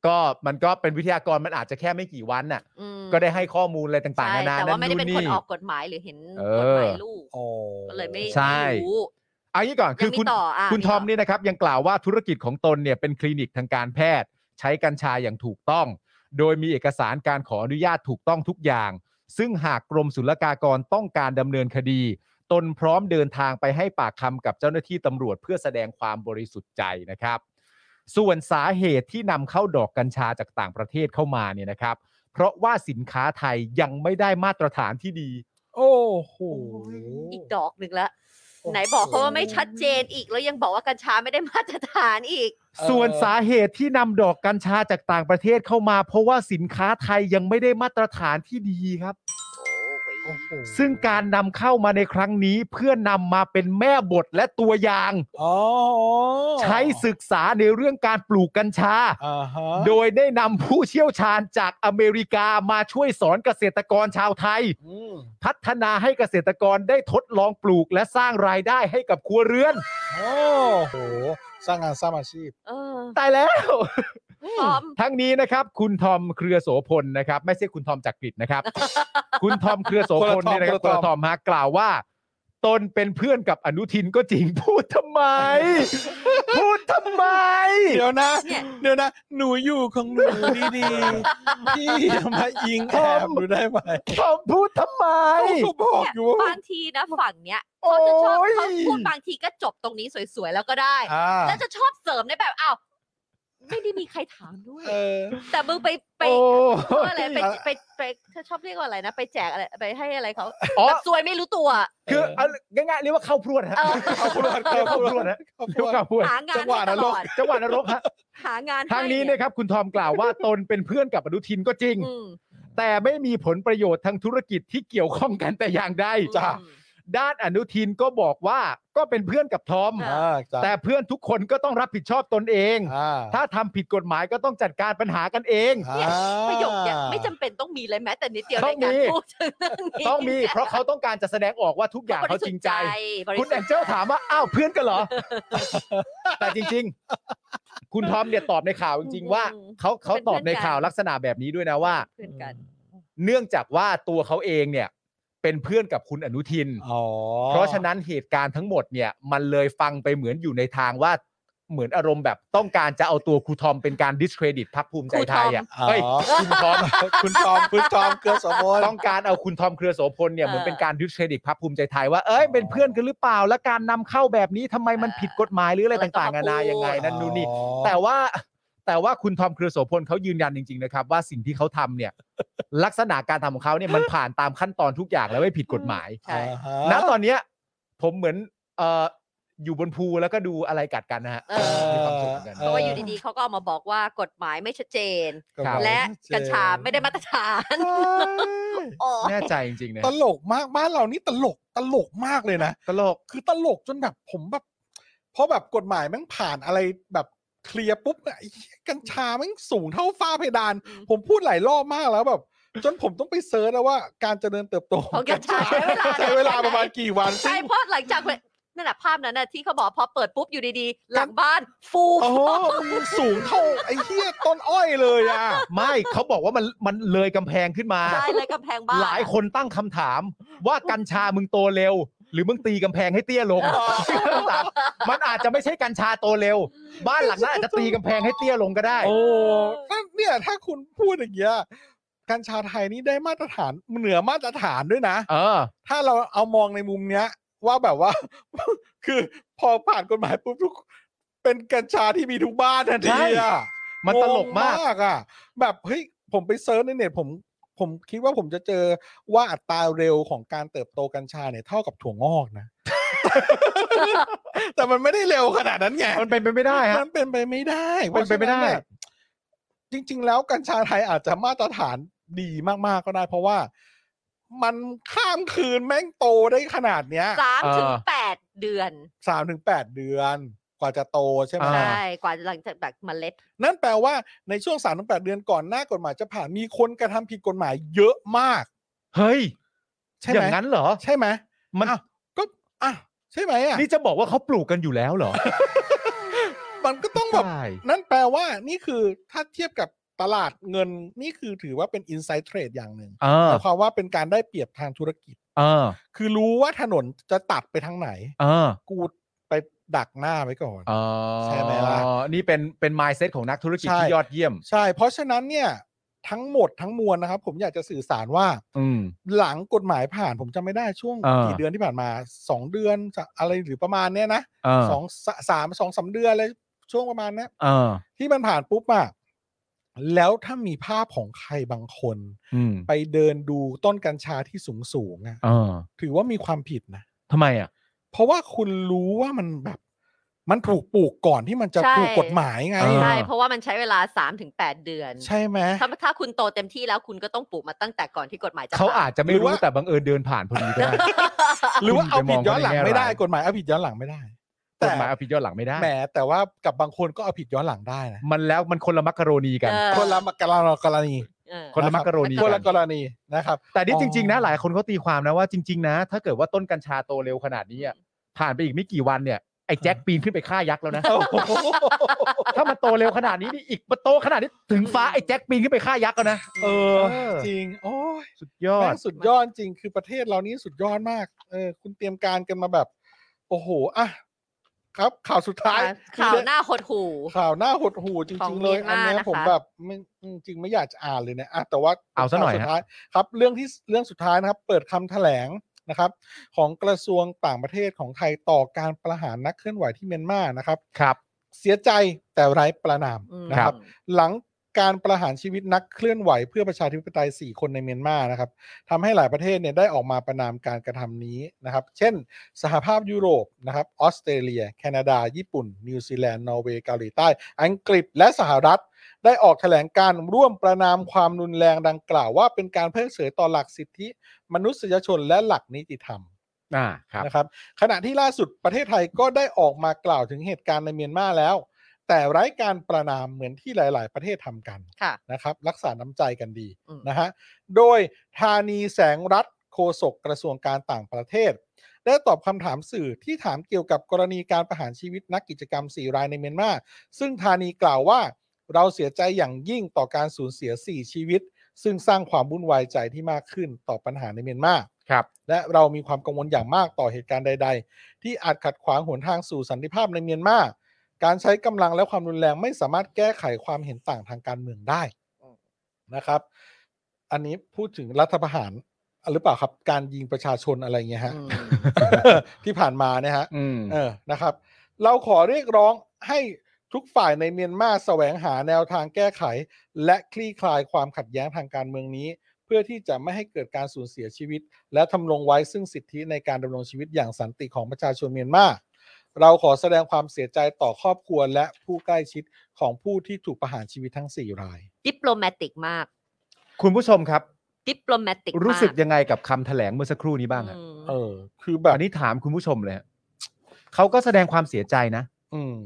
ก็มันก็เป็นวิทยากรมันอาจจะแค่ไม่กี่วันน่ะ อืม ก็ได้ให้ข้อมูลอะไรต่าง ใช่ ๆนานา แต่ว่าไม่ได้เป็นคน น ออกกฎหมายหรือเห็น เออ กฎหมายลูก อ๋อ ก็เลยไม่ ใช่ ไม่รู้ เอางี้ก่อนคืยัองมี คุณ ต่ออ่ะ คุณ มี ท ต่ อ อ มนี่นะครับยังกล่าวว่าธุรกิจของตนเนี่ยเป็นคลินิกทางการแพทย์ ใช้กัญชาอย่างถูกต้อง โดยมีเอกสารการขออนุญาตถูกต้องทุกอย่าง ซึ่งหากกรมศุลกากรต้องการดำเนินคดี ตนพร้อมเดินทางไปให้ปากคำกับเจ้าหน้าที่ตำรวจเพื่อแสดงความบริสุทธิ์ใจนะครับ ส่วนสาเหตุที่นำเข้าดอกกัญชาจากต่างประเทศเข้ามาเนี่ยนะครับ เพราะว่าสินค้าไทยยังไม่ได้มาตรฐานที่ดี โอ้โห อีกดอกหนึ่งละไหนบอกเขาว่าไม่ชัดเจนอีกแล้วยังบอกว่ากัญชาไม่ได้มาตรฐานอีก เอ่อ ส่วนสาเหตุที่นำดอกกัญชาจากต่างประเทศเข้ามา เพราะว่าสินค้าไทยยังไม่ได้มาตรฐานที่ดีครับ โอ้โห ซึ่งการนำเข้ามาในครั้งนี้เพื่อนำมาเป็นแม่บทและตัวอย่าง อ๋อ ใช้ศึกษาในเรื่องการปลูกกัญชา อ่าฮะ โดยได้นำผู้เชี่ยวชาญจากอเมริกามาช่วยสอนเกษตรกรชาวไทย อืม พัฒนาให้เกษตรกรได้ทดลองปลูกและสร้างรายได้ให้กับครัวเรือน โอ้โห สร้างงานสร้างอาชีพ เออ ตายแล้ว พร้อม ทั้งนี้นะครับ คุณทอมเครือโสพลนะครับ ไม่ใช่คุณทอมจากกรีฑนะครับ คุณทอมเครือโสพลเนี่ยนะครับ ค คุ น ณ ละทอทอมมฮะกล่าวว่า ตนเป็นเพื่อนกับอนุทินก็จริง พูดทำไม พูดทำไม เดี๋ยวนะ เนี่ย เดี๋ยวนะ หนูอยู่ของหนูดีๆ พี่อย่ามาอิงแอบหนูได้ไหม ทอมพูดทำไม ก็บอก เนี่ย อยู่ว่า บางทีนะฝั่งเนี้ยเขาจะชอบ โอ้ย เขาพูดบางทีก็จบตรงนี้สวยๆแล้วก็ได้ อ่า แล้วจะชอบเสริมในแบบอ้าวไม่ได้มีใครถามด้วย เออ แต่มึงไปไป โอ้ เขาเรียกว่าอะไรไป อะไร ไปไปเธอชอบเรียกว่าอะไรนะ ไปแจกอะไรไปให้อะไรเขา อ๋อ แบบซวยไม่รู้ตัว คือเอาง่ายๆเรียกว่าเข้าพรวดฮะ เออ เขาพูด เรียกเข้าพรวดฮะ เขา เรีย พู ก ด ว่าเข้าพรวด หางาน จังหวะ ให้ต นร ล ก อด จังหวะนรกฮะ หางาน ทางนี้ ให้ นะครับ คุณทอมกล่าวว่าตนเป็นเพื่อนกับอนุทินก็จริง อืม แต่ไม่มีผลประโยชน์ทางธุรกิจที่เกี่ยวข้องกันแต่อย่างใด อืม ด้านอนุทินก็บอกว่าก็เป็นเพื่อนกับทอม ค่ะ อ่าจ้ะ แต่เพื่อนทุกคนก็ต้องรับผิดชอบตนเอง อ่า ถ้าทำผิดกฎหมายก็ต้องจัดการปัญหากันเอง อ่า เนี่ยประโยคเนี่ยไม่จำเป็นต้องมีเลยแม้แต่นิดเดียว ต้ ใน อง การ มี พูดถึงเรื่องนี้ ต้องมีเพราะเขาต้องการจะแสดงออกว่าทุกอย่างเขาจริงใจ บริ คุณ สุทธิ์ แองเจิลถามว่าอ้าวเพื่อนกันเหร อ แต่จริง ๆ คุณทอมเนี่ยตอบในข่าวจริง ๆ ว่าเขาเขาตอบในข่าวลักษณะแบบนี้ด้วยนะว่า เพื่อนกัน เนื่องจากว่าตัวเขาเองเนี่ยเป็นเพื่อนกับคุณอนุทิน อ๋อ เพราะฉะนั้นเหตุการณ์ทั้งหมดเนี่ยมันเลยฟังไปเหมือนอยู่ในทางว่าเหมือนอารมณ์แบบต้องการจะเอาตัวครูทอมเป็นการดิสเครดิตพรรคภูมิใจไทยอ่ะ อ๋อ เฮ้ยคุณทอ ม คุณจอมคุณจอมเกลือสมน ต้องการเอาคุณทอมเครือโสพลเนี่ยเหมือนเป็นการดิสเครดิตพรรคภูมิใจไทยว่าเอ้ย อ๋อ เป็นเพื่อนกันหรือเปล่า และการนำเข้าแบบนี้ทำไมมันผิดกฎหมายหรืออะไรต่างๆนานายังไงนั่นนู่นนี่ อ๋อ แต่ว่าแต่ว่าคุณทอมเครือโสพลเขายืนยันจริงๆนะครับ ว่าสิ่งที่เขาทำ เนี่ย ลักษณะการทำของเขาเนี่ยมันผ่านตามขั้นตอนทุกอย่างแล้วไม่ผิดกฎหมาย ใช่ อ่าฮะ ณตอนเนี้ยผมเหมือนเอ่ออยู่บนภูแล้วก็ดูอะไรกัดกันนะฮะ เออ มีความสุขเหมือนกัน เ เพราะว่าอยู่ดีๆเขาก็เอามาบอกว่ากฎหมายไม่ชัดเจน ก็ ครับ และกัญชาไม่ได้มาตรฐาน โอ้ แน่ใจจริงๆนะ ตลกมากบ้านเรานี่ตลกตลกมากเลยนะ ตลก คือตลกจนแบบผมแบบเพราะแบบกฎหมายแมันผ่านอะไรแบบเคลียร์ปุ๊บเนี่ยไอ้เหี้ยกัญชาแมันสูงเท่าฟ้าเพดาน ผมพูดหลายรอบมากแล้วแบบ จนผมต้องไปเซิร์ชแล้วว่าการเจริญเติบโต ของกัญชาใช้เวลา ใช้เวลาประมาณกี่วัน ใช่ ซึ่ง เพราะหลังจากเวนั่นแหละภาพนั้นน่ะที่เขาบอกพอเปิดปุ๊บอยู่ดีๆ หลังบ้านฟู โอ้โหมันสูงเท่าไอ้เหี้ยต้นอ้อยเลยอ่ะ ไม่เขาบอกว่ามันมันเลยกำแพงขึ้นมา ได้เลยกำแพงบ้าน หลายคนตั้งคำถาม ว่ากัญชามึงโตเร็ว หรือมึงตีกำแพงให้เตี้ยลงคำถามมันอาจจะไม่ใช่กัญชาโตเร็ว บ้านหลังนั้นอาจจะตีกำแพงให้เตี้ยลงก็ได้ โอ้ถ้าเนี่ยถ้าคุณพูดอย่างเงี้ยกัญชาไทยนี่ได้มาตรฐานเหนือมาตรฐานด้วยนะ เออ ถ้าเราเอามองในมุมเนี้ย ว่าแบบว่า คือพอผ่านกฎหมายปุ๊บทุก เป็นกัญชาที่มีทุกบ้านทันทีอ่ะ มันตลกมาก งงอ่ะ แบบเฮ้ยผมไปเซิร์ชในเน็ตผม ผมคิดว่าผมจะเจอว่าอัตราเร็วของการเติบโตกัญชาเนี่ยเท่ากับถั่วงอก นะ แต่มันไม่ได้เร็วขนาดนั้นไง มันเป็นไปไม่ได้ฮะ มันเป็นไปไม่ได้ เป็นไปไม่ได้ พราะฉะเยจ จริง ๆ แล้วกัญชาไทยอาจจะมาตรฐานดีมาก ๆ ก็ได้ เพราะว่ามันข้ามคืนแม่งโตได้ขนาดเนี้ย สามถึง อ่า แปดเดือน สามถึงแปดเดือนกว่าจะโตใช่ไหม อ่า ใช่กว่าหลังจากแบบเมล็ด นั่นแปลว่าในช่วงสามถึงแปดเดือนก่อนหน้ากฎหมายจะผ่านมีคนกระทำผิดกฎหมายเยอะมาก เฮ้ย ใช่ไหม อย่างนั้นเหรอ ใช่ไหม มัน อ้าวก็อ่ะใช่ไหมอ่ ะ นี่จะบอกว่าเขาปลูกกันอยู่แล้วเหรอ มันก็ต้องแบบ ใช่ นั่นแปลว่านี่คือถ้าเทียบกับตลาดเงินนี่คือถือว่าเป็น inside trade อย่างหนึ่ง เอ ห อ มายความว่าเป็นการได้เปรียบทางธุรกิจ เออ คือรู้ว่าถนนจะตัดไปทางไหน เออ กูไปดักหน้าไว้ก่อน เออ ใช่ไหมล่ะ นี่เป็นเป็น mindset ของนักธุรกิจ ใช่ ที่ยอดเยี่ยม ใช่ เพราะฉะนั้นเนี่ยทั้งหมดทั้งมวลนะครับ ผมอยากจะสื่อสารว่า อืม หลังกฎหมายผ่านผมจำไม่ได้ช่วง อ่า กี่เดือนที่ผ่านมาสองเดือนจะอะไรหรือประมาณเนี้ยนะ เออ สองสะสามสองสามเดือนเลยช่วงประมาณเนี้ย เออ ที่มันผ่านปุ๊บอะแล้วถ้ามีภาพของใครบางคน อืม ไปเดินดูต้นกัญชาที่สูงสูงๆอะ เออ ถือว่ามีความผิดนะ ทำไมอ่ะ เพราะว่าคุณรู้ว่ามันแบบ มันถูกปลูกก่อนที่มันจะ ใช่ ถูกกฎหมายไง เออ ใช่เพราะว่ามันใช้เวลาสามถึงแปดเดือน ใช่ไหม ถ้าถ้าคุณโตเต็มที่แล้วคุณก็ต้องปลูกมาตั้งแต่ก่อนที่กฎหมายจะ เขา ผ่า อาน จจะไม่ หรือ รู้ ว่า แต่บังเอิญเดินผ่านพอดีก็ได้ หรือว่าเอาผิดย้อนหลังไม่ได้ คุณไปมองเขาในแง่ร้าย กฎหมายเอาผิดย้อนหลังไม่ได้ ก แต่ ฎหมายเอาผิดย้อนหลังไม่ได้ แหมแต่ว่ากับบางคนก็เอาผิดย้อนหลังได้นะ มันแล้วมันคนละมักกะโรนีกัน เออ คนละกรณีกรณี เออ คนละมักกะโรนี คน กั ละ น กรณีนะครับ แต่นี่ อ๋อ จริง ๆ นะหลายคนเขาตีความนะว่าจริง ๆ นะ ถ้าเกิดว่าต้นกัญชาโตเร็วขนาดนี้อะผ่านไปอีกไม่กี่วันเนี่ยไอ้แจ็คปีนขึ้นไปฆ่ายักษ์แล้วนะ ถ้ามันโตเร็วขนาดนี้นี่อีกมันโตขนาดนี้ถึงฟ้าไอ้แจ็คปีนขึ้นไปฆ่ายักษ์แล้วนะเออ จริง โอ้ย สุดยอ แม่ ด งสุดยอดจริงคือประเทศเรานี้สุดยอดมากเออคุณเตรียมการกันมาแบบ โอ้โหอ่ะครับ ข่าวสุดท้าย อ่ะข่าวหน้าหดหู ข่าวหน้าหดหูจ ของเมีริง ๆเลย ยน อัน มา เนี้ย นะคะ ผมแบบไม่อืมจริงไม่อยากจะอ่านเลยเนี่ยอ่ะแต่ว่า เอาซะหน่อย ข่วสุด ฮะ ท้ายครับ เรื่องที่เรื่องสุดท้ายนะครับ เปิดคำแถลงนะครับ ของกระทรวงต่างประเทศของไทยต่อการประหารนักเคลื่อนไหวที่เมียนมานะครับ ครับ เสียใจแต่ไร้ประนาม อืม นะครับ หลังการประหารชีวิตนักเคลื่อนไหวเพื่อประชาธิปไตย 4 คนในเมียนมานะครับทำให้หลายประเทศเนี่ยได้ออกมาประนามการกระทำนี้นะครับ เช่น สหภาพยุโรปนะครับออสเตรเลีย แคนาดา ญี่ปุ่น นิวซีแลนด์ นอร์เวย์เกาหลีใต้ อังกฤษและสหรัฐ ได้ออกแถลงการณ์ร่วมประนามความรุนแรงดังกล่าวว่าเป็นการเพิกเฉยต่อหลักสิทธิ มนุษยชนและหลักนิติธรรม อ่าครับ นะครับขณะที่ล่าสุดประเทศไทยก็ได้ออกมากล่าวถึงเหตุการณ์ในเมียนมาแล้ว แต่ไร้การประนามเหมือนที่หลาย ๆ ประเทศทำกัน ค่ะ นะครับ รักษาน้ำใจกันดี อืม นะฮะโดยธานีแสงรัฐโฆษกกระทรวงการต่างประเทศ ได้ตอบคำถามสื่อที่ถามเกี่ยวกับกรณีการประหารชีวิตนักกิจกรรม 4 รายในเมียนมาซึ่งธานีกล่าวว่า เราเสียใจอย่างยิ่งต่อการสูญเสีย 4 ชีวิต ซึ่งสร้างความวุ่นวายใจที่มากขึ้นต่อปัญหาในเมียนมา ครับ และเรามีความกังวลอย่างมากต่อเหตุการณ์ใด ๆ ที่อาจขัดขวางหนทางสู่สันติภาพในเมียนมา การใช้กำลังและความรุนแรงไม่สามารถแก้ไขความเห็นต่างทางการเมืองได้นะครับ อันนี้พูดถึงรัฐประหารหรือเปล่าครับ การยิงประชาชนอะไรเงี้ยฮะ อืม ที่ผ่านมาเนี่ยฮะ อืม เออ นะครับ เราขอเรียกร้องให้ทุกฝ่ายในเมียนมาแสวงหาแนวทางแก้ไข และคลี่คลายความขัดแย้งทางการเมืองนี้ เพื่อที่จะไม่ให้เกิดการสูญเสียชีวิต และทำรงไว้ซึ่งสิทธิในการดำรงชีวิตอย่างสันติของประชาชนเมียนมา เราขอแสดงความเสียใจต่อครอบครัวและผู้ใกล้ชิดของผู้ที่ถูกประหารชีวิตทั้ง 4 ราย ดิปโลแมติกมาก คุณผู้ชมครับ ดิปโลแมติก รู้สึกยังไงกับคำแถลงเมื่อสักครู่นี้บ้างฮะ อืม เออ คือแบบ อันนี้ถามคุณผู้ชมเลยฮะเขาก็แสดงความเสียใจนะ อืม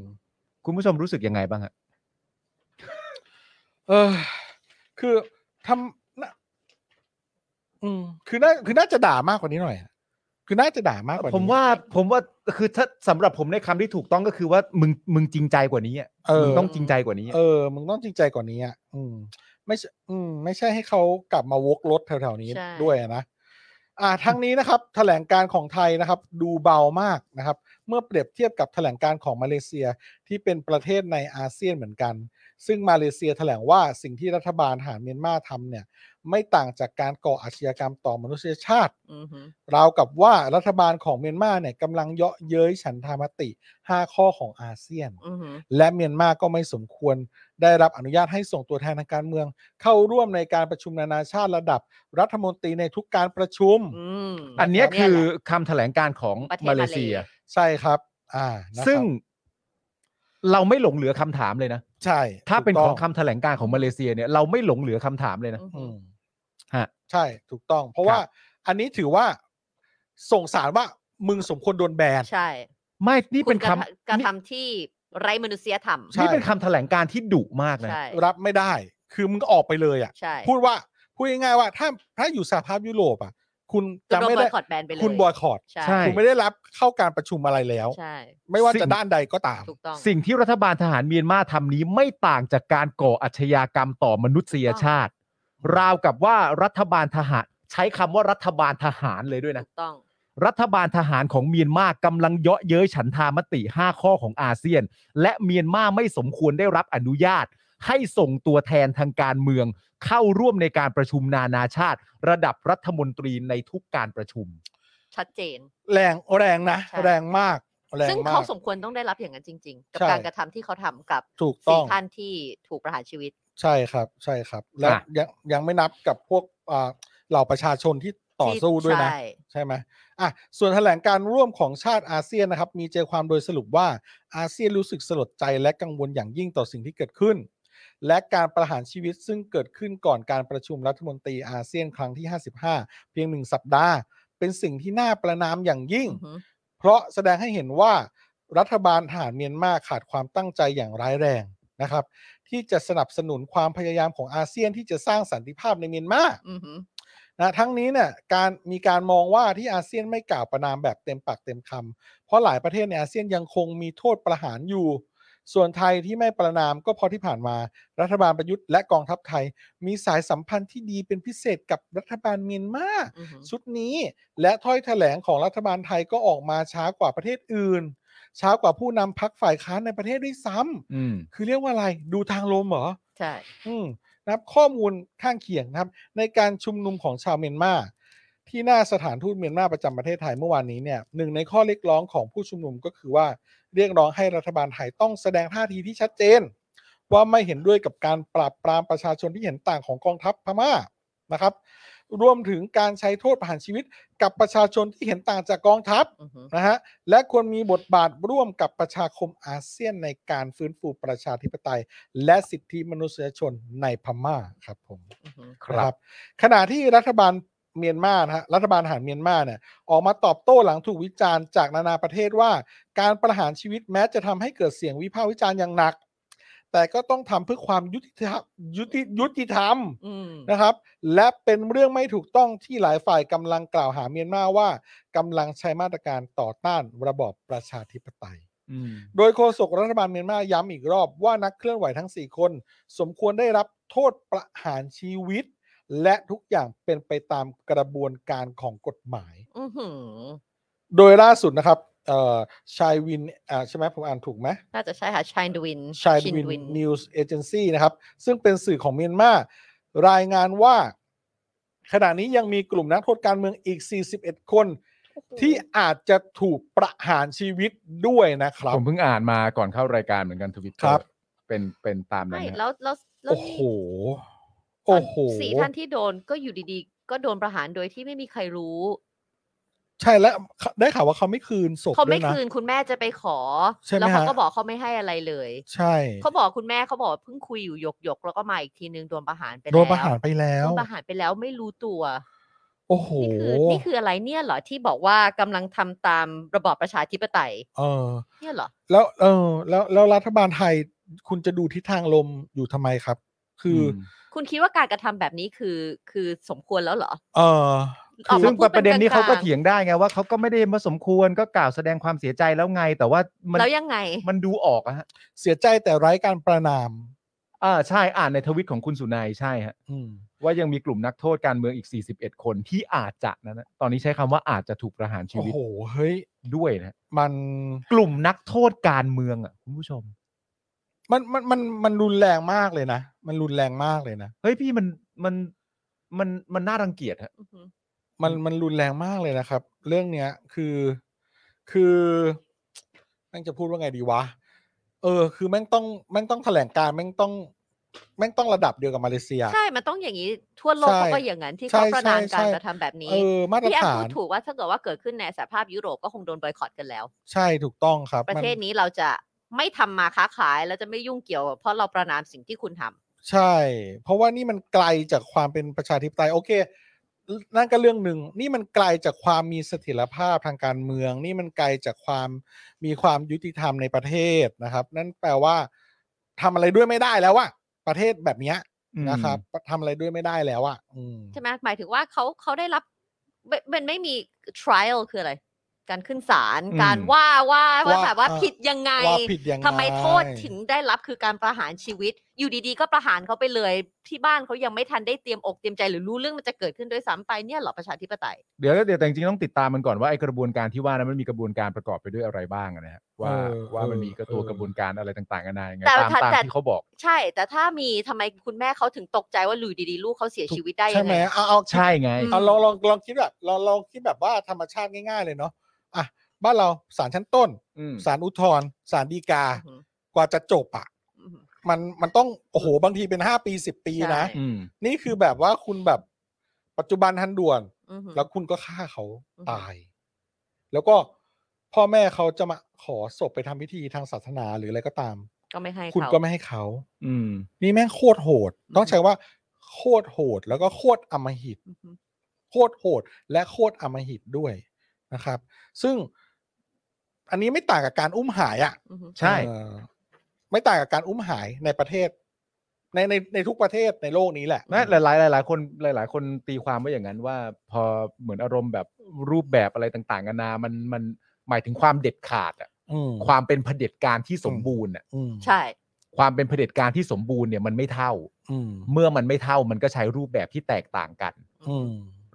คุณผู้ชมรู้สึกยังไงบ้างฮะ เออคือทำน่ะอืม คือน่าคือน่าจะด่ามากกว่านี้หน่อยอะคือน่าจะด่ามากกว่านี้ ผมว่าผมว่าคือถ้าสำหรับผมในคำที่ถูกต้องก็คือว่ามึงมึงจริงใจกว่านี้อ่ะ เอ มึ อง ต้องจริงใจกว่านี้อะ เออ มึงต้องจริงใจกว่านี้อ่ะ อืม ไม่ใช่อืม ไม่ใช่ให้เขากลับมาวกรถแถวๆนี้ ใช่ ด้วยอะนะ อ่าทั้งนี้นะครับ แถลงการของไทยนะครับ ดูเบามากนะครับ เมื่อเปรียบเทียบกับแถลงการของมาเลเซียที่เป็นประเทศในอาเซียนเหมือนกัน ซึ่งมาเลเซียแถลงว่าสิ่งที่รัฐบาลทหารเมียนมาทำเนี่ย ไม่ต่างจากการก่ออาชญากรรมต่อมนุษยชาติ อืมฮึ ราวกับว่ารัฐบาลของเมียนมาเนี่ยกำลังเยาะเย้ยฉันทามติ 5 ข้อของอาเซียน อือหือ และเมียนมาก็ไม่สมควร ได้รับอนุญาตให้ส่งตัวแทนทางการเมือง เข้าร่วมในการประชุมนานาชาติระดับรัฐมนตรีในทุกการประชุม อืม อันเนี้ย เย คือ แหละ คำแถลงการของ ประเทศ มา มาเลเลเซี เซีย ย ใช่ครับ อ่านะครับ ซึ่ง เราไม่หลงเหลือคำถามเลยนะ ใช่ ถ้าเป็น ถู ขอกต้ งคำแถลงการณ์ของมาเลเซียเนี่ยเราไม่หลงเหลือคำถามเลยนะ อืม ฮะ ใช่ถูกต้อง เพราะว่า ครับ อันนี้ถือว่าส่งสารว่ามึงสมควรโดนแบน ใช่ ไม่นี่เป็น คุณกคำระทะกระทำที่ไร้มนุษยธรรม ใช่ นี่เป็นคำแถลงการณ์ที่ดุมากนะ ใช่ รับไม่ได้ คือมึงก็ออกไปเลยอ่ะ ใช่ พูดว่าพูดง่ายๆว่า ถ้าถ้าอยู่สหภาพยุโรปอ่ะ คุณ จะ จะ โดนบอไม่ได้ ยคอตแบนไปเลย คุณบอยคอรด ใช่ ใช่ คุณไม่ได้รับเข้าการประชุมอะไรแล้ว ใช่ ไม่ว่า สิ่ จะ ง ด้านใดก็ตาม ถูกต้อง สิ่งที่รัฐบาลทหารเมียนมาทำนี้ไม่ต่างจากการก่ออาชญากรรมต่อมนุษยชาติ ราวกับว่ารัฐบาลทหาร ใช้คำว่ารัฐบาลทหารเลยด้วยนะ ถูกต้อง รัฐบาลทหารของเมียนมากำลังเยาะเย้ยฉันทามติ 5 ข้อของอาเซียน และเมียนมาไม่สมควรได้รับอนุญาต ให้ส่งตัวแทนทางการเมือง เข้าร่วมในการประชุมนานาชาติ ระดับรัฐมนตรีในทุกการประชุม ชัดเจน แรงแรงนะ ใช่ แรงมาก แรง ซึ่ง มา เขา ก สมควรต้องได้รับอย่างนั้นจริง ๆ กับ ใช่ การกระทำที่เขาทำกับ ถูกต้ สี่ อง ท่านที่ถูกประหารชีวิต ใช่ครับ ใช่ครับ แล้ว อ่ะ ยังยังไม่นับกับพวกอ่าเหล่าประชาชนที่ต่อสู้ด้วยนะ ใช่ ใช่ไหมอ่ะ ส่วนแถลงการร่วมของชาติอาเซียนนะครับ มีใจความโดยสรุปว่าอาเซียนรู้สึกสลดใจและกังวลอย่างยิ่งต่อสิ่งที่เกิดขึ้น และการประหารชีวิตซึ่งเกิดขึ้นก่อนการประชุมรัฐมนตรีอาเซียนครั้งที่ 55 เพียงหนึ่งสัปดาห์ เป็นสิ่งที่น่าประนามอย่างยิ่ง อือหือ เพราะแสดงให้เห็นว่ารัฐบาลทหารเมียนมาขาดความตั้งใจอย่างร้ายแรงนะครับ ที่จะสนับสนุนความพยายามของอาเซียนที่จะสร้างสันติภาพในเมียนมา อือหือ นะทั้งนี้เนี่ยการมีการมองว่าที่อาเซียนไม่กล่าวประนามแบบเต็มปากเต็มคำเพราะหลายประเทศในอาเซียนยังคงมีโทษประหารอยู่ ส่วนไทยที่ไม่ประนามก็เพราะที่ผ่านมา รัฐบาลประยุทธ์และกองทัพไทย มีสายสัมพันธ์ที่ดีเป็นพิเศษกับรัฐบาลเมียนมา อือหือ ชุดนี้ และถ้อยแถลงของรัฐบาลไทยก็ออกมาช้ากว่าประเทศอื่น ช้ากว่าผู้นำพักฝ่ายค้านในประเทศด้วยซ้ำ อืม คือเรียกว่าอะไรดูทางลมเหรอ ใช่ อืมนะครับข้อมูลข้างเคียงนะครับ ในการชุมนุมของชาวเมียนมาที่หน้าสถานทูตเมียนมาประจำประเทศไทยเมื่อวานนี้เนี่ยหนึ่งในข้อเรียกร้องของผู้ชุมนุมก็คือว่าเรียกร้องให้รัฐบาลไทยต้องแสดงท่าทีที่ชัดเจน ว่าไม่เห็นด้วยกับการปราบปรามประชาชนที่เห็นต่างของกองทัพพม่านะครับรวมถึงการใช้โทษประหารชีวิตกับประชาชนที่เห็นต่างจากกองทัพ อือหือ นะฮะและควรมีบทบาทร่วมกับประชาคมอาเซียนในการฟื้นฟูประชาธิปไตย และสิทธิมนุษยชนในพม่าครับผม อือหือ ครับ นะขณะที่รัฐบาลเมียนมานะฮะรัฐบาลทหารเมียนมาเนี่ยออกมาตอบโต้หลังถูกวิจารณ์จากนานาประเทศว่า การประหารชีวิตแม้จะทำให้เกิดเสียงวิพากษ์วิจารณ์อย่างหนัก แต่ก็ต้องทำเพื่อความยุติธรรมยุติยุติธรรม อืม นะครับและเป็นเรื่องไม่ถูกต้องที่หลายฝ่ายกำลังกล่าวหาเมียนมาว่ากำลังใช้มาตรการต่อต้านระบอบประชาธิปไตย อืม โดยโฆษกรัฐบาลเมียนมาย้ำอีกรอบว่านักเคลื่อนไหวทั้ง 4 คน สมควรได้รับโทษประหารชีวิต และทุกอย่างเป็นไปตามกระบวนการของกฎหมาย อือหือ โดยล่าสุดนะครับเอ่อชายวินอ่าใช่ไหมผมอ่านถูกไหม น่าจะใช่ค่ะชายดวิน ชายวินนิวส์เอเจนซี่นะครับ ซึ่งเป็นสื่อของเมียนมารายงานว่า ขณะนี้ยังมีกลุ่มนักโทษการเมืองอีก 41 คน ที่อาจจะถูกประหารชีวิตด้วยนะครับ ผมเพิ่งอ่านมาก่อนเข้ารายการเหมือนกันทวิต ครับ เป็นเป็นตามนั้ ไม่ นนะ แล้วแล้วแล้ว โอ้โห นี่ โอ้โห สี่ท่านที่โดนก็อยู่ดีๆ ก็โดนประหารโดยที่ไม่มีใครรู้ ใช่แล้วได้ข่าวว่าเขาไม่คืนศพ เขา ด้ ไม่ วยนะ คืนคุณแม่จะไปขอ ใช่ไหม แล้วเขา ฮะ ก็บอกเขาไม่ให้อะไรเลย ใช่ เขาบอกคุณแม่เขาบอกว่าเพิ่งคุยอยู่หยกหยกๆแล้วก็มาอีกทีนึงโดนประหารไปแล้ว โดนประหารไปแล้ โด ว นประหารไปแล้วไม่รู้ตัว โอ้โห นี่คือนี่คืออะไรเนี่ยเหรอที่บอกว่ากำลังทำตามระบอบประชาธิปไตย เออ เนี่ยเหรอ แล้วเออแล้วแล้วรัฐบาลไทยคุณจะดูทิศทางลมอยู่ทำไมครับ คืออ คุณคิดว่าการกระทำแบบนี้คือคือสมควรแล้วเหรอ เออ ออกมา ซึ่ง พูด ประเด็นนี้ กล เขา งๆ ก็เถียงได้ไงว่าเขาก็ไม่ได้มาสมควรก็กล่าวแสดงความเสียใจแล้วไง แต่ว่ามัน แล้วยังไง มันดูออกอะฮะ เสียใจแต่ไร้การประนาม อ่าใช่อ่านในทวิตของคุณสุนัยใช่ฮะ อืม ว่ายังมีกลุ่มนักโทษการเมืองอีก 41 คนที่อาจจะนะนะตอนนี้ใช้คำว่าอาจจะถูกประหารชี โอ้ วิต โห เฮ้ย ด้วยนะ มัน กลุ่มนักโทษการเมืองอ่ะคุณผู้ชม มัน มัน มัน มันรุนแรงมากเลยนะ มันรุนแรงมากเลยนะ เฮ้ยพี่มันมันมันมันน่ารังเกียจฮะ อื้อหือ มัน มันรุนแรงมากเลยนะครับ เรื่องเนี้ย คือ คือแม่งจะพูดว่าไงดีวะ เออ คือแม่งต้อง แม่งต้องแถลงการณ์แม่งต้อง แม่งต้องระดับเดียวกับมาเลเซีย ใช่ มันต้องอย่างนี้ทั่วโลก ใช่ เขาก็อย่างนั้นที่ ใช่ เขาประนามการใช่ใช่ กระทำแบบนี้ เออ มาตร พี่แอม ฐา พู น ดถูกว่าถ้าเกิดว่าเกิดขึ้นในสหภาพยุโรปก็คงโดนบอยคอตกันแล้ว ใช่ ถูกต้องครับ ประ มัน เทศนี้เราจะ ไม่ทำมาค้าขายแล้วจะไม่ยุ่งเกี่ยว เพราะเราประนามสิ่งที่คุณทำ ใช่ เพราะว่านี่มันไกลจากความเป็นประชาธิปไตยโอเค นั่นก็เรื่องหนึ่งนี่มันไกลจากความมีเสถียรภาพทางการเมือง นี่มันไกลจากความมีความยุติธรรมในประเทศนะครับ นั่นแปลว่าทำอะไรด้วยไม่ได้แล้วว่าประเทศแบบเนี้ยนะครับทำอะไรด้วยไม่ได้แล้วอ่ะอืม ใช่ไหมหมายถึงว่าเขาเขาได้รับไม่มันไม่มี trial คืออะไร การขึ้นศาล อืม การว่าว่าว่า ว่า แบบว่า เอ่อ ผิดยังไง ว่าผิดยังง ทำไมโทษถึงได้รับคือการประหารชีวิต อยู่ดีๆ ก็ประหารเขาไปเลย ที่บ้านเขายังไม่ทันได้เตรียมอกเตรียมใจหรือรู้เรื่องมันจะเกิดขึ้นด้วยซ้ำไปเนี่ยเหรอประชาธิปไตย เดี๋ยวเดี๋ยวแต่จริงๆต้องติดตามมันก่อนว่าไอกระบวนการที่ว่านั้นมันมีกระบวนการประกอบไปด้วยอะไรบ้างอะนะฮะว่า เออ ว่ามันมีกระตัว เออ กระบวนการอะไรต่างๆกันานายังไง แต่ ตาม ถ้า ตาม แต่ ที่เขาบอก ใช่ แต่ถ้ามีทำไมคุณแม่เขาถึงตกใจว่าหลุยดีๆ ลูกเขาเสียชีวิตได้ ใช่ ยัง ไหม ไง เอาเอา ใช่ไง เอาลองลองลองคิดแบบลองลองคิดแบบว่าธรรมชาติง่ายๆเลยเนาะอ่ะบ้านเราศาลชั้นต้น อืม ศาลอุทธรณ์ศาลฎีกา อือหือก ว่าจะจบอ่ะ อือหือ มันมันต้องโอ้โหบางทีเป็นห้าปีสิบปีนะ ใช่ อืม นี่คือแบบว่าคุณแบบปัจจุบันทันด่วน อือหือ แล้วคุณก็ฆ่าเขา อือฮึ ตาย แล้วก็พ่อแม่เขาจะมาขอศพไปทำพิธีทางศาสนาหรืออะไรก็ตาม ก็ไม่ให้ คุณ เขา ก็ไม่ให้เขา อืม นี่แม่งโคตรโหด อือฮึ ต้องใช้ว่าโคตรโหด แล้วก็โคตรอำมหิต อือหือ โคตรโหดและโคตรอำมหิตด้วยนะครับ ซึ่งอันนี้ไม่ต่างกับการอุ้มหายอะ่ะ อือหือ ใช่ เอ่อไม่ต่างกับการอุ้มหายในประเทศ ในในในทุกประเทศในโลกนี้แหละ นะหลายๆหลายๆคนหลาย ๆ คนตีความไว้อย่างนั้นว่า พอเหมือนอารมณ์แบบรูปแบบอะไรต่างๆกันานามันมันหมายถึงความเด็ดขาดอะ อืม ความเป็นเผด็จการที่สมบูรณ์อะ อืม ใช่ ความเป็นเผด็จการที่สมบูรณ์เนี่ยมันไม่เท่า อืม เมื่อมันไม่เท่ามันก็ใช้รูปแบบที่แตกต่างกัน อืม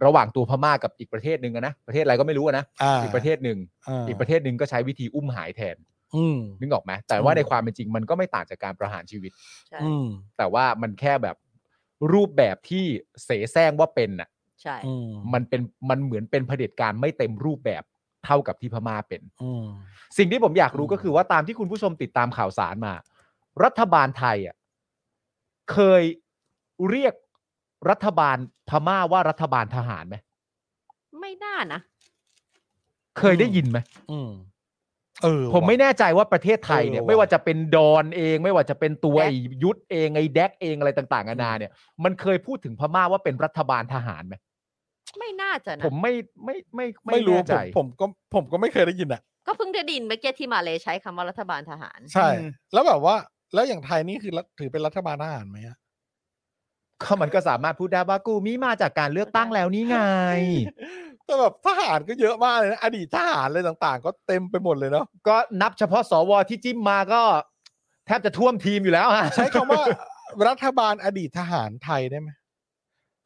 ระหว่างตัวพม่ากับอีกประเทศหนึ่งอะนะประเทศอะไรก็ไม่รู้อะนะ อ่า อีกประเทศหนึ่ง า อีกประเทศหนึ่งก็ใช้วิธีอุ้มหายแทน อืม นึกออกไหมแต่ว่า อืม ในความเป็นจริงมันก็ไม่ต่างจากการประหารชีวิต ใช่ อืม แต่ว่ามันแค่แบบรูปแบบที่เสแสร้งว่าเป็นน่ะ ใช่ อืม มันเป็นมันเหมือนเป็นเผด็จการไม่เต็มรูปแบบเท่ากับที่พม่าเป็น อืม สิ่งที่ผมอยากรู้ อืม ก็คือว่าตามที่คุณผู้ชมติดตามข่าวสารมา รัฐบาลไทยอ่ะเคยเรียกรัฐบาลพม่าว่ารัฐบาลทหารไหม ไม่น่านะ เคยได้ยินไหม อืมเออ ผมไม่ ว่ะ แน่ใจว่าประเทศไทยเนี่ย เออว่ะ ไม่ว่าจะเป็นดอนเอง ไม่ว่าจะเป็นตัวไอ้ยุทธเองไอ้แดกเองอะไรต่างๆนานาเนี่ย มันเคยพูดถึงพม่าว่าเป็นรัฐบาลทหารไหม ไม่น่าจะ ผ นะ มไม่ไม่ไม่ ไม่รู้ แน่ ผ ใจ มผมก็ผมก็ไม่เคยได้ยินอ่ะ ก็เพิ่งได้ดินเมื่อกี้ที่มาเลใช้คำว่ารัฐบาลทหาร ใช่ แล้วแบบว่า แล้วอย่างไทยนี่คือรัฐถือเป็นรัฐบาลทหารไหมอะ ก็มันก็สามารถพูดได้ว่ากูมีมาจากการเลือกตั้งแล้วนี่ไง แต่แบบทหารก็เยอะมากเลยนะอดีตทหารอะไรต่างๆ ก็เต็มไปหมดเลยเนาะ ก็นับเฉพาะสวที่จิ้มมาก็ แทบจะท่วมทีมอยู่แล้วฮะ ใช้คำว่า รัฐบาลอดีตทหารไทยได้ไหม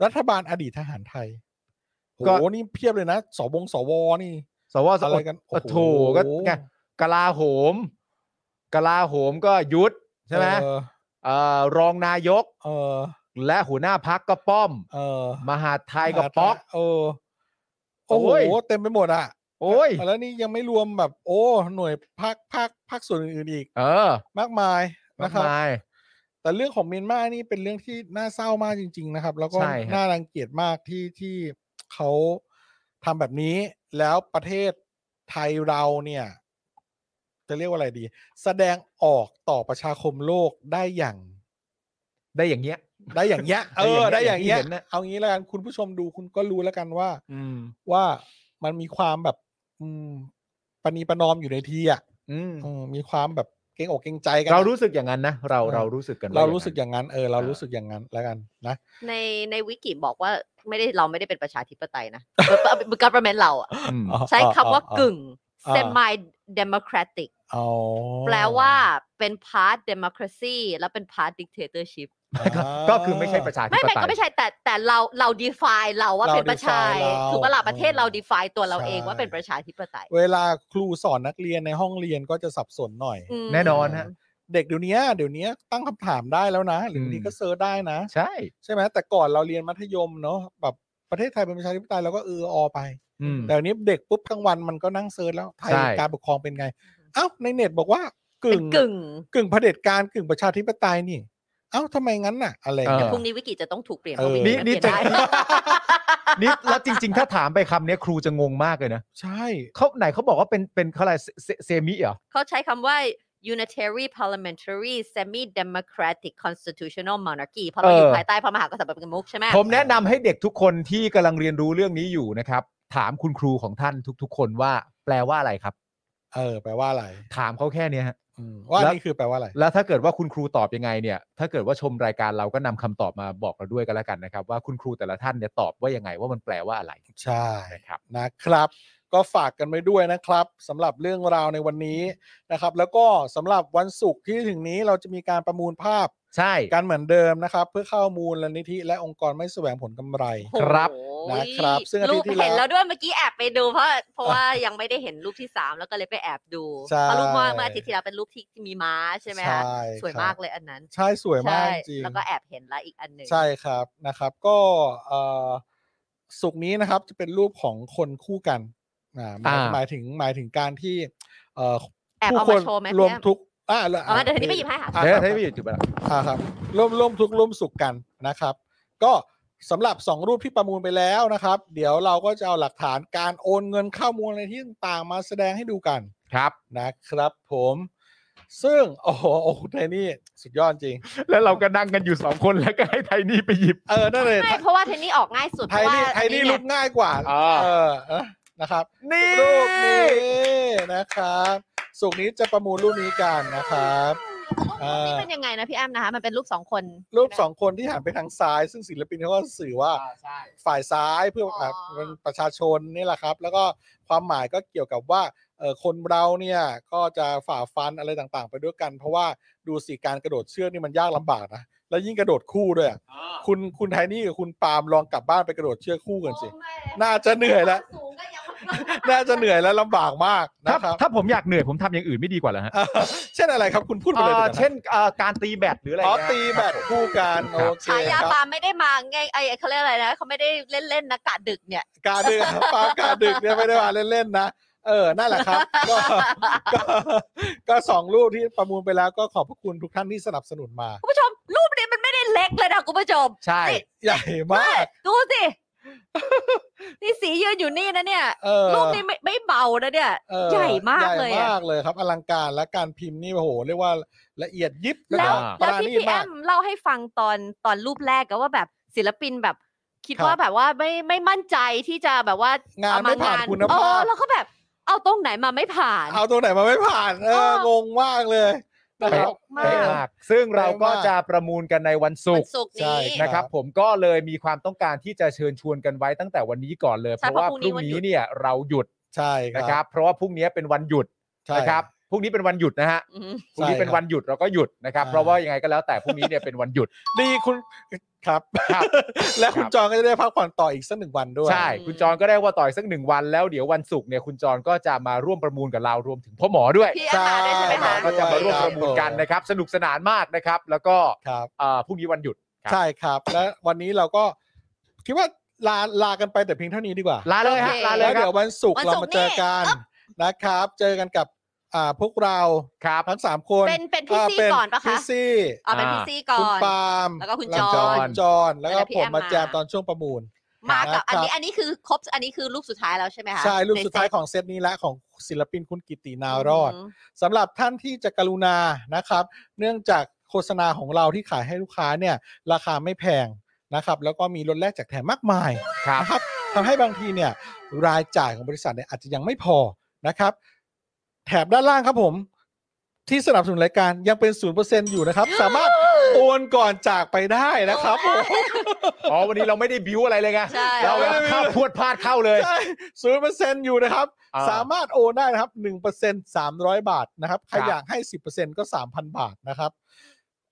รัฐบาลอดีตทหารไทยโหนี่เพียบเลยนะสบงสวนี่ สวส อะไรกัน โอ้โหก็ไงกลาโหม กลาโหมก็ยุทธใช่ไหม เออ เอ่อรองนายก เออ และหัวหน้าพักก็ป้อม เออ มหาดไทยก็ป๊อก เออโอ้โห โอ้ย เต็มไปหมดอ่ะ โอ้ย แล้วนี่ยังไม่รวมแบบ โอ้ หน่วยภาคภาคภาคส่วนอื่นๆอีก เออ มากมาย มาก นะครับ มาย แต่เรื่องของเมียนมานี่เป็นเรื่องที่น่าเศร้ามากจริง ๆ นะครับ แล้วก็ ใช่ฮะ น่ารังเกียจมากที่ที่เขาทำแบบนี้ แล้วประเทศไทยเราเนี่ย จะเรียกว่าอะไรดี แสดงออกต่อประชาคมโลกได้อย่าง ได้อย่างเงี้ย ได้อย่างเงี้ย เออ ได้ ได้อย่อา ย่าง ง ที่ เงี้ย เห็นน่ะ เอางี้แล้วกันคุณผู้ชมดูคุณก็รู้แล้วกันว่า อืม ว่ามันมีความแบบ อืมปณีประนอมอยู่ในทีอ่ะ อืม เออมีความแบบเกรงอกเกรงใจกัน เรา อะ รู้สึกอย่างนั้นนะเรา เออ เรารู้สึกกันว่ เรารู้สึกอ นั้น ย่างนั้นเออเรา อ่ารู้ รู้สึกอย่างนั้นแล้วกันนะ ในในวิกิบอกว่าไม่ได้เราไม่ได้เป็นประชาธิปไตยนะ government เราอะ อืม ใช้คำว่ากึ่ง อ่า semi democratic อ๋อ แปลว่าเป็น part democracy แล้วเป็น part dictatorship ก็ อ่า ก็คือไม่ใช่ประชาธิ ไม่ ป ไม่ ไต ก็ ย ไม่ใช่แต่แต่เราเรา define เราว่า เรา เป็นประชา define เรา ถูกปะล่ะประเทศเรา อืม define ตัวเราเอง ใช่ ว่าเป็นประชาธิปไตย เวลาครูสอนนักเรียนในห้องเรียนก็จะสับสนหน่อย ม แน่นอนฮะ เด็กเดี๋ยวนี้เดี๋ยวนี้ตั้งคำถามได้แล้วนะ หรือ ม บางทีก็เซิร์ชได้นะ ใช่ ใช่ไหมแต่ก่อนเราเรียนมัธยมเนาะแบบประเทศไทยเป็นประชาธิปไตยเราก็เออออไป อืม แต่เดี๋ยวนี้เด็กปุ๊บกลางวันมันก็นั่งเซิร์ชแล้วไทย ใช่ การปกครองเป็นไง เอ้าในเน็ตบอกว่า กึ่ เป็น ง กึ่ง กึ่งเผด็จการกึ่งประชาธิปไตยนี่ เอ้าทำไมงั้นน่ะ อะไรอย่าง เออ เงี้ย พรุ่งนี้วิกิจะต้องถูกเปลี่ยน เออ เพราะวิกิมัน นี่ เปลี่ยน นี่ ได้ จะ นี่แล้วจริง ๆ ถ้าถามไปคำเนี้ยครูจะงงมากเลยนะ ใช่ เขาไหนเขาบอกว่าเป็นเป็นเขาอะไรเซเซมิเหรอ เขาใช้คำว่า unitary parliamentary semi democratic constitutional monarchy เพราะเราอยู่ เออ ภายใต้พระมหากษัตริย์เป็นมุกใช่ไหม ผมแนะนำให้เด็กทุกคนที่กำลังเรียนรู้เรื่องนี้อยู่นะครับ ถามคุณครูของท่านทุก ๆ คนว่าแปลว่าอะไรครับ เออแปลว่าอะไร ถามเขาแค่เนี้ยฮะ อืมว่า แล้ว นี่คือแปลว่าอะไร แล้วถ้าเกิดว่าคุณครูตอบยังไงเนี่ย ถ้าเกิดว่าชมรายการเราก็นำคำตอบมาบอกเราด้วยกันแล้วกันนะครับ ว่าคุณครูแต่ละท่านเนี่ยตอบว่ายังไงว่ามันแปลว่าอะไร ใช่ นะครับ นะครับ ก็ฝากกันไว้ด้วยนะครับสำหรับเรื่องราวในวันนี้นะครับ แล้วก็สำหรับวันศุกร์ที่ถึงนี้เราจะมีการประมูลภาพ ใช่ กันเหมือนเดิมนะครับ เพื่อเข้ามูลนิธิและองค์กรไม่แสวงผลกำไร ครับ โอ้โห นะครับซึ่งอาทิ รู ต ป ย์ที่แล้ว เห็นแล้วด้วยเมื่อกี้แอบไปดูเพราะเพราะว่ายังไม่ได้เห็นรูปที่สามแล้วก็เลยไปแอบดู ใช่ เพราะรูปเมื่อเมื่ออาทิตย์ที่แล้วเป็นรูปที่มีม้าใช่ไหมคะสวยมาก ครับ เลยอันนั้น ใช่สวยมากจ ใช่ ริง แล้วก็แอบเห็นละอีกอันหนึ่ง ใช่ครับนะครับก็เอ่อสุกร์นี้นะครับจะเป็นรูปของคนคู่กันอ่าหมาย อ่า หมายถึงหมายถึงการที่เอ่อ แอบ ผู้ เอา ค มาน โชว์ไหม รวม พี่แอม ทุกอ่า เอามาเดี๋ยวทีนี้ไปหยิบให้ค่ะ อ่า เดี๋ย คว รับ ให้พี่หยุดจุดไปละ อ่าครับร่วมร่วมทุกข์ร่วมสุขกันนะครับ ก็สำหรับ 2 รูปที่ประมูลไปแล้วนะครับ เดี๋ยวเราก็จะเอาหลักฐานการโอนเงินเข้ามูลในที่ต่างๆมาแสดงให้ดูกัน ครับ นะครับผม ซึ่งโอ้โหโอ้โหไทนี่สุดยอดจริง แล้วเราก็นั่งกันอยู่สองคนแล้วก็ให้ไทยนี่ไปหยิบ เออนั่นเลย ไม่เพราะว่าเทนนี่ออกง่ายสุด ไท เพ ย ราะว่า นี่ไทยนี่ลุกง่ายกว่า อ่า เออเออนะครับ นี่ รูปนี้นะครับสุกร์นี้จะประมูลรูปนี้กันนะครับ รูปนี้เป็นยังไงนะพี่แอมนะคะมันเป็นรูปสองคน รูปสองคนที่หันไปทางซ้าย ซึ่งศิลปินเขาก็สื่อว่า ใช่ ฝ่ายซ้ายเพื่อ อ๋อ เป็นประชาชนนี่แหละครับ แล้วก็ความหมายก็เกี่ยวกับว่าเออคนเราเนี่ยก็จะฝ่าฟันอะไรต่างๆ ไปด้วยกัน เพราะว่าดูสิการกระโดดเชือกนี่มันยากลำบากนะแล้วยิ่งกระโดดคู่ด้วยอะคุณคุณไทนี่กับคุณปาล์มลองกลับบ้านไปกระโดดเชือกคู่กันสิ น่าจะเหนื่อยแล้ว สูงก็ยัง น่าจะเหนื่อยและลำบากมาก ถ้า นะครับ ถ้าผมอยากเหนื่อยผมทำอย่างอื่นไม่ดีกว่าเหรอฮะ เอ่อเช่นอะไรครับคุณพูดไปเลย อ่า ดี๋ยวะ เช่นอ่าการตีแบตหรืออะไร อ๋อ เงี้ย ตีแบตคู่กัน ครับ โอเค ฉายา ครับ ปาล์มไม่ได้มาไงไอ้เขาเรียกอะไรนะเขาไม่ได้เล่นเล่นๆนะกะดึกเนี่ย การดึกครับปาล์มการดึกเนี่ยไม่ได้มาเล่นๆนะเออนั่นแหละครับก็ก็ก็สองรูปที่ประมูลไปแล้วก็ขอบพระคุณทุกท่านที่สนับสนุนมา คุณผู้ชม รูปนี้มันไม่ได้เล็กเลยนะคุณผู้ชม ใช่ ใหญ่มาก ดูสิ นี่สียืนอยู่นี่นะเนี่ย เออ รูปนี้ไม่ไม่เบานะเนี่ย เออ ใหญ่มาก ใหญ่ เลย มา อะ กเลยครับ อลังการและการพิมพ์นี่โอ้โหเรียกว่าละเอียดยิบ แล้ แล้ว ว ก็ป แล้ว รา ที่ ณีต พี่แอ มาก มเล่าให้ฟังตอนตอนรูปแรกก็ว่าแบบศิลปินแบบ คิด ครับ ว่าแบบว่าไม่ไม่มั่นใจที่จะแบบว่าง าน เอ ไม่ผ่านคุณภาพ เออแล้วก็แบบ เอาตรงไหนมาไม่ผ่าน เอาตัวไหนมาไม่ผ่านเอ เอ อ อ งงมากเลยนะ ต ค ล รับ กมา เป๊ะ ก มาก ซึ่งเราก็จะประมูลกันในวันศุ วั ก น ร์ ศุกร์ ใช่ นี้ ครับ นะครับผมก็เลยมีความต้องการที่จะเชิญชวนกันไว้ตั้งแต่วันนี้ก่อนเลย ใช่ เพราะว่า เพราะ พ พรุ่ รุ่ง งนี้ นี้เนี่ยเราหยุด ใช่ค นะค รั รับ เพราะว่าพรุ่งนี้เป็นวันหยุด ใช่ นะครับพรุ่งนี้เป็นวันหยุดนะฮะ อืม พรุ่งนี้เป็นวันหยุดเราก็หยุดนะครับ อ่า เพราะว่ายังไงก็แล้วแต่พรุ่งนี้เนี่ยเป็น วันหยุด ดีคุณครับ ครับ และคุณ ครับ จองก็จะได้พักผ่อนต่ออีกสักหนึ่งวันด้วย ใช่ คุณจอนก็ได้ว่าต่อยสักหนึ่งวันแล้วเดี๋ยววันศุกร์เนี่ยคุณจอนก็จะมาร่วมประมูลกับเรารวมถึงพ่อหมอด้วย พี่แอมมาด้วยใช่ไหม หมอ คะ ก็จะมาร่วมประมูลกัน ค นะครับ สนุกสนานมากนะครับ แล้วก็ ครับ เอ่อพรุ่งนี้วันหยุด ครับ ใช่ครับ และวันนี้เราก็คิดว่าลาลากันไปแต่เพียงเท่านี้ดีกว่า ลาเลยฮะ โอเค ลาเล แล้ ยวครั เดี๋บยววันศุกร์ วัน เรา ศุกร์ มาเจอกันนะครับ เจอกันกับอ่าพวกเรา ครับ ทั้งสามคน เป็นเป็นพี่ า ซี่ เป็ ก่อนปะคะ พี่ซี่ เอาเป็น อ่า พี่ซีก่อ คุณ น ปาล์ม แล้วก็คุณ แล้ว จอน คุณจอนแล้วก็ แล้วพี่ ผม แอม มา มา แจมตอนช่วงประมูล มากับอันนี้ ครับ อันนี้คือครบอันนี้คือรูปสุดท้ายแล้วใช่ไหมคะ ใช่รูปสุดท้าย ในเ ของเซตนี้และของศิลปินคุณกิติ ต นารอด สำหรับท่านที่จะกรุณานะครับ เนื่องจากโฆษณาของเราที่ขายให้ลูกค้าเนี่ย ราคาไม่แพงนะครับ แล้วก็มีลดแลกแจกแถมมากมาย ครับ นะครับทำให้บางทีเนี่ย รายจ่ายของบริษัทเนี่ยอาจจะยังไม่พอนะครับ แถบด้านล่างครับผม ที่สนับสนุนรายการยังเป็นศูนเปอร์เซ็นอยู่นะครับ สามารถโอนก่อนจากไปได้นะครับผม อ๋อวันนี้เราไม่ได้บิวอะไรเลยไง ใช่ เรา ไม่ได้ เข้าพวดพลาดเข้าเลย ศูนเปอร์เซ็นอยู่นะครับ อ่า สามารถโอนได้นะครับหนึ่งเปอร์เซ็นสามร้อยบาทนะครับใคร ครับ อยากให้สิบเปอร์เซ็นก็สามพันบาทนะครับ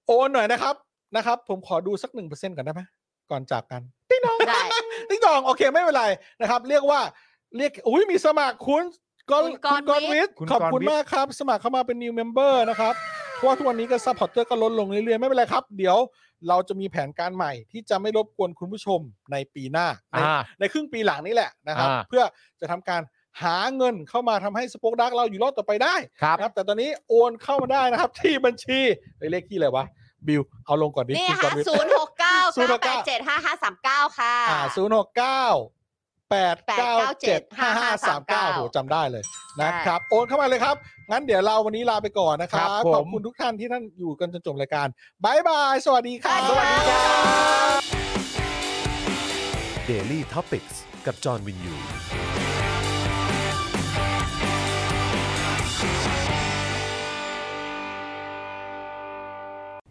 โอนหน่อยนะครับนะครับ ผมขอดูสักหนึ่งเปอร์เซ็นก่อนได้ไหมก่อนจากกัน ได้ ติ๊กตองโอเคไม่เป็นไรนะครับ เรียกว่าเรียกอุ้ยมีสมัครคุณกอน คุณ คุณก ก อ อน นวิ วิท ทย์ ขอบคุณมากครับ สมัครเข้ามาเป็น new member นะครับ เพราะว่าทุกวันนี้ก็ซัพพอร์เตอร์ก็ลดลงเรื่อยๆ ไม่เป็นไรครับ เดี๋ยวเราจะมีแผนการใหม่ที่จะไม่รบกวนคุณผู้ชมในปีหน้าใน อ่า ในครึ่งปีหลังนี่แหละนะครับ อ่า เพื่อจะทำการหาเงินเข้ามาทำให้สปอคดักเราอยู่รอดต่อไปได้ ครับ นะครับ แต่ตอนนี้โอนเข้ามาได้นะครับ ที่บัญชีเลขที่อะไรวะ บิลเอาลงก่อนดิ นี่ คุนะค่ะณก่อนดิ ศูนย์หกเก้าเก้าแปด 069 เจ็ดห้าห้าสามเก้าค่ะ อ่าศูนย์หกเก้า 8 9 7 5 5 3 9โหจำได้เลยนะครับ โอนเข้ามาเลยครับ งั้นเดี๋ยวเราวันนี้ลาไปก่อนนะครับ ครับผม ขอบคุณทุกท่านที่ท่านอยู่กันจนจบรายการบายบาย สวัสดีครับ สวัสดีครับ Daily Topics กับจอห์นวินยู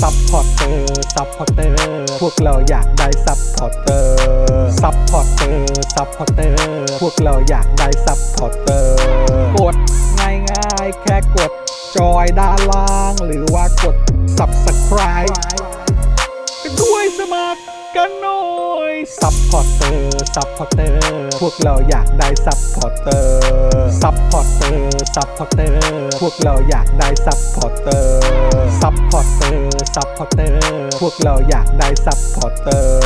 ซัพพอร์เตอร์ ซัพพอร์เตอร์ พวกเราอยากได้ซัพพอร์เตอร์ ซัพพอร์เตอร์ ซัพพอร์เตอร์ พวกเราอยากได้ซัพพอร์เตอร์ กดง่ายง่ายๆแค่กด จอยด้านล่าง หรือว่ากด subscribe กันด้วยสมัครกันหน่อย ซัพพอร์เตอร์ ซัพพอร์เตอร์ พวกเราอยากได้ซัพพอร์เตอร์ ซัพพอร์เตอร์ ซัพพอร์เตอร์ พวกเราอยากได้ซัพพอร์เตอร์ ซัพพอร์เตอร์ ซัพพอร์เตอร์ พวกเราอยากได้ซัพพอร์เตอร์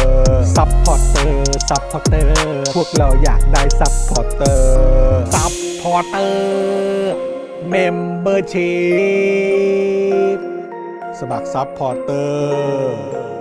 ซัพพอร์เตอร์ ซัพพอร์เตอร์ พวกเราอยากได้ซัพพอร์เตอร์ ซัพพอร์เตอร์ เมมเบอร์ชีพสมัครซัพพอร์เตอร์